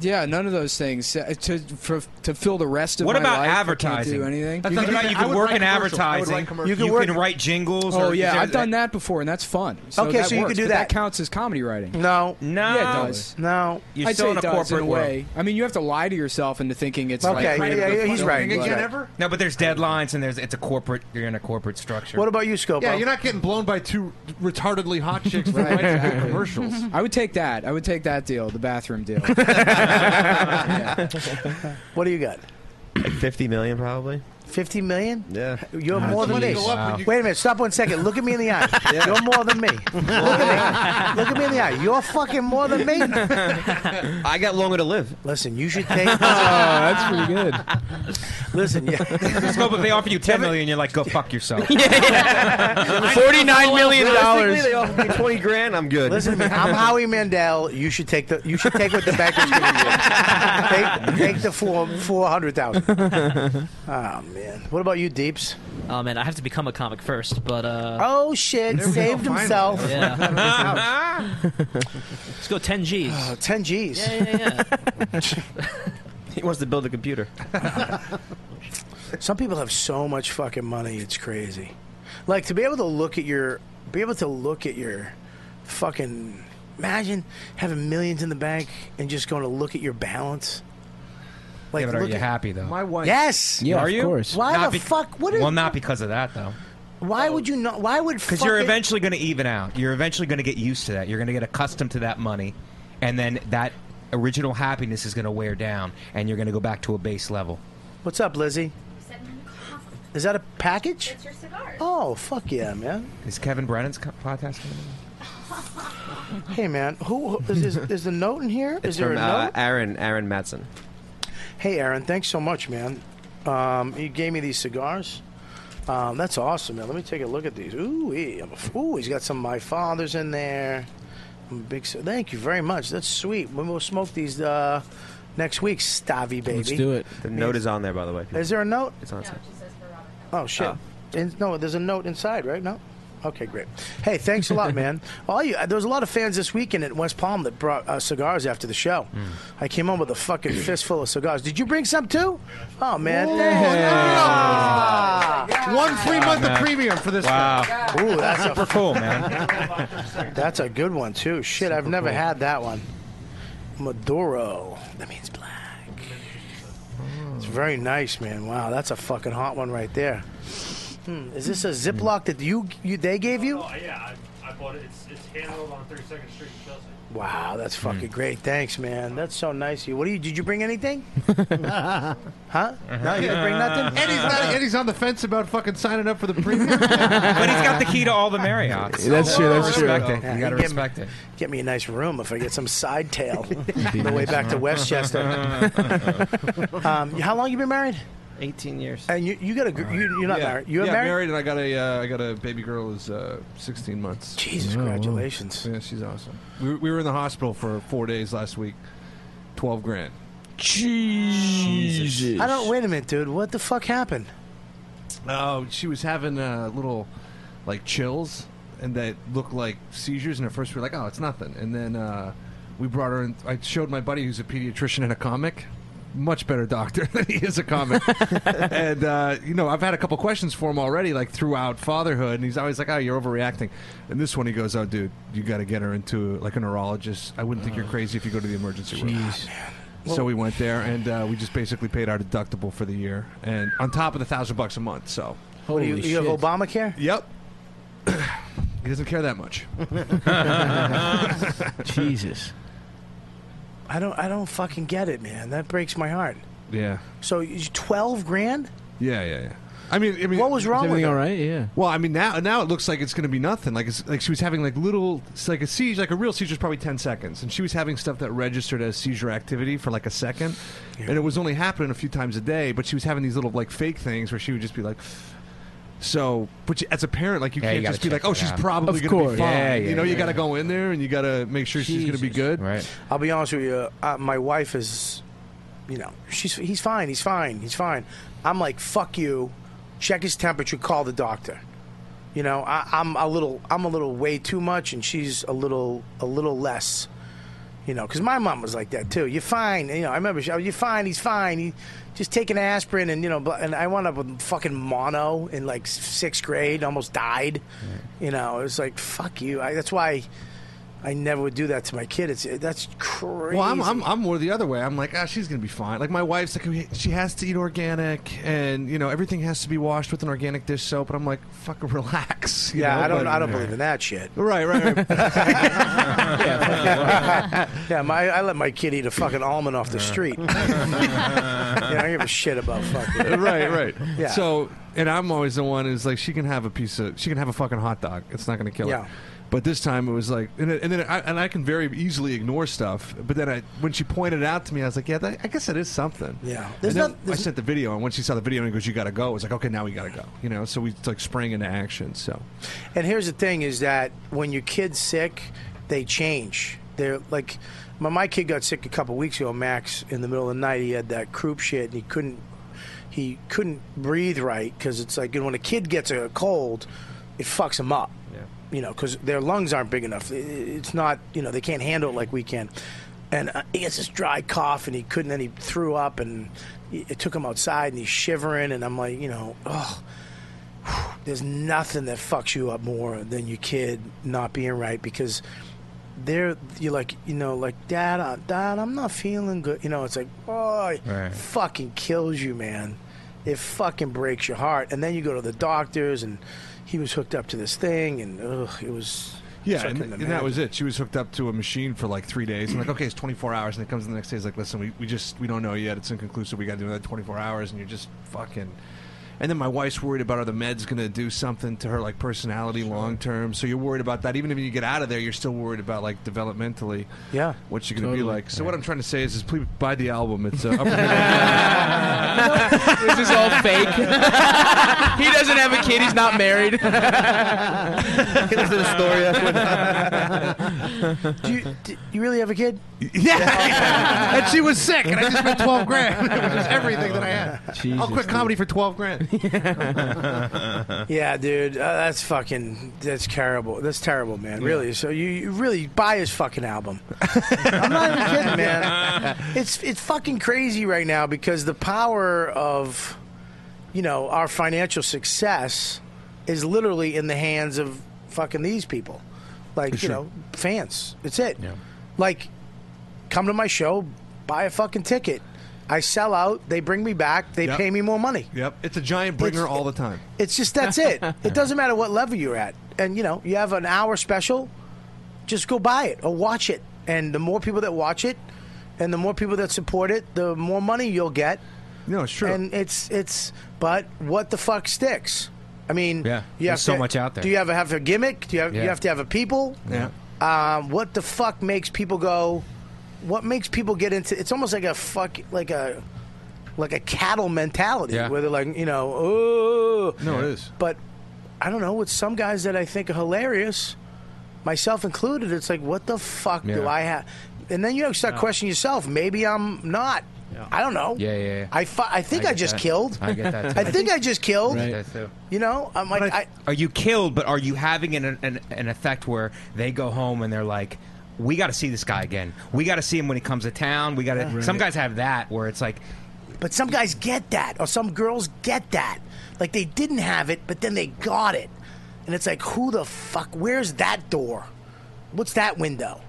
Yeah, none of those things Uh, to for, to fill the rest of What my about life, I can't advertising? do anything. That's not about you can work in advertising. You can write jingles. Oh or- yeah, I've done that before, and that's fun. So Okay, that so you works, could do but that. that. counts as comedy writing. No, No. yeah, it does. No, You're I'd still say in a it does in corporate a way. I mean, you have to lie to yourself into thinking it's Okay, Like, yeah, yeah, he's right, he's right. No, but there's deadlines and there's it's a corporate. You're in a corporate structure. What about you, Scopo? Yeah, you're not getting blown by two retardedly hot chicks for Right, right. exactly. commercials. I would take that. I would take that deal, the bathroom deal. what do you got? Like fifty million, probably. Fifty million? Yeah. You're more than me. geez. Wow. Wait a minute. Stop one second. Look at me in the eye. You're more than me. Look at me. Look at me in the eye. You're fucking more than me. I got longer to live. Listen, you should take. Oh, that's pretty good. Listen, yeah. Just go, but they offer you ten million. You're like, go fuck yourself. Forty-nine million Realistically, they dollars. offer me twenty grand. I'm good. Listen to me. I'm Howie Mandel. You should take the. You should take what the banker's giving you. Take, take the four four hundred thousand. Oh man. What about you, Deeps? Oh man, I have to become a comic first, but uh, Oh shit! Saved himself. Yeah. let's go 10 G's. 10 Uh, G's. Yeah, yeah, yeah. he wants to build a computer. Some people have so much fucking money, it's crazy. Like to be able to look at your, be able to look at your, fucking. Imagine having millions in the bank and just going to look at your balance. yeah, but are look you at- happy though? My wife- Yes. Yeah, are of you? course. Why Not the fuck- what is- well, not because of that though. Why would you not? Why would? Because you're fucking- eventually going to even out. You're eventually going to get used to that. You're going to get accustomed to that money, and then that original happiness is going to wear down, and you're going to go back to a base level. What's up, Lizzie? Is that a package? It's your cigar. Oh fuck yeah, man! Is Kevin Brennan's co- podcast? coming in? Hey man, who who- is is, is the note in here? Is It's there from a uh, note? Aaron Aaron Matson. Hey Aaron, thanks so much, man. Um, you gave me these cigars. Um, that's awesome, man. Let me take a look at these. Ooh, wee. I'm a- ooh, he's got some of my father's in there. I'm a big. ci- Thank you very much. That's sweet. Maybe We'll smoke these uh, next week, Stavi baby. The note is on there, by the way. Is there a note? It's on. there. Oh shit! In- no, there's a note inside, right? No. Okay, great. Hey, thanks a lot, man. All you, there was a lot of fans this weekend at West Palm that brought uh, cigars after the show. I came home with a fucking fistful of cigars. Did you bring some too? Oh man! thanks. One free month of man. premium for this. Wow. guy. Ooh, that's a- Super cool, man. That's a good one too. Shit, I've never had that one. Maduro. That means black. It's very nice, man. Wow, that's a fucking hot one right there. Hmm, is this a Ziploc that you, you they gave you? Oh, yeah, I, I bought it. It's, it's handled on 32nd Street in Chelsea. Wow, that's Hmm. fucking great. Thanks, man. That's so nice of you. What do you? Did you bring anything? huh? No, you didn't bring nothing. Uh-huh. And he's not. And he's on the fence about fucking signing up for the premium. but he's got the key to all the Marriotts. That's true, that's true. Respect it. Yeah, You got to get- respect it. Get me a nice room if I get some side tail on the way back to Westchester. um, how long you been married? 18 years. And you, you got a gr- you, you're not yeah. married. You're yeah, married. and I got a uh, I got a baby girl who's uh, 16 months. Jesus, congratulations! Yeah, she's awesome. We, were- we were in the hospital for four days last week. Twelve grand. Jesus. I don't. Wait a minute, dude. What the fuck happened? Oh, she was having uh, little like chills and that looked like seizures. And at first we were like, oh, it's nothing. And then uh, we brought her in. I showed my buddy who's a pediatrician and a comic. Much better doctor than he is a comic. and, uh, you know, I've had a couple questions for him already, like throughout fatherhood. And he's always like, oh, you're overreacting. And this one, he goes, oh, dude, you got to get her into like a neurologist. I wouldn't think you're crazy if you go to the emergency room. So we went there, and uh, we just basically paid our deductible for the year, and on top of the thousand bucks a month. So, What do you, you have Obamacare? Yep. he doesn't care that much. Jesus. I don't. I don't fucking get it, man. That breaks my heart. Yeah. So you- twelve grand? Yeah, yeah, yeah. I mean, I mean, What was wrong with everything her? all right? Yeah. Well, I mean, now now it looks like it's going to be nothing. Like it's like she was having like little it's like a seizure, like a real seizure is probably ten seconds, and she was having stuff that registered as seizure activity for like a second, and it was only happening a few times a day. But she was having these little like fake things where she would just be like. So, but you, as a parent, like you Yeah, you can't just gotta be like, check "Oh, that she's out." probably Of going to be course. fine." Yeah, yeah, you know, you yeah. got to go in there and you got to make sure she's going to be good. Right. I'll be honest with you. Uh, my wife is, you know, she's he's fine. He's fine. He's fine. I'm like, fuck you. Check his temperature. Call the doctor. You know, I, I'm a little. I'm a little way too much, and she's a little. A little less. You know, because my mom was like that too. You're fine. You know, I remember she, oh, you're fine. He's fine. He just taking aspirin, and you know, but, and I wound up with fucking mono in like sixth grade. Almost died. You know, it was like fuck you. I, that's why I never would do that to my kid. It's that's crazy. Well, I'm, I'm, I'm more the other way. I'm like, ah, she's gonna be fine. Like my wife's like, she has to eat organic, and you know everything has to be washed with an organic dish soap. And I'm like, fucking relax. you yeah, know, I don't. but- I don't believe in that shit. Right, right. yeah, my, I let my kid eat a fucking almond off the street. yeah, I don't give a shit about fucking. right, right. Yeah. So, and I'm always the one who's like, she can have a piece of, she can have a fucking hot dog. It's not going to kill Yeah. her. But this time it was like, and, it- and then I, and I can very easily ignore stuff. But then I, when she pointed it out to me, I was like, yeah, that, I guess it is something. Yeah. And There's then not- I there's- sent the video, and when she saw the video and goes, "You got to go," I was like, okay, now we got to go. You know, so we like sprang into action. So, And here's the thing: is that when your kid's sick, they change. They're like, my, my kid got sick a couple weeks ago. Max, in the middle of the night, he had that croup shit, and he couldn't he couldn't breathe right because it's like you know, when a kid gets a cold, it fucks him up. Yeah. You know, because their lungs aren't big enough. I- i- It's not, you know, they can't handle it like we can. And uh, he gets this dry cough, and he couldn't, and he threw up, and it it took him outside, and he's shivering, and I'm like, you know, oh, there's nothing that fucks you up more than your kid not being right because they're you're like you know like dad uh, dad I'm not feeling good you know it's like oh it Right. fucking kills you man it fucking breaks your heart and then you go to the doctors and he was hooked up to this thing and ugh, it was Yeah, so I and, couldn't and that imagine. was it. She was hooked up to a machine for like three days. I'm like, okay, it's 24 hours, and it comes in the next day. It's like, listen, we, we just we don't know yet. It's inconclusive. We got to do another 24 hours, and you're just fucking. And then my wife's worried about are the meds going to do something to her like personality long term. So you're worried about that. Even if you get out of there, you're still worried about like developmentally. Yeah, what you're going to be Totally. like. So what I'm trying to say is, is please buy the album. It's uh, this is all fake. he doesn't have a kid. He's not married. he lives in Astoria. do you, do you really have a kid? Yeah. and she was sick, and I just spent 12 grand, which is everything that I had. Jesus, I'll quit dude. comedy for 12 grand. Yeah, dude, uh, that's fucking that's terrible. That's terrible, man. Really. So you, you really buy his fucking album. I'm not even kidding, man. It's it's fucking crazy right now because the power of you know our financial success is literally in the hands of fucking these people, like you Sure. know fans. It's it. Like, come to my show, buy a fucking ticket. I sell out. They bring me back. They Yep. pay me more money. Yep, it's a giant bringer all the time. It's just that's it. It doesn't matter what level you're at. And you know, you have an hour special, just go buy it or watch it. And the more people that watch it and the more people that support it, the more money you'll get. No, it's true. And it's it's but what the fuck sticks? I mean, Yeah, you have there's so to- much out there. Do you have a, have a gimmick? Do you have, Yeah. you have to have a people? Yeah. Um, what the fuck makes people go? What makes people get into? It's almost like a fuck, like a, like a cattle mentality Yeah. where they're like, you know, oh. No, it is. But I don't know. With some guys that I think are hilarious, myself included, it's like, what the fuck Yeah. do I have? And then you start Yeah. questioning yourself. Maybe I'm not. I don't know. Yeah, yeah, yeah. I, fu- I think I I, get just that. killed. I get that, too. I think I just killed. You know, I'm like, I, Are you killed? But are you having an an, an effect where they go home and they're like, "We got to see this guy again. We got to see him when he comes to town. We got to." Right. Some guys have that where it's like, But some guys get that, or some girls get that. Like they didn't have it, but then they got it. And it's like, who the fuck? Where's that door? What's that window?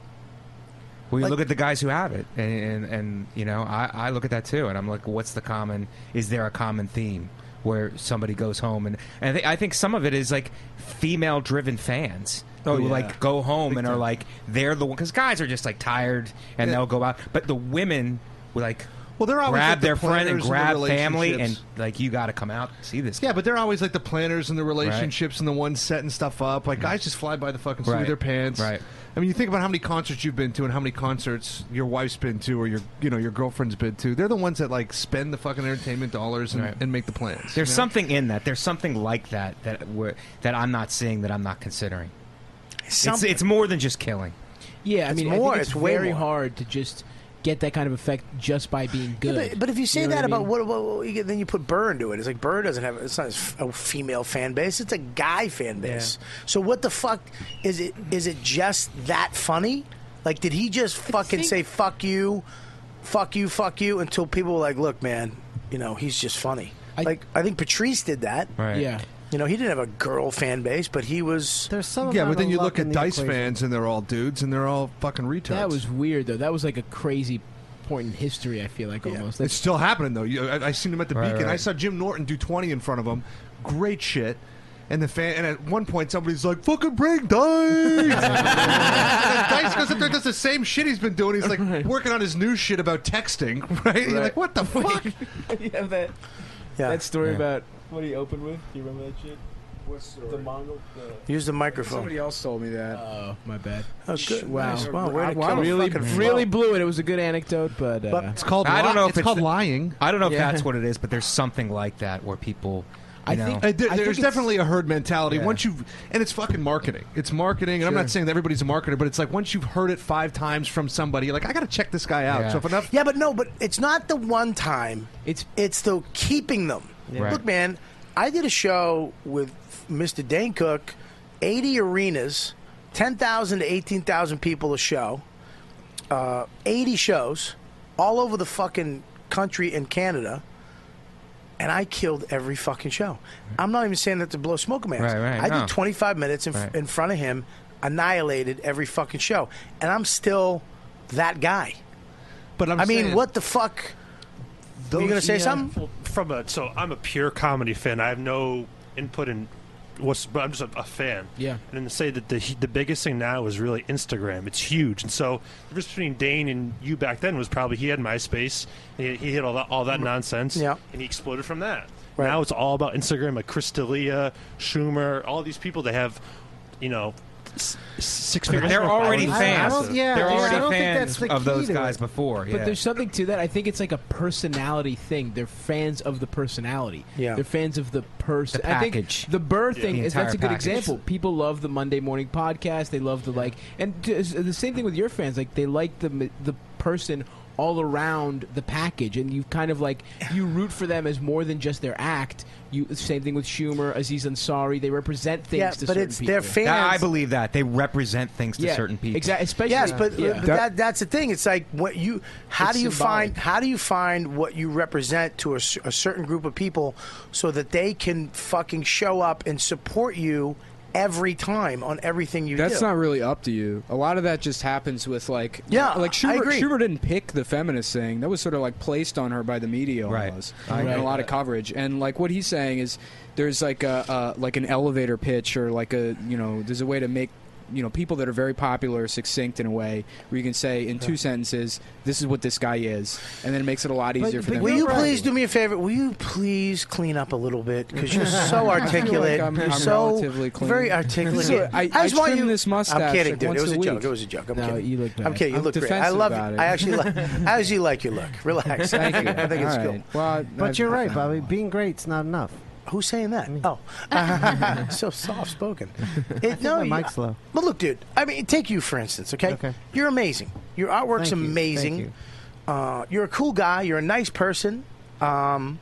Well, you look at the guys who have it, and and, and you know, I, I look at that too, and I'm like, what's the common? Is there a common theme where somebody goes home and and I thi- I think some of it is like female driven fans. Oh, who yeah. like go home Big and are time. like they're the one because guys are just like tired and Yeah. they'll go out, but the women will like well they're always grab like the their friend planners and and the grab family and relationships. like you got to come out and see this. Yeah, but they're always like the planners and the relationships and the ones setting stuff up. Like guys just fly by the fucking seat Mm. Right. of their pants. Right. I mean, you think about how many concerts you've been to and how many concerts your wife's been to or your you know your girlfriend's been to. They're the ones that like spend the fucking entertainment dollars and, Right. and make the plans. There's you know? something in that. There's something like that that we that I'm not seeing that I'm not considering. It's, Something. it's more than just killing. Yeah, I It's mean, I more, think it's, it's way very more. hard to just get that kind of effect just by being Yeah, good. but, but if you say know that what I about mean? what, what, what you get, then you put Burr into it. It's like Burr doesn't have it's not a female fan base. It's a guy fan base. So what the fuck is it? Is it just that funny? Like, did he just fucking say fuck you, fuck you, fuck you until people were like, look, man, you know, he's just funny. like I think Patrice did that. Right. Yeah. You know, he didn't have a girl fan base, but he was. There's some. Yeah, but then you look at Dice fans and they're all dudes and they're all fucking retards. that was weird though. That was like a crazy point in history. I feel like almost. It's still happening though. You, I, I seen him at the Right, Beacon. right. I saw Jim Norton do twenty in front of him. Great shit. And the fan, and at one point somebody's like, "Fucking break dice!" and dice goes up there, does the same shit he's been doing. He's like working on his new shit about texting, right? You're like, "What the fuck?" you have that. Yeah. That story Yeah. about what he opened with. Do you remember that shit? What story? The Mongol. Use the microphone. Somebody else told me that. Oh, my bad. Oh, good. Wow. Nice. Wow, way to Wow, come really, fucking really blew it. It was a good anecdote, but, uh, I don't know if it's the- I don't know if Yeah. that's what it is, but there's something like that where people. I You think- know? Uh, there- I think there's it's- definitely a herd mentality. Yeah. Once you and it's fucking marketing. It's marketing, and I'm Sure. not saying that everybody's a marketer, but it's like once you've heard it five times from somebody, you're like I got to check this guy out. So if enough, Yeah, but no, but it's not the one time. It's it's the keeping them. Yeah. Right. Look, man, I did a show with Mr. Dane Cook, 80 arenas, 10,000 to 18,000 people a show, uh, 80 shows all over the fucking country and Canada. And I killed every fucking show. I'm not even saying that to blow smoke man. Right, right, I no. did 25 minutes in, Right. in front of him, annihilated every fucking show, and I'm still that guy. But I mean, saying- what the fuck? Were you gonna say something? Well, From a so I'm a pure comedy fan. I have no input in what's, but I'm just a, a fan. Yeah. And to say that the the biggest thing now is really Instagram. It's huge, and so the difference between Dane and you back then was probably he had MySpace. He, he had all that all that nonsense. Mm. Yeah. And he exploded from that. Now it's all about Instagram. Like Chris D'Elia, Schumer, all these people that have, you know. s- s- Six figures. They're already fans. They're already I don't think fans that's the of key those to guys it. before. But yeah. there's something to that. I think it's like a personality thing. They're fans of the personality. Yeah. They're fans of the person. The I think package. the Burr Yeah. thing The is that's a good entire package. example. People love the Monday morning podcast. They love the like, and t- it's the same thing with your fans. Like they like the m- the person all around the package, and you kind of like you root for them as more than just their act. You same thing with Schumer, Aziz Ansari. They represent things. to certain people. I believe that they represent things to Yeah, certain people. exact- especially- yes, but, Yeah. but that, that's the thing. It's like what you how It's do you symbolic. find how do you find what you represent to a, s- a certain group of people so that they can fucking show up and support you every time on everything you do. That's not really up to you. A lot of that just happens with like Yeah, like I Schumer, agree. Schumer didn't pick the feminist thing. That was sort of like placed on her by the media Right. almost. I And agree. a lot of coverage. And like what he's saying is there's like a uh, like an elevator pitch or like a you know there's a way to make you know people that are very popular succinct in a way where you can say in two sentences this is what this guy is and then it makes it a lot easier for them. will to you crack. please do me a favor? Will you please clean up a little bit because you're so I feel articulate. like I'm- you're I'm so relatively clean. very articulate. So I- I just want trim you. this mustache, I'm kidding, like, dude. once it was a a, week. joke. It was a joke. I'm No, kidding. you look I'm nice. kidding. You I'm look great. I defensive love about it. I actually like. I actually like your look. Relax. Thank you. I think it's All cool. right. Well, I- But I've- you're right, Bobby. Being great's not enough. Who's saying that? Oh, so soft spoken. It, no, my you- mic's low. But look, dude. I mean, take you for instance. Okay, you're amazing. Your artwork's Thank you. amazing. Thank Uh, you're a cool guy. You're a nice person. Um,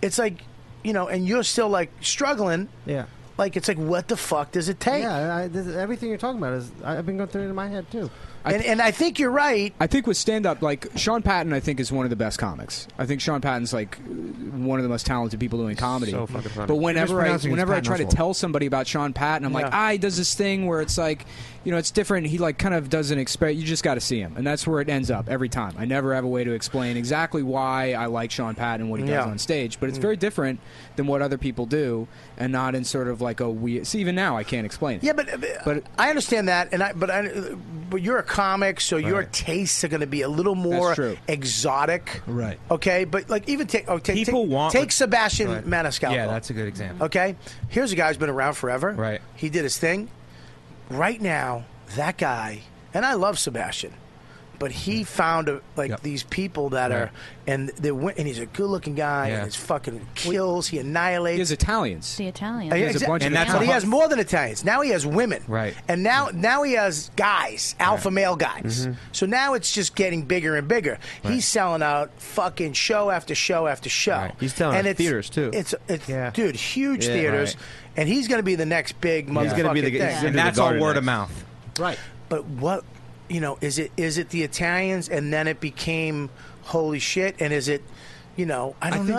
it's like, you know, and you're still like struggling. Yeah. Like it's like, what the fuck does it take? Yeah, I, this, everything you're talking about is I, I've been going through it in my head too. and, and I think you're right. I think with stand up, like Sean Patton, I think is one of the best comics. I think Sean Patton's like uh, one of the most talented people doing comedy. so fucking funny. But whenever I Mispronouncing his whenever I Patton try to Oswalt. tell somebody about Sean Patton, I'm like, Yeah. ah, he does this thing where it's like, you know, it's different. He like kind of doesn't expect. You just got to see him, and that's where it ends up every time. I never have a way to explain exactly why I like Sean Patton and what he does Yeah. Mm. on stage, but it's very different than what other people do, and not in sort of like a weird. See, even now I can't explain it. Yeah, but, uh, but I understand that, and I but I, but you're a comic, so your Right. tastes are going to be a little more That's true. exotic, Right. Okay, but like even take oh, take, People take, want- take Sebastian Go ahead. Maniscalco. Yeah, that's a good example. Okay, here's a guy who's been around forever. Right. he did his thing. Right now, that guy, and I love Sebastian. But he found a, like these people that Right. are, and they went, and he's a good-looking guy, Yeah. and his fucking kills. He annihilates. He has Italians. The Italian. Yeah, He has a exa- bunch of and that's Italians. but he has more than Italians. Now he has women. Right. And now now he has guys, alpha male guys. Mm-hmm. Mhm. So now it's just getting bigger and bigger. He's selling out fucking show after show after show. He's selling and out it's, theaters, too. It's it's dude, huge Yeah. theaters. Right. And he's going to be the next big motherfucker. He's gonna be the- he's gonna be And the that's all Garden word of Knights. mouth. Right. But what you know, is it is it the Italians and then it became holy shit and is it you know, I don't know.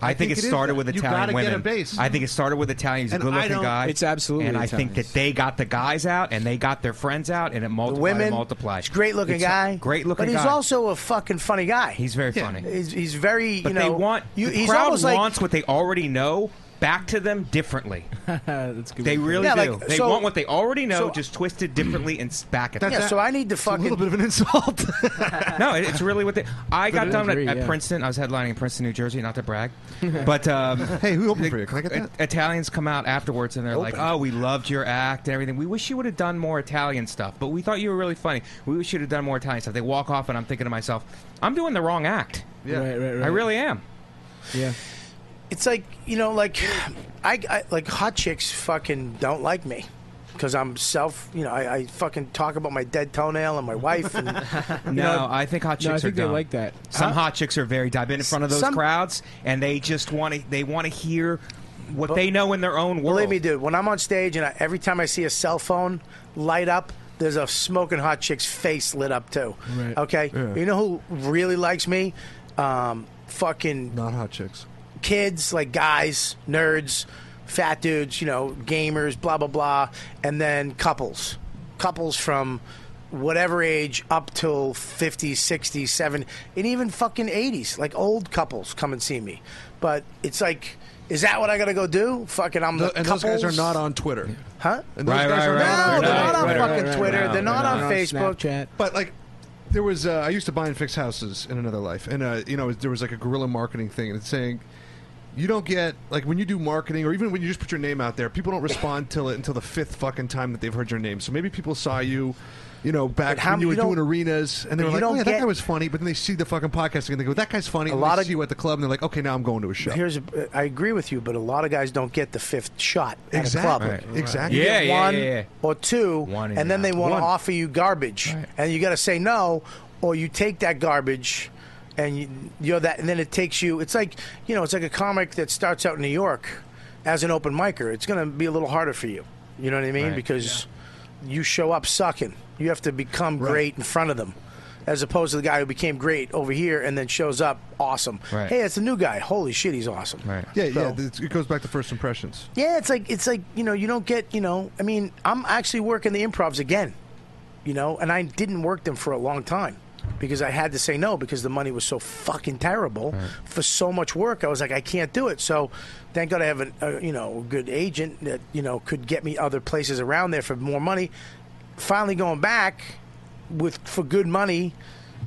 I, think, it started with Italian women. I think it started with Italian. He's a And I good-looking don't- guy. It's absolutely And I think Italians. that they got the guys out and they got their friends out, and it multiplied. women, and multiplied. great-looking It's a guy. Great-looking But he's guy. also a fucking funny guy. He's very Yeah. funny. He's, he's very, but you know. they want you, the he's crowd almost wants what they already know back to them differently. That's good. They really Yeah, do. like, they so- want what they already know, so- just twisted differently and s- back at like. Yeah, them. so I need to fucking. little bit of an insult. no, it- it's really what they. I But got I done at, agree, at yeah. Princeton. I was headlining in Princeton, New Jersey. Not to brag, but um, Hey, who opened for you? Can I get that? I- Italians come out afterwards and they're like, "Oh, we loved your act and everything. We wish you would have done more Italian stuff, but we thought you were really funny. We wish you would have done more Italian stuff." They walk off, and I'm thinking to myself, "I'm doing the wrong act. Yeah. Right, right, right. I really am." Yeah. it's like you know, like I, I like hot chicks fucking don't like me because I'm self. You know, I, I fucking talk about my dead toenail and my wife. And, you No, know, I think hot chicks are dumb. Some hot chicks are very. I've been in front of those Some- crowds, and they just want to. They want to hear what they know in their own world. Believe me, dude. When I'm on stage and I, every time I see a cell phone light up, there's a smoking hot chick's face lit up too. Right. Okay. Yeah. You know who really likes me? Um, fucking not hot chicks. Kids like guys, nerds, fat dudes. You know, gamers. Blah blah blah. And then couples, couples from whatever age up till 50 60 70 and even fucking 80s like old couples come and see me but it's like is that what i gotta go do fucking i'm Th- the and those guys are couples- not on Twitter. Huh? And those Right, guys right, are right. not No, they're on not on Twitter. fucking Twitter. They're not on Facebook. But like, there was uh, I used to buy and fix houses in another life, and uh, you know there was like a guerrilla marketing thing, and it's saying. You don't get like when you do marketing, or even when you just put your name out there, people don't respond till it until the fifth fucking time that they've heard your name. So maybe people saw you, you know, back But how- when you were you don't- doing arenas, and they but were you like, "Oh don't yeah, that get- guy was funny," but then they see the fucking podcasting and they go, "That guy's funny." A A lot lot of- of you at the club, and they're like, "Okay, now I'm going to a show." Here's, a, I agree with you, but a lot of guys don't get the fifth shot at Exactly. a club. Right. Exactly. You Yeah, get yeah, one yeah, yeah. or two, One and then and they want out. to One. offer you garbage, and you got to say no, or you take that garbage, and you, you're that, and then it takes you. It's like you know, it's like a comic that starts out in New York as an open micer. It's going to be a little harder for you. You know what I mean? Right. Because you show up sucking. You have to become great in front of them. As opposed to the guy who became great over here and then shows up awesome. Right. Hey, it's a new guy. Holy shit, he's awesome. Right. Yeah, So- yeah. th- It goes back to first impressions. Yeah, it's like it's like you know you don't get you know I mean I'm actually working the improvs again, you know, and I didn't work them for a long time because I had to say no because the money was so fucking terrible for so much work. I was like I can't do it. So thank God I have a, a you know a good agent that you know could get me other places around there for more money. Finally going back with for good money,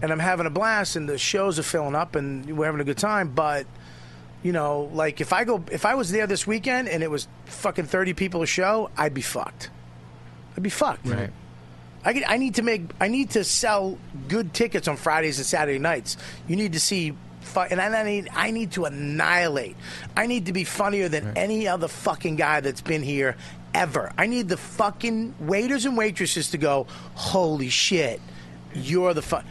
and I'm having a blast, and the shows are filling up, and we're having a good time, but you know, like if I go, if I was there this weekend and it was fucking thirty people a show, I'd be fucked. I'd be fucked. Right. I could, I need to make I need to sell good tickets on Fridays and Saturday nights. You need to see. fu- And I need, I need to annihilate. I need to be funnier than any other fucking guy that's been here ever. I need the fucking waiters and waitresses to go, holy shit, you're the fun.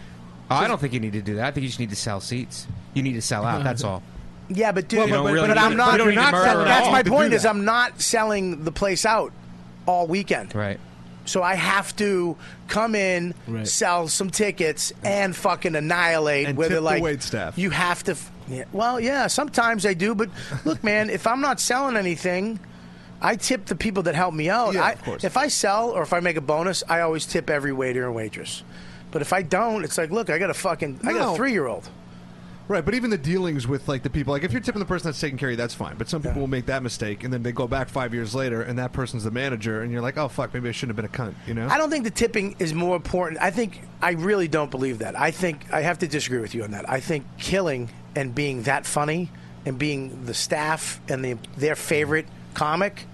I don't think you need to do that. I think you just need to sell seats. You need to sell out. That's all. Yeah, but dude, You don't but, really but need I'm to- not. you don't need to murder that- at that's all my to point. do Is that. I'm not selling the place out all weekend. Right. So I have to come in, Right. sell some tickets, and fucking annihilate. And where tip they're the like, waitstaff. You have to. f- Yeah, well, yeah. Sometimes I do, but look, man, if I'm not selling anything. I tip the people that help me out. I, If I sell or if I make a bonus, I always tip every waiter and waitress. But if I don't, it's like, look, I got a fucking, I got No. a three year old. Right, but even the dealings with like the people, like if you're tipping the person that's taking care of you, that's fine. But some people will make that mistake, and then they go back five years later, and that person's the manager, and you're like, oh fuck, maybe I shouldn't have been a cunt, you know? I don't think the tipping is more important. I think I really don't believe that. I think I have to disagree with you on that. I think killing and being that funny and being the staff and the, their favorite comic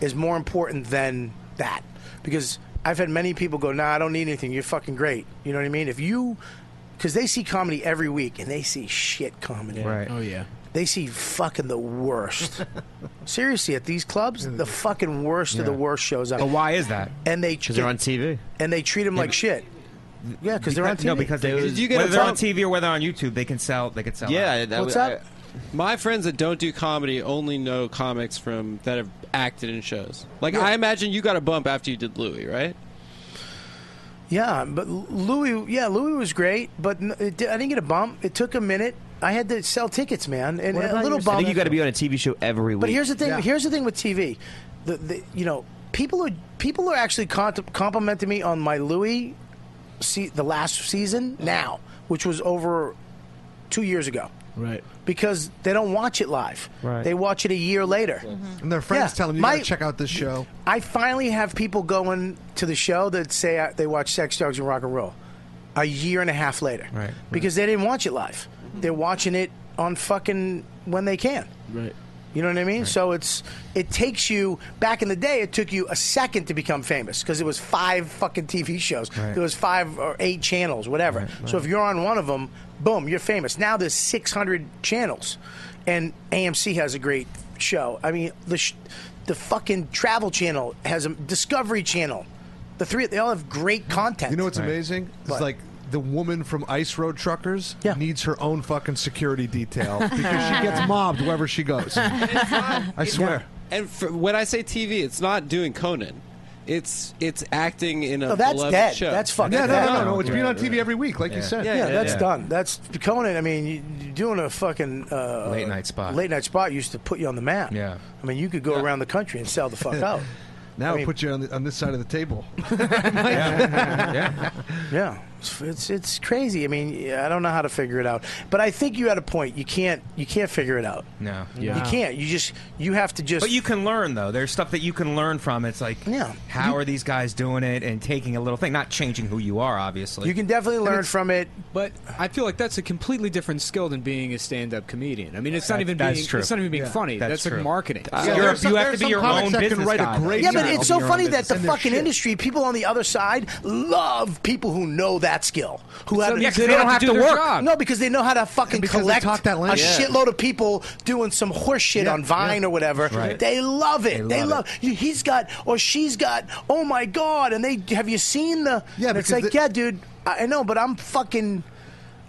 is more important than that because I've had many people go, "Nah, I don't need anything. You're fucking great." You know what I mean? If you because they see comedy every week and they see shit comedy. Right. Oh yeah. They see fucking the worst. Seriously, at these clubs, the fucking worst of the Yeah. worst shows up. Mm. But why is that? And they because they're on TV. and they treat them like shit. Yeah, because they're on TV. No, because they, Did you get whether a they're on phone- TV or whether on YouTube, they can sell. They can sell. Yeah, out. that was- I- my friends that don't do comedy only know comics from that have acted in shows. Like I imagine you got a bump after you did Louis, right? Yeah, but Louis, yeah, Louis was great, but n- it, di- I didn't get a bump. It took a minute. I had to sell tickets, man, and What a about little your- bump. I think you got to be on a TV show every week. But here's the thing. Here's the thing with TV. The, the you know people are people are actually cont- complimenting me on my Louis, se- the last season now, which was over two years ago. Right. Because they don't watch it live. Right. They watch it a year later. And their friends Yeah, tell them you my- gotta check out this show. I finally have people going to the show that say uh, they watch Sex, Drugs, and Rock and Roll a year and a half later Right. because they didn't watch it live. They're watching it on fucking when they can. Right. You know what I mean? So it's it takes you back in the day. It took you a second to become famous because it was five fucking TV shows. Right. There was five or eight channels, whatever. So if you're on one of them, boom, you're famous. Now there's 600 channels, and AMC has a great show. I mean, the sh- the fucking Travel Channel has a Discovery Channel. The three they all have great content. You know what's amazing? It's What? like the woman from Ice Road Truckers needs her own fucking security detail because she gets mobbed wherever she goes. I swear. And for, when I say TV, it's not doing Conan. It's it's acting in a No, Oh, that's beloved dead. show. Oh, That's fucking Yeah, no, dead. no, no, no. It's being on TV every week, like you said. Yeah, Yeah, yeah, that's yeah. done. That's Conan. I mean, you, you're doing a fucking uh, Late night spot. Late night spot used to put you on the map. Yeah, I mean, you could go around the country and sell the fuck out. Now I it mean- puts you on, the, on this side of the table. Yeah, it's, it's it's crazy. I mean, I don't know how to figure it out, but I think you had a point. You can't you can't figure it out. No. you can't. You just you have to just. But you can learn though. There's stuff that you can learn from. It's like, how are these guys doing it and taking a little thing, not changing who you are, obviously. definitely learn from it. But I feel like that's a completely different skill than being a stand-up comedian. I mean, it's That- not even that's being true. it's not even being Yeah. funny. That's That's, true. like marketing. Uh, Yeah, you're- there's some- you have to there's be some your comics own that can business write a guy, though. great yeah, but journal. it's so Your own funny that the business. And their fucking shit. industry, people on the other side, love people who know that skill, who have Yeah, 'cause they don't have to work. No, because they know how to fucking because they collect talk that language. a Yeah. shitload of people doing some horse shit Yeah, on Vine yeah. or whatever. Right. They love it. They They love love. you He's got or she's got. Oh my god! And they have you seen the? Yeah, it's because like yeah, dude. I I know, but I'm fucking.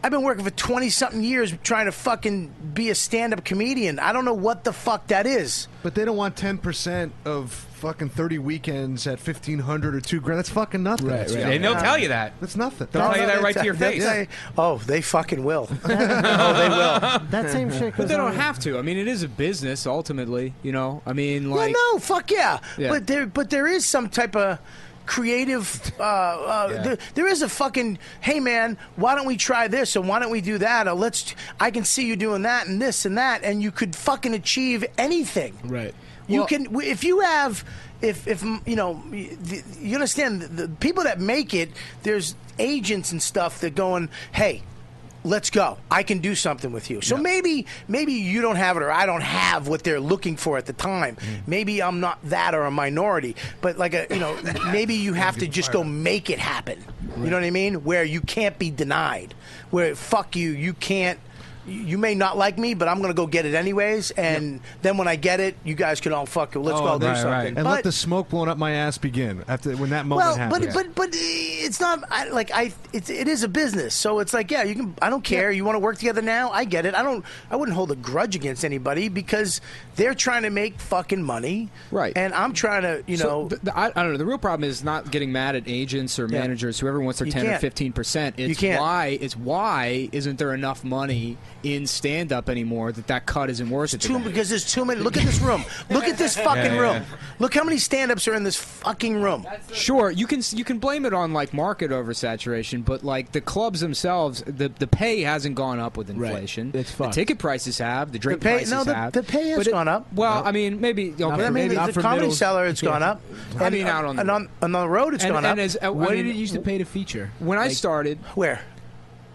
I've been working for 20 something years trying to fucking be a stand up comedian. I don't know what the fuck that is. But they don't want ten percent of fucking thirty weekends at fifteen hundred or two grand. That's fucking nothing. Right, right. And they'll tell you that. That's nothing. They'll tell you that right to your They'll face. say, oh, they fucking will. That same shit But goes they on don't with- have to. I mean, it is a business ultimately. You know, I mean, like well, no, fuck yeah. Yeah. But there, but there is some type of creative. Uh, uh, Yeah. there, there is a fucking. Hey man, why don't we try this and why don't we do that? Or let's. I can see you doing that and this and that, and you could fucking achieve anything. Right. You Well- can w- if you have if if mm, you know y- the- you understand the, the people that make it. There's agents and stuff that going, hey. Let's go. I can do something with you. So maybe maybe you don't have it or I don't have what they're looking for at the time. Maybe I'm not that or a minority, but like a, you know, maybe you have to just go make it happen. You know what I mean? Where you can't be denied. Where fuck you, you can't you may not like me, but I'm gonna go get it anyways. And then when I get it, you guys can all fuck it. Oh, Let's go do something. And But, let the smoke blown up my ass begin after when that moment well, but, happens. but but it's not I, like I. It's it is a business, so it's like yeah, you can. I don't care. You want to work together now? I get it. I don't. I wouldn't hold a grudge against anybody because they're trying to make fucking money, right? And I'm trying to, you So know. the- the- I, I don't know. The real problem is not getting mad at agents or Yeah. managers, whoever wants their You ten or can't. fifteen percent. It's You can't. why it's why isn't there enough money in stand up anymore that that cut isn't worth it? to too, them? because there's too many. Look at this room. Look at this fucking Yeah, yeah, room. yeah. Look how many stand-ups are in this fucking room. Sure, you can you can blame it on like market oversaturation, but like the clubs themselves, the the pay hasn't gone up with inflation. It's the fucked. ticket prices have, the drink pay- prices no, the- have. the pay has but it- gone up. Well, I mean, maybe you know, But I mean, maybe the comedy seller, it's gone up. I And- uh, mean, out on the and on, and uh, on the road, it's And- gone and up. as- I What mean, did it used to pay to feature? when I Like- started, where?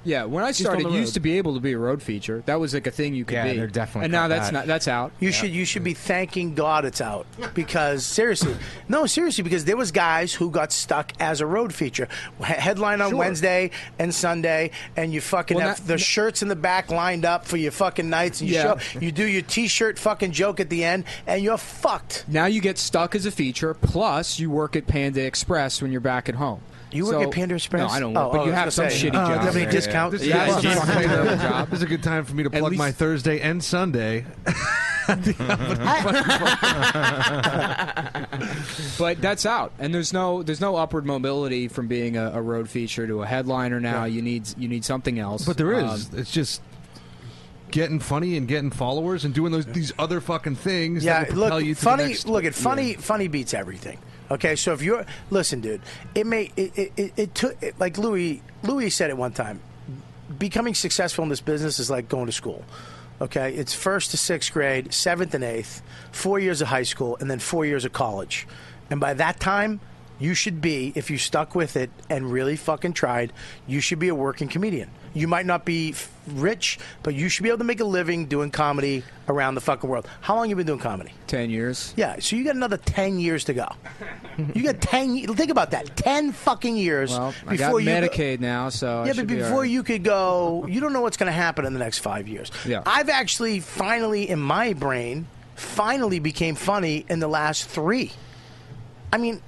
Yeah, when I Just started, on you the used road. to be able to be a road feature. That was like a thing you could Yeah, be. they're definitely And now cut that's that. not that's out. You should you should be thanking God it's out because seriously, no seriously because there was guys who got stuck as a road feature He- headline on Sure. Wednesday and Sunday, and you fucking Well, have that- the shirts in the back lined up for your fucking nights and you Yeah. show you do your T-shirt fucking joke at the end and you're fucked. Now you get stuck as a feature. Plus, you work at Panda Express when you're back at home. You work So- at Panda Express? No, I don't Oh, work, oh, but you I have was some gonna say. shitty Oh, do you job. have any discount? This, is Yeah, a good it's time for me just- to- this is a good time for me to plug my Thursday and Sunday. Uh-huh. but that's out, and there's no there's no upward mobility from being a, a road feature to a headliner. Now you need you need something else. But there is. Um, it's just getting funny and getting followers and doing those these other fucking things. Yeah, that will propel look, you to the funny. next- look at funny. Yeah. Funny beats everything. Okay, so if you're listen, dude, it may it it, it, it took it, like Louis Louis said it one time. Becoming successful in this business is like going to school. Okay, it's first to sixth grade, seventh and eighth, four years of high school, and then four years of college. And by that time, you should be, if you stuck with it and really fucking tried, you should be a working comedian. You might not be f- rich, but you should be able to make a living doing comedy around the fucking world. How long you been doing comedy? Ten years. Yeah, so you got another ten years to go. you got ten. ye- Think about that. Ten fucking years Well, I got before you. go- Medicaid now, so I yeah, should but be all before right. you could go, you don't know what's going to happen in the next five years. Yeah. I've actually finally, in my brain, finally became funny in the last three. I mean,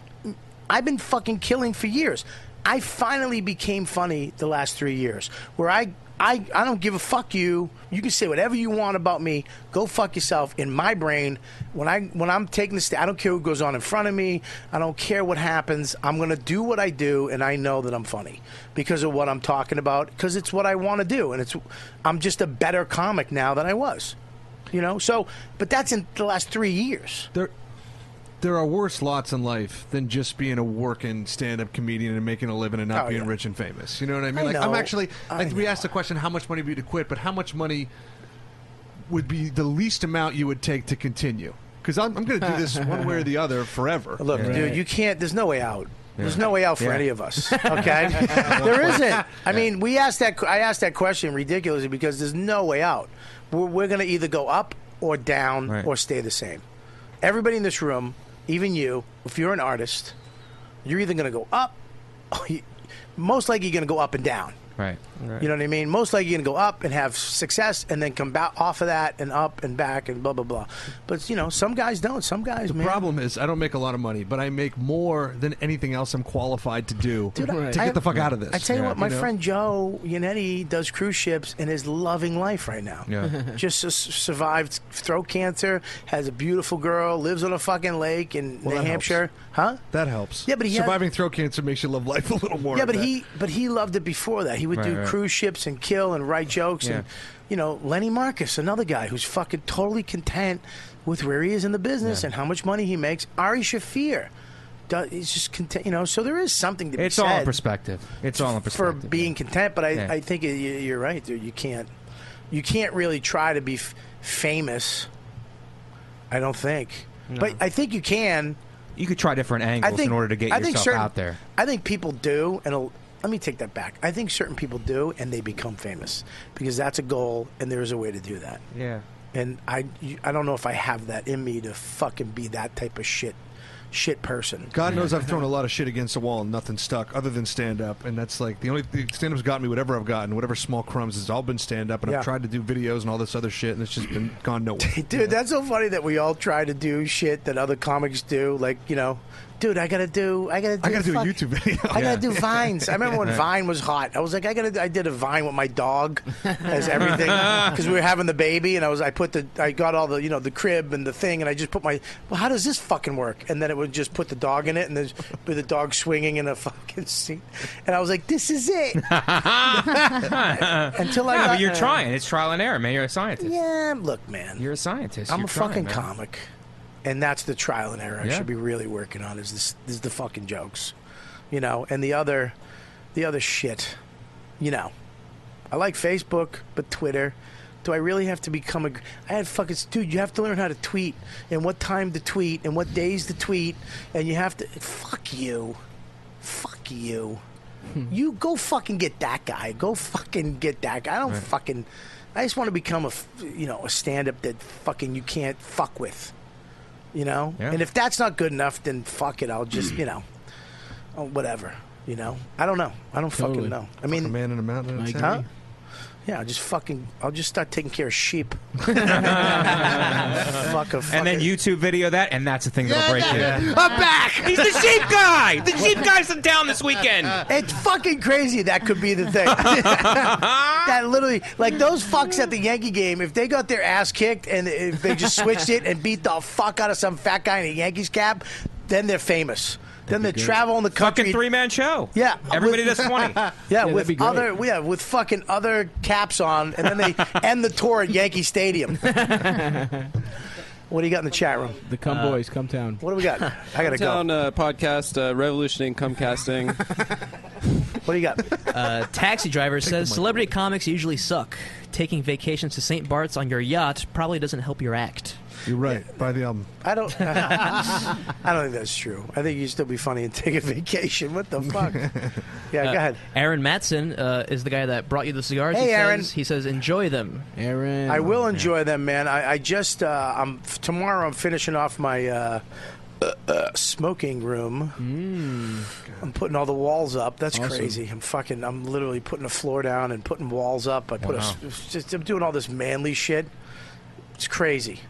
I've been fucking killing for years. I finally became funny the last three years, where I. I, I don't give a fuck you. You can say whatever you want about me. Go fuck yourself. In my brain, when I when I'm taking the sta I don't care who goes on in front of me. I don't care what happens. I'm gonna do what I do, and I know that I'm funny because of what I'm talking about. Because it's what I want to do, and it's I'm just a better comic now than I was. You know. So, but that's in the last three years. There, there are worse lots in life than just being a working stand-up comedian and making a living and not Oh, being yeah. rich and famous. You know what I mean? I like I'm know. actually like we asked the question how much money would you to quit, but how much money would be the least amount you would take to continue? Because I'm, I'm going to do this one way or the other forever. Look, dude, you can't. There's no way out. There's no way out for Yeah. any of us. Okay, there isn't. I mean, we asked that. I asked that question ridiculously because there's no way out. We're, we're going to either go up or down or stay the same. Everybody in this room, even you, if you're an artist, you're either going to go up. Or you, most likely, you're going to go up and down. Right. You know what I mean? Most likely you're going to go up and have success and then come back off of that and up and back and blah, blah, blah. But, you know, some guys don't. Some guys, The man. problem is I don't make a lot of money, but I make more than anything else I'm qualified to do Dude, I- to I- get the fuck out of this. I tell you what, my know? friend Joe Yannetti does cruise ships and is loving life right now. Yeah. Just su- survived throat cancer, has a beautiful girl, lives on a fucking lake in Well, New that Hampshire. Huh? That helps. Yeah, but he has- surviving throat cancer makes you love life a little more. yeah, I but bet. he but he loved it before that. He would Right, do right. cruise ships and kill and write jokes and you know Lenny Marcus, another guy who's fucking totally content with where he is in the business and how much money he makes. Ari Shafir, does, he's just content. You know, so there is something to be It's said. all in perspective. It's all in for perspective. being content. But I, Yeah. I think you- you're right, dude. You can't, you can't really try to be f- famous. I don't think, but I think you can. You could try different angles I think, in order to get I think yourself certain, out there. I think people do, and a- let me take that back. I think certain people do, and they become famous because that's a goal, and there is a way to do that. Yeah. And I, you- I don't know if I have that in me to fucking be that type of shit, shit person. God knows I've thrown a lot of shit against the wall and nothing stuck other than stand up. And that's like the only thing stand up's gotten me whatever I've gotten, whatever small crumbs has all been stand up. And Yeah. I've tried to do videos and all this other shit and it's just been gone nowhere. Dude, that's so funny that we all try to do shit that other comics do. Like, you know, dude, I gotta do, I gotta do, I gotta do a fuck- YouTube video. I gotta do vines. I remember when Yeah. Vine was hot. I was like, I gotta, do, I did a Vine with my dog as everything because we were having the baby, and I was, I put the, I got all the, you know, the crib and the thing, and I just put my, well, how does this fucking work? And then it would just put the dog in it, and there's with the dog swinging in a fucking seat, and I was like, this is it. Until I No, got- but you're trying. It's trial and error, man. You're a scientist. Yeah, look, man. You're a scientist. I'm You're a trying, fucking man. comic, and that's the trial and error I Yeah. should be really working on. Is this, this is the fucking jokes, you know? And the other, the other shit, you know. I like Facebook, but Twitter. Do I really have to become a? I had fucking dude. You have to learn how to tweet and what time to tweet and what days to tweet, and you have to fuck you, fuck you. Hmm. You go fucking get that guy. Go fucking get that guy. I don't Right. fucking. I just want to become a f- you know a stand up that fucking you can't fuck with, you know. Yeah. And if that's not good enough, then fuck it. I'll just you know, oh, whatever. You know. I don't know. I don't Totally. fucking know. I mean, Fuck a man in a mountain. and a huh? town. Yeah, I'll just fucking. I'll just start taking care of sheep. Fuck a and then YouTube video that, and that's the thing that'll break you. I'm back. He's the sheep guy. The sheep guy's in town this weekend. It's fucking crazy. That could be the thing. that literally, like those fucks at the Yankee game, if they got their ass kicked and if they just switched it and beat the fuck out of some fat guy in a Yankees cap, then they're famous. then they're good. traveling the country. Fucking three man show. Yeah, Everybody with- does 20. Yeah, with other yeah, with fucking other caps on, and then they end the tour at Yankee Stadium. what do you got in the chat room? The Come Uh, Boys, Come Town. What do we got? I gotta go. Hometown, uh, podcast, uh, revolutioning Comcasting. what do you got? Uh, taxi driver says celebrity comics usually suck. Taking vacations to St. Bart's on your yacht probably doesn't help your act. You're right. Buy the album. I don't. I don't think that's true. I think you'd still be funny and take a vacation. What the fuck? Yeah, go Uh, ahead. Aaron Matson uh, is the guy that brought you the cigars. Hey, he Aaron. Says, he says, enjoy them. Aaron. I will enjoy them, man. I, I just uh, I'm tomorrow. I'm finishing off my uh, uh, uh, smoking room. I'm putting all the walls up. That's Awesome. crazy. I'm fucking. I'm literally putting a floor down and putting walls up. I put. a Wow. s it's just, I'm doing all this manly shit. It's crazy,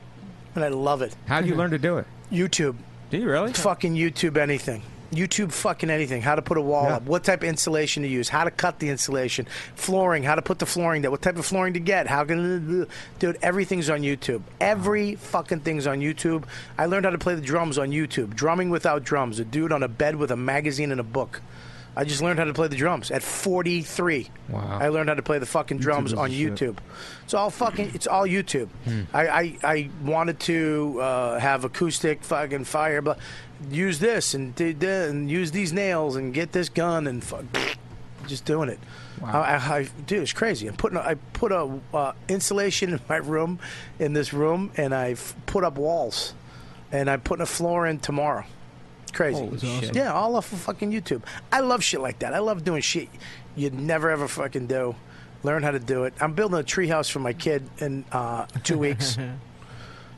and I love it. Mm-hmm. How do you learn to do it? YouTube. Do you really? Fucking YouTube anything. YouTube fucking anything. How to put a wall up. What type of insulation to use. How to cut the insulation. Flooring. How to put the flooring down. What type of flooring to get. How can. Dude, everything's on YouTube. Every fucking thing's on YouTube. I learned how to play the drums on YouTube. Drumming without drums. A dude on a bed with a magazine and a book. I just learned how to play the drums at 43. Wow. I learned how to play the fucking drums is on the shit. YouTube. It's all fucking. It's all YouTube. Hmm. I, I I wanted to uh, have acoustic fucking fire, but use this and did that and use these nails and get this gun and fuck, just doing it. I, I, I, dude, it's crazy. I'm putting. A, I put a uh, insulation in my room, in this room, and I f- put up walls, and I'm putting a floor in tomorrow. Crazy. Holy shit. Yeah, all off of fucking YouTube. I love shit like that. I love doing shit you'd never ever fucking do. Learn how to do it. I'm building a treehouse for my kid in uh, two weeks.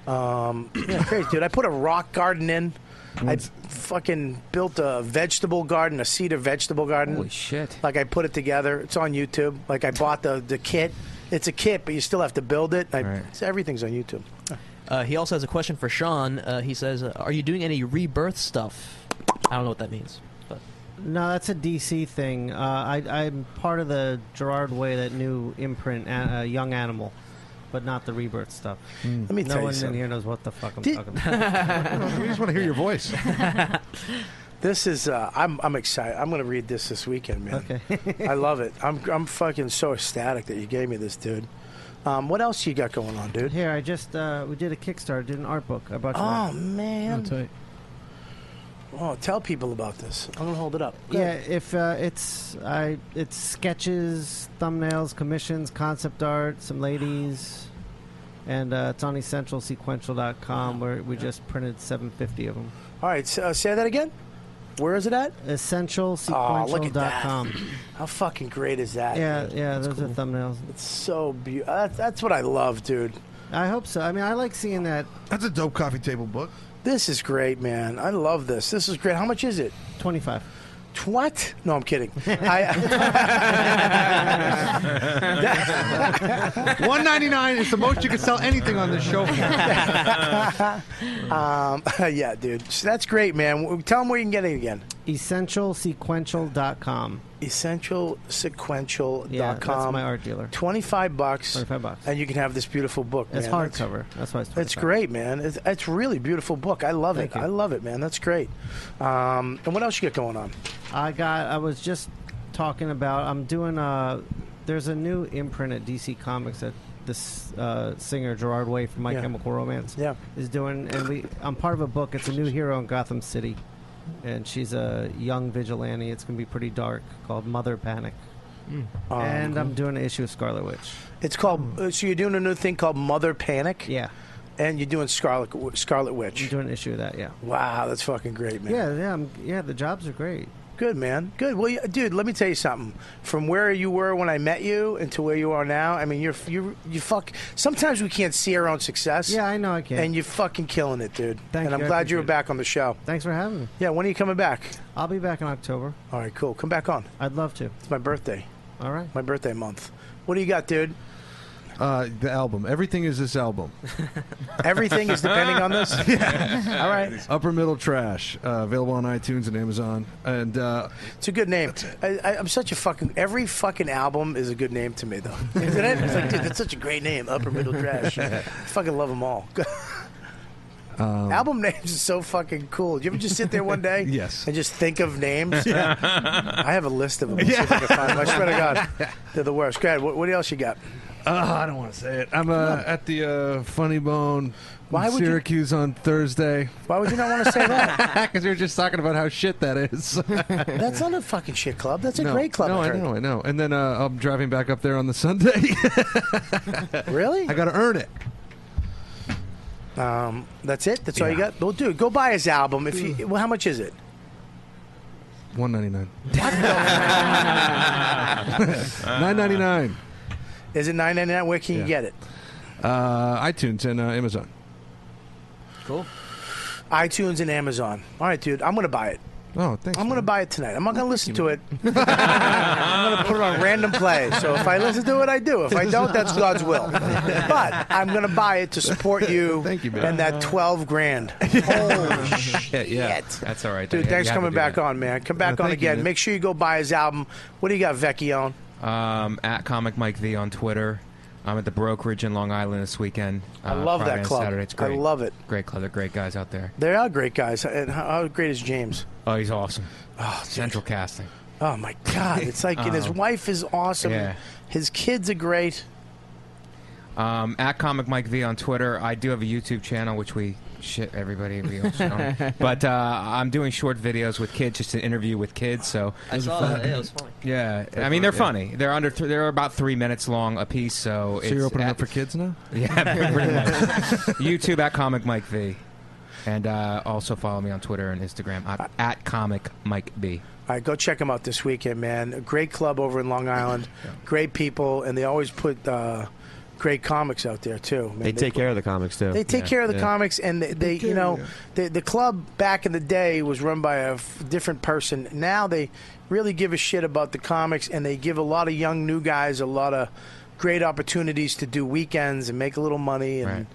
um, yeah, crazy dude. I put a rock garden in. I fucking built a vegetable garden, a cedar vegetable garden. Holy shit! Like I put it together. It's on YouTube. Like I bought the the kit. It's a kit, but you still have to build it. I, it's- Everything's on YouTube. Uh, he also has a question for Sean. Uh, he says, uh, are you doing any rebirth stuff? I don't know what that means. But No, that's a DC thing. Uh, I, I'm part of the Gerard Way, that new imprint, a- uh, Young Animal, but not the rebirth stuff. Hmm. Let me Mm. no tell you one in something. here knows what the fuck I'm Did- talking about. We just wanna hear your voice. This is uh, I'm I'm excited. I'm gonna read this this weekend, man. Okay. I love it. I'm I'm fucking so ecstatic that you gave me this, dude. Um, what else you got going on, dude? Here, I just uh, we did a Kickstarter, did an art book. I brought you Oh that. man. Oh, tell people about this. I'm gonna hold it up. Go Yeah, ahead. if uh, it's I, it's sketches, thumbnails, commissions, concept art, some ladies, and uh, it's on essentialsequential.com where we just printed 750 of them. All right, so, uh, say that again. Where is it at? Oh, look at that. Essentialsequential.com. How fucking great is that? yeah, dude? yeah, those are thumbnails. It's so beautiful. That's, that's what I love, dude. I hope so. I mean, I like seeing that. That's a dope coffee table book. This is great, man. I love this. This is great. How much is it? Twenty-five. What? No, I'm kidding. I, One ninety nine is the most you can sell anything on this show for. um, yeah, dude. So that's great, man. W- Tell them where you can get it again. Essentialsequential.com. Essentialsequential.com. Yeah, that's my art dealer. 25 bucks. 25 bucks. And you can have this beautiful book. It's man. That's- hardcover. That's why it's. 25. It's great, man. It's, it's really beautiful book. I love it. Thank you. I love it, man. That's great. Um, and what else you got going on? I got. I was just talking about. I'm doing. Uh, there's a new imprint at DC Comics that this uh, singer Gerard Way from My Yeah. Chemical Romance Yeah. is doing, and we. I'm part of a book. It's a new hero in Gotham City, and she's a young vigilante. It's gonna be pretty dark. Called Mother Panic. Um, and I'm doing an issue of Scarlet Witch. It's called. uh, So you're doing a new thing called Mother Panic. Yeah. And you're doing Scarlet W- Scarlet Witch. You're doing an issue of that. Yeah. Wow, Ah, that's fucking great, man. Yeah, yeah, I'm, yeah. The jobs are great. Good man, good. Well, you- dude, let me tell you something. From where you were when I met you and to where you are now, I mean, you're you you fuck. Sometimes we can't see our own success. Yeah, I know I can. And you're fucking killing it, dude. Thank and you, I'm I glad you were appreciate back on the show. Thanks for having me. Yeah, when are you coming back? I'll be back in October. All right, cool. Come back on. I'd love to. It's my birthday. All right. My birthday month. What do you got, dude? Uh, the album. Everything is this album. Everything is depending on this. Yeah. All right. Upper Middle Trash, uh, available on iTunes and Amazon. And uh, it's a good name. I, I, I'm such a fucking. Every fucking album is a good name to me, though. Isn't it? It's like, dude, that's such a great name. Upper middle trash. I fucking love them all. Um, Album names is so fucking cool. Do you ever just sit there one day? Yes. And just think of names? Yeah. I have a list of them. Yeah. I, can find them. I swear to God, they're the worst. Go ahead. What, what else you got? uh, I don't want to say it. I'm uh, at the uh, Funny Bone. Why in would you- Syracuse on Thursday? Why would you not want to say that? Because we were just talking about how shit that is. That's not a fucking shit club. That's a No, great club. No, I Kurt. know, I know. And then uh, I'm driving back up there on the Sunday. Really? I got to earn it. Um, that's it. That's all you got. Well, dude, go buy his album. If you, well, how much is it? One ninety nine. Nine Nine ninety nine. Is it nine ninety nine? Where can you Yeah. get it? Uh, iTunes and uh, Amazon. Cool. iTunes and Amazon. All right, dude. I'm gonna buy it. Oh, thanks. I'm gonna buy it tonight. I'm not gonna listen to it. I'm gonna put it on random play. So if I listen to it, I do. If I don't, that's God's will. But I'm gonna buy it to support you. Thank you, man. And that twelve grand. yeah, yeah. That's all right. Dude, Yeah, thanks for you have coming to do back that. on, man. Come back Uh, on thank you, again. man. Make sure you go buy his album. What do you got, Vecchione? Um, at Comic Mike V on Twitter. I'm at the brokerage in Long Island this weekend. Uh, I love Friday that and club. Saturday. It's I great. love it. Great club. They're great guys out there. They are great guys. And how- how great is James? Oh, he's awesome. Central casting. Oh my God! It's like and his Um, wife is awesome. yeah. His kids are great. Um, at Comic Mike V on Twitter. I do have a YouTube channel, which we shit everybody. We all shit on. But uh, I'm doing short videos with kids, just an interview with kids. So I saw that. Yeah, it was funny. Yeah, They're I mean they're funny, funny. They're under. Th- they're about three minutes long a piece. So So, it's you're opening at- up for kids now? Yeah, pretty much. YouTube at Comic Mike V, and uh, also follow me on Twitter and Instagram at, at Comic Mike B. All right, go check them out this weekend, man. A great club over in Long Island. Great people, and they always put uh, great comics out there too. Man, They take put- care of the comics too. They take care of the Yeah. comics, and they, they you know, the, the club back in the day was run by a f- different person. Now they really give a shit about the comics, and they give a lot of young new guys a lot of great opportunities to do weekends and make a little money and.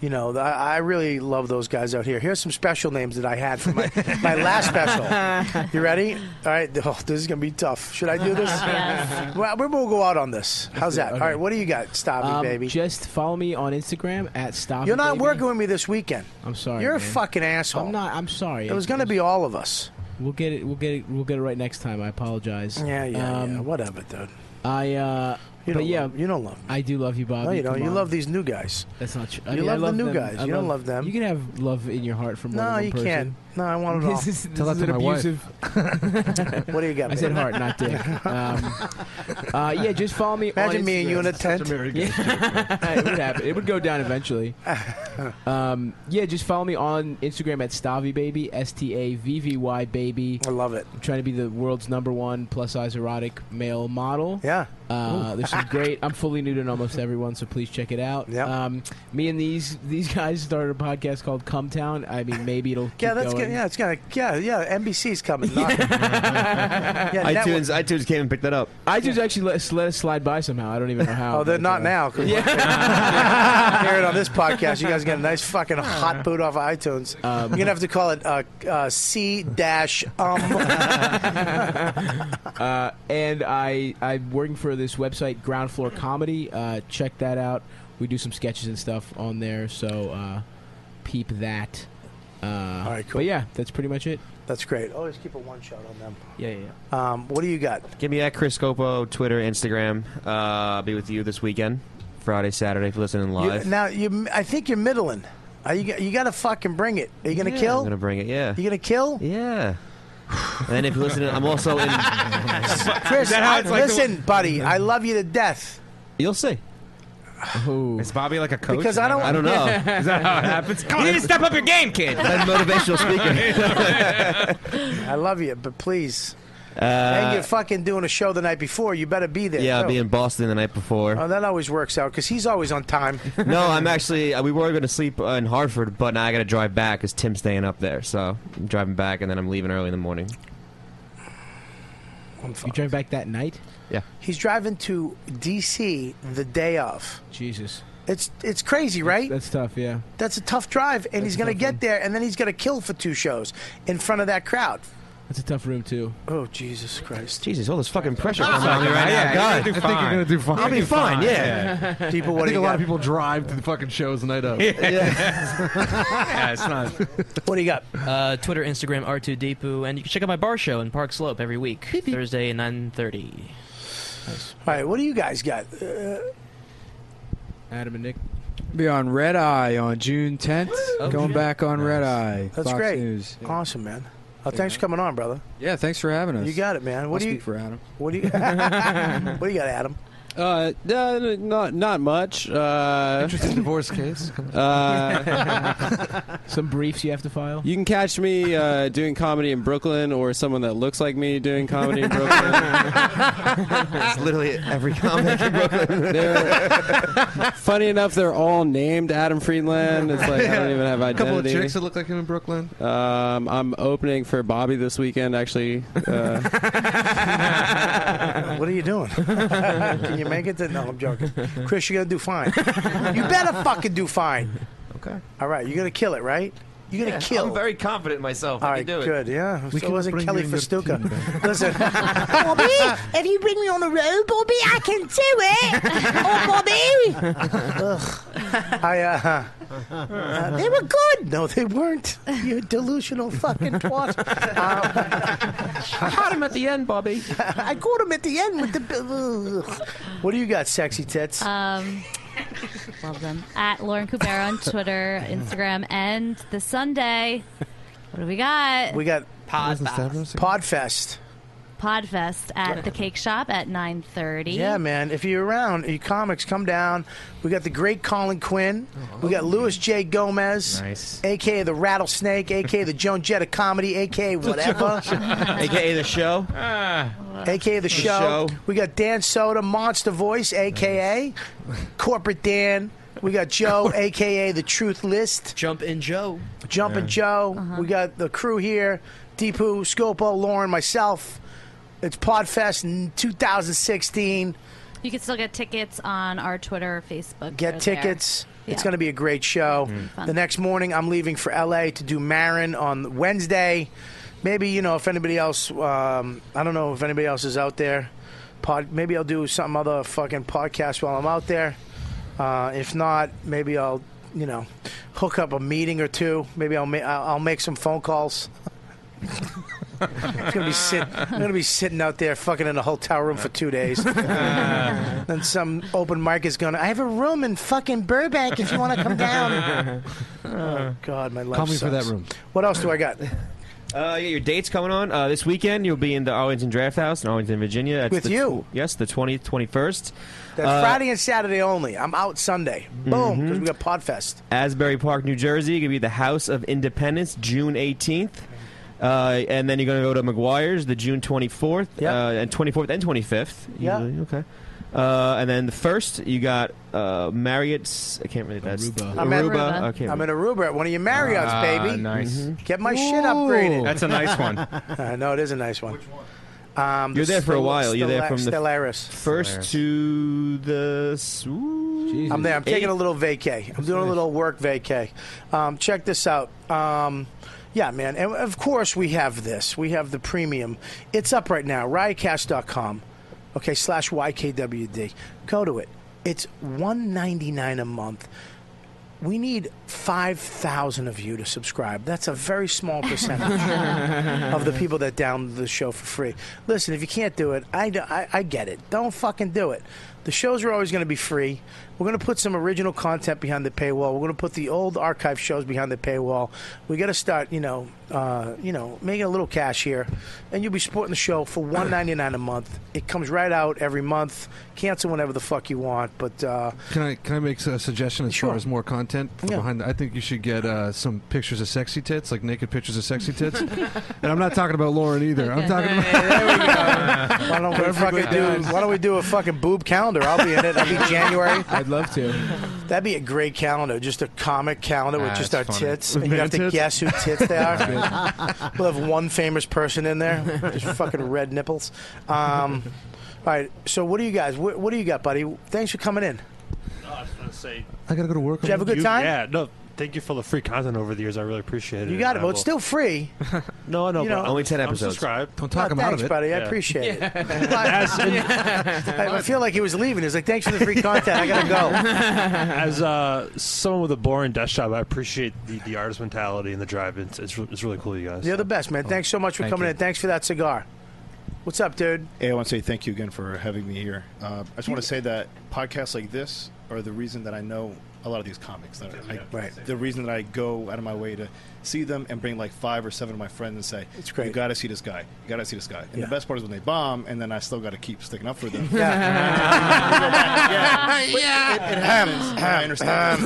You know, th- I I really love those guys out here. Here's some special names that I had for my, my last special. You ready? All right. Oh, this is going to be tough. Should I do this? Yes. Well, we'll go out on this. How's that? All Okay. right. What do you got, Stabby, Um, baby? Just follow me on Instagram at Stop. You're not working with me this weekend. I'm sorry. You're a man. fucking asshole. I'm not. I'm sorry. It was going to be all of us. We'll get it. We'll get it. We'll get it right next time. I apologize. Yeah, yeah, Um, yeah. Whatever, dude. I. Uh, You but don't yeah, love- you don't love. Me. I do love you, Bob. no, you don't. You love these new guys. That's not true. I you mean, I love, love the new them. guys. I you don't love them. You can have love in your heart from more than no, one you person. can't. No, I want it all. This is, this is an abusive. what do you got? I baby? said heart, not dick. Um, uh, yeah, just follow me. Imagine on me and you in a tent. Instagram. Yeah. it would happen. It would go down eventually. Um, yeah, just follow me on Instagram at Stavi Baby, S T A V V Y Baby. I love it. I'm trying to be the world's number one plus size erotic male model. Yeah. Uh, Ooh. there's some great. I'm fully nude in almost everyone, so please check it out. Yep. Um, me and these these guys started a podcast called Come Town. I mean, maybe it'll. Yeah, keep that's going. good. Yeah, it's gonna. Yeah, yeah. NBC's coming. knocking. yeah, network- iTunes, iTunes came and picked that up. iTunes actually let, us- let us slide by somehow. I don't even know how. Oh, they're but, not uh, now. 'cause Hear it on this podcast. You guys get a nice fucking hot boot off of iTunes. You're gonna have to call it uh, uh, C dash um. uh, and I I'm working for this website Ground Floor Comedy. Uh, check that out. We do some sketches and stuff on there, so uh, peep that. Uh, All right, cool. But yeah, that's pretty much it. That's great. Always keep a one shot on them. Yeah, yeah. Um, what do you got? Give me at Chris Scopo, Twitter, Instagram. Uh, I'll be with you this weekend, Friday, Saturday, if you're listening You- live. now you, I think you're middling. Are you, you got to fucking bring it. Are you gonna Yeah, kill? I'm gonna bring it. Yeah. You gonna kill? Yeah. and then if you're listening, I'm also in. Chris, Is that how I- it's like the- listen, buddy. I love you to death. You'll see. Is Bobby like a coach? Because I don't- I don't know. Is that how it happens? Come on, you need to step up your game, kid. That motivational I love you, but please. Uh, and you're fucking doing a show the night before. You better be there. yeah, I'll too. be in Boston the night before. Oh, that always works out because he's always on time. no, I'm actually. uh, We were going to sleep uh, in Hartford, but now I got to drive back because Tim's staying up there. So I'm driving back, and then I'm leaving early in the morning. You drive back that night? Yeah. He's driving to D.C. the day of. Jesus. It's it's crazy, right? That's tough. Yeah. That's a tough drive, and That's he's a going to tough get there, and then he's going to kill for two shows in front of that crowd. That's a tough room too. Oh Jesus Christ! Jesus, all this fucking pressure I'm coming on me sorry, right yeah, now. you're God, gonna do I think you're fine. gonna do fine. I'll be You're gonna do fine. fine. Yeah. Yeah. People, what do I think you a lot of got? people drive to the fucking shows the night of. yeah, it's not. What do you got? Uh, Twitter, Instagram, R2Depu, and you can check out my bar show in Park Slope every week, Thursday at 9.30. All right, what do you guys got? Uh, Adam and Nick. Be on Red Eye on June 10th. Oh, Going shit. back on Red Eye. that's Fox great. News. Awesome, man. Oh, thanks for coming on, brother. Yeah, thanks for having us. You got it, man. What I'll do you speak for Adam. What do you What do you got, Adam? Uh, no, no, not not much. Uh, Interesting divorce case. Uh, Some briefs you have to file. you can catch me uh, doing comedy in Brooklyn, or someone that looks like me doing comedy in Brooklyn. That's literally every comic in Brooklyn. funny enough, they're all named Adam Friedland. It's like I don't even have a identity. couple of chicks that look like him in Brooklyn. Um, I'm opening for Bobby this weekend, actually. Uh, What are you doing? Can you make it? To, no, I'm joking. Chris, you're gonna do fine. You better fucking do fine. Okay. All right, you're gonna kill it, right? You're gonna Yeah, kill. I'm very confident in myself. All I right, can do it. good. Yeah, We Ah, so can wasn't bring Kelly you your Festuca. Listen, Bobby, if you bring me on the road, Bobby, I can do it. oh, Bobby. Ugh. I uh, uh, they were good. No, they weren't. Um, You delusional fucking twat. I caught him at the end, Bobby. I caught him at the end with the. Ugh. Uh, What do you got, sexy tits? Um, love them. At Lauren Cubera on Twitter, Instagram, and this Sunday, what do we got? we got Podfest. Podfest. Podfest at the Cake Shop at 9.30. Yeah, man. If you're around, you comics, come down. We got the great Colin Quinn. We got Louis J. Gomez, Nice. aka the Rattlesnake, aka the Joan Jett of comedy, aka whatever, AKA the show. Ah. aka the show. We got Dan Soda, Monster Voice, aka Corporate Dan. We got Joe, aka the Truth List. Jump in Joe. Jump and Yeah. Joe. We got the crew here: Deepu, Scopo, Lauren, myself. It's Podfest in 2016. You can still get tickets on our Twitter or Facebook. Get They're there. tickets. It's Yeah. going to be a great show. Fun. The next morning, I'm leaving for LA to do Marin on Wednesday. Maybe you know if anybody else. Um, I don't know if anybody else is out there. Pod, maybe I'll do some other fucking podcast while I'm out there. Uh, if not, maybe I'll you know hook up a meeting or two. Maybe I'll ma- I'll I'll make some phone calls. I'm gonna be sit. I'm gonna be sitting out there, fucking in a hotel room for two days. then some open mic is gonna. I have a room in fucking Burbank if you want to come down. oh God, my life. Call me for sucks. that room. What else do I got? Uh, yeah, your date's coming on uh, this weekend. You'll be in the Arlington Draft House in Arlington, Virginia. That's With the you. tw- yes, the twentieth, twenty-first. Uh, That's Friday and Saturday only. I'm out Sunday. Boom, because we got Podfest. Asbury Park, New Jersey. Going to be the House of Independence, June 18th. Uh, and then you're going to go to McGuire's the June 24th, uh, and 24th and 25th. Yeah. usually. Okay. Uh, and then the first, you got uh, Marriott's. I can't really. That's Aruba. I'm at Aruba. I can't I'm at remember. Aruba at one of your Marriotts, Ah, baby. Mm-hmm. nice. Mhm. Get my shit Ooh. upgraded. That's a nice one. I know it is a nice one. Which one? Um, You're the there for a Stella- while. You're there Stella- from the Stellaris. first to the. s- ooh, I'm there. I'm taking eighth. a little vacay. I'm doing a little work vacay. Um, check this out. Um, yeah, man. And of course, we have this. We have the premium. It's up right now. Riotcast.com. Okay, slash YKWD. Go to it. It's 199 a month. We need 5,000 of you to subscribe. That's a very small percentage of the people that download the show for free. Listen, if you can't do it, I, I, I get it. Don't fucking do it. The shows are always going to be free. We're going to put some original content behind the paywall. We're going to put the old archive shows behind the paywall. We got to start, you know, uh, you know, making a little cash here, and you'll be supporting the show for one ninety nine a month. It comes right out every month. Cancel whenever the fuck you want, but uh, Can I can I make a suggestion as far as more content for Yeah. behind? The, I think you should get uh, some pictures of sexy tits, like naked pictures of sexy tits. and I'm not talking about Lauren either. I'm talking about why don't we fucking do? Why don't we do a fucking boob calendar? I'll be in it. I'll be January. I'd love to. That'd be a great calendar, just a comic calendar with Ah, just our that's funny. tits, With and you man have to tits? guess who tits they are. we'll have one famous person in there, just fucking red nipples. Um, all right, so what do you guys? What, what do you got, buddy? Thanks for coming in. No, I was going to say. I gotta go to work. Did you have a good time? Yeah, no. Thank you for the free content over the years. I really appreciate it. You got it. Well, it's still free. no, no, You but know- only 10 I'm episodes. subscribed. Don't Oh, thanks, buddy. I appreciate it. As- I, I feel like he was leaving. He was like, "Thanks for the free content. I gotta go." As uh, someone with a boring desk job, I appreciate the, the artist mentality and the drive. It's, it's, re- it's really cool, you guys. You're the best, man. Thanks so much for Thank coming you. in. Thanks for that cigar. What's up, dude? Hey, I want to say thank you again for having me here. Uh, I just want to say that podcasts like this are the reason that I know a lot of these comics. That I, right. The reason that I go out of my way to see them and bring like five or seven of my friends and say, "It's great. You got to see this guy. You got to see this guy." And Yeah. the best part is when they bomb, and then I still got to keep sticking up for them. Yeah. But It, it happens. I understand.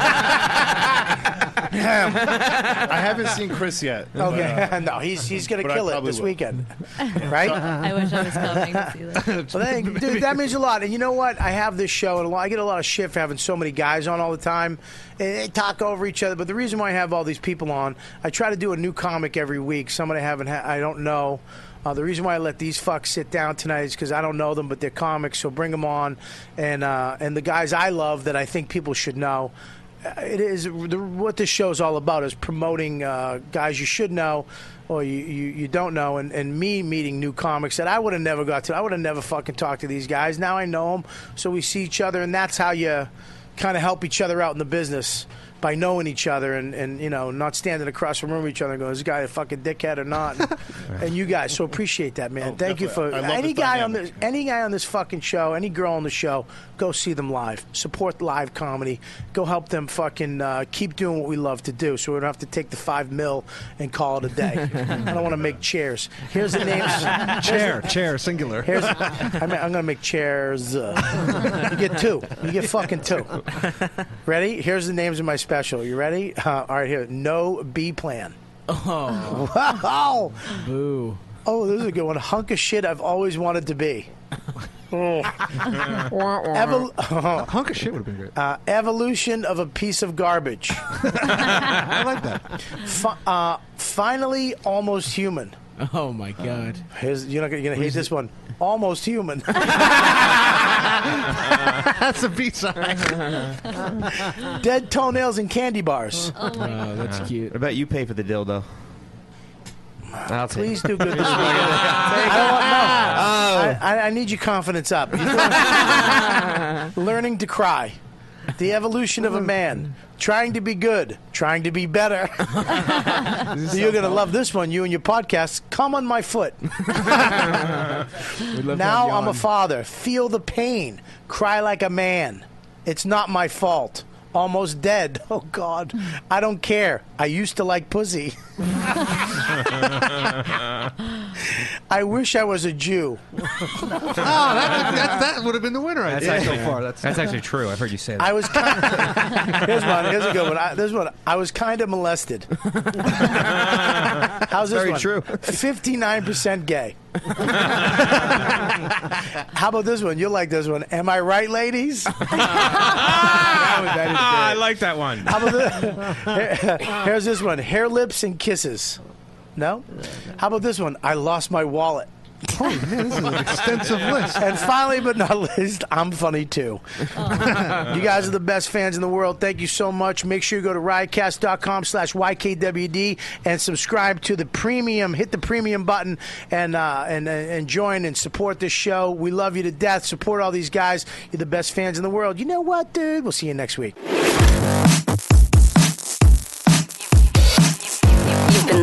I haven't seen Chris yet. uh, Okay. no, he's he's gonna but I kill it probably this will. weekend, right? I wish I was coming to see that. Well, thank, dude, that means a lot. And you know what? I have this show, and a lot, I get a lot of shit for having so many guys on all the time. And they talk over each other. But the reason why I have all these people on, I try to do a new comic every week. Someone I haven't, ha- I don't know. Uh, the reason why I let these fucks sit down tonight is because I don't know them, but they're comics, so bring them on. And uh, and the guys I love that I think people should know Uh, it is the, what this show is all about is promoting uh, guys you should know or you, you, you don't know and, and me meeting new comics that i would have never got to i would have never fucking talked to these guys now i know them so we see each other and that's how you kind of help each other out in the business by knowing each other and, and you know not standing across from room each other and going is this guy a fucking dickhead or not and you guys so appreciate that man thank you for Oh, definitely. I love any this guy on dynamic. this any guy on this fucking show, any girl on the show, go see them live. Support live comedy. Go help them fucking uh, keep doing what we love to do, so we don't have to take the five mil and call it a day. I don't want to make chairs. Here's the names. chair, chair, singular. Here's, I mean, I'm gonna make chairs. Uh, you get two. You get fucking two. Ready? Here's the names of my special. You ready? Uh, all right. Here, no B plan. Oh. wow. Boo. Oh, this is a good one. Hunk of shit I've always wanted to be. Oh. Evol- hunk of shit would have been great. Uh, evolution of a piece of garbage. I like that. Fi- uh, finally, almost human. Oh my god! Here's, you're not gonna, you're gonna hate this one. Almost human. That's a B side. Dead toenails and candy bars. Oh, that's cute. What about you pay for the dildo? I'll take Please it. do good this week. I, don't want- no. I, I- I need your confidence up. Learning to cry. The evolution of a man. Trying to be good. Trying to be better. You're going to love this one, you and your podcast. Come on my foot. We'd love to have now you I'm a on. father. Feel the pain. Cry like a man. It's not my fault. Almost dead. Oh, God. I don't care. I used to like pussy. I wish I was a Jew. oh, that would have been the winner. I That's think, actually- so far. That's, that's actually true. I've heard you say that. I was. Kind here's one. Here's a good one. I, this one. I was kind of molested. How's this Very one? true. Fifty-nine percent gay. How about this one? You'll like this one. Am I right, ladies? Ah, I like that one. How about this? Here- here's this one: hair, lips, and kisses. No. How about this one? I lost my wallet. Oh man, this is an extensive list. And finally, but not least, I'm funny too. you guys are the best fans in the world. Thank you so much. Make sure you go to riotcast.com slash YKWD and subscribe to the premium. Hit the premium button and, uh, and and join and support this show. We love you to death. Support all these guys. You're the best fans in the world. You know what, dude? We'll see you next week. You've been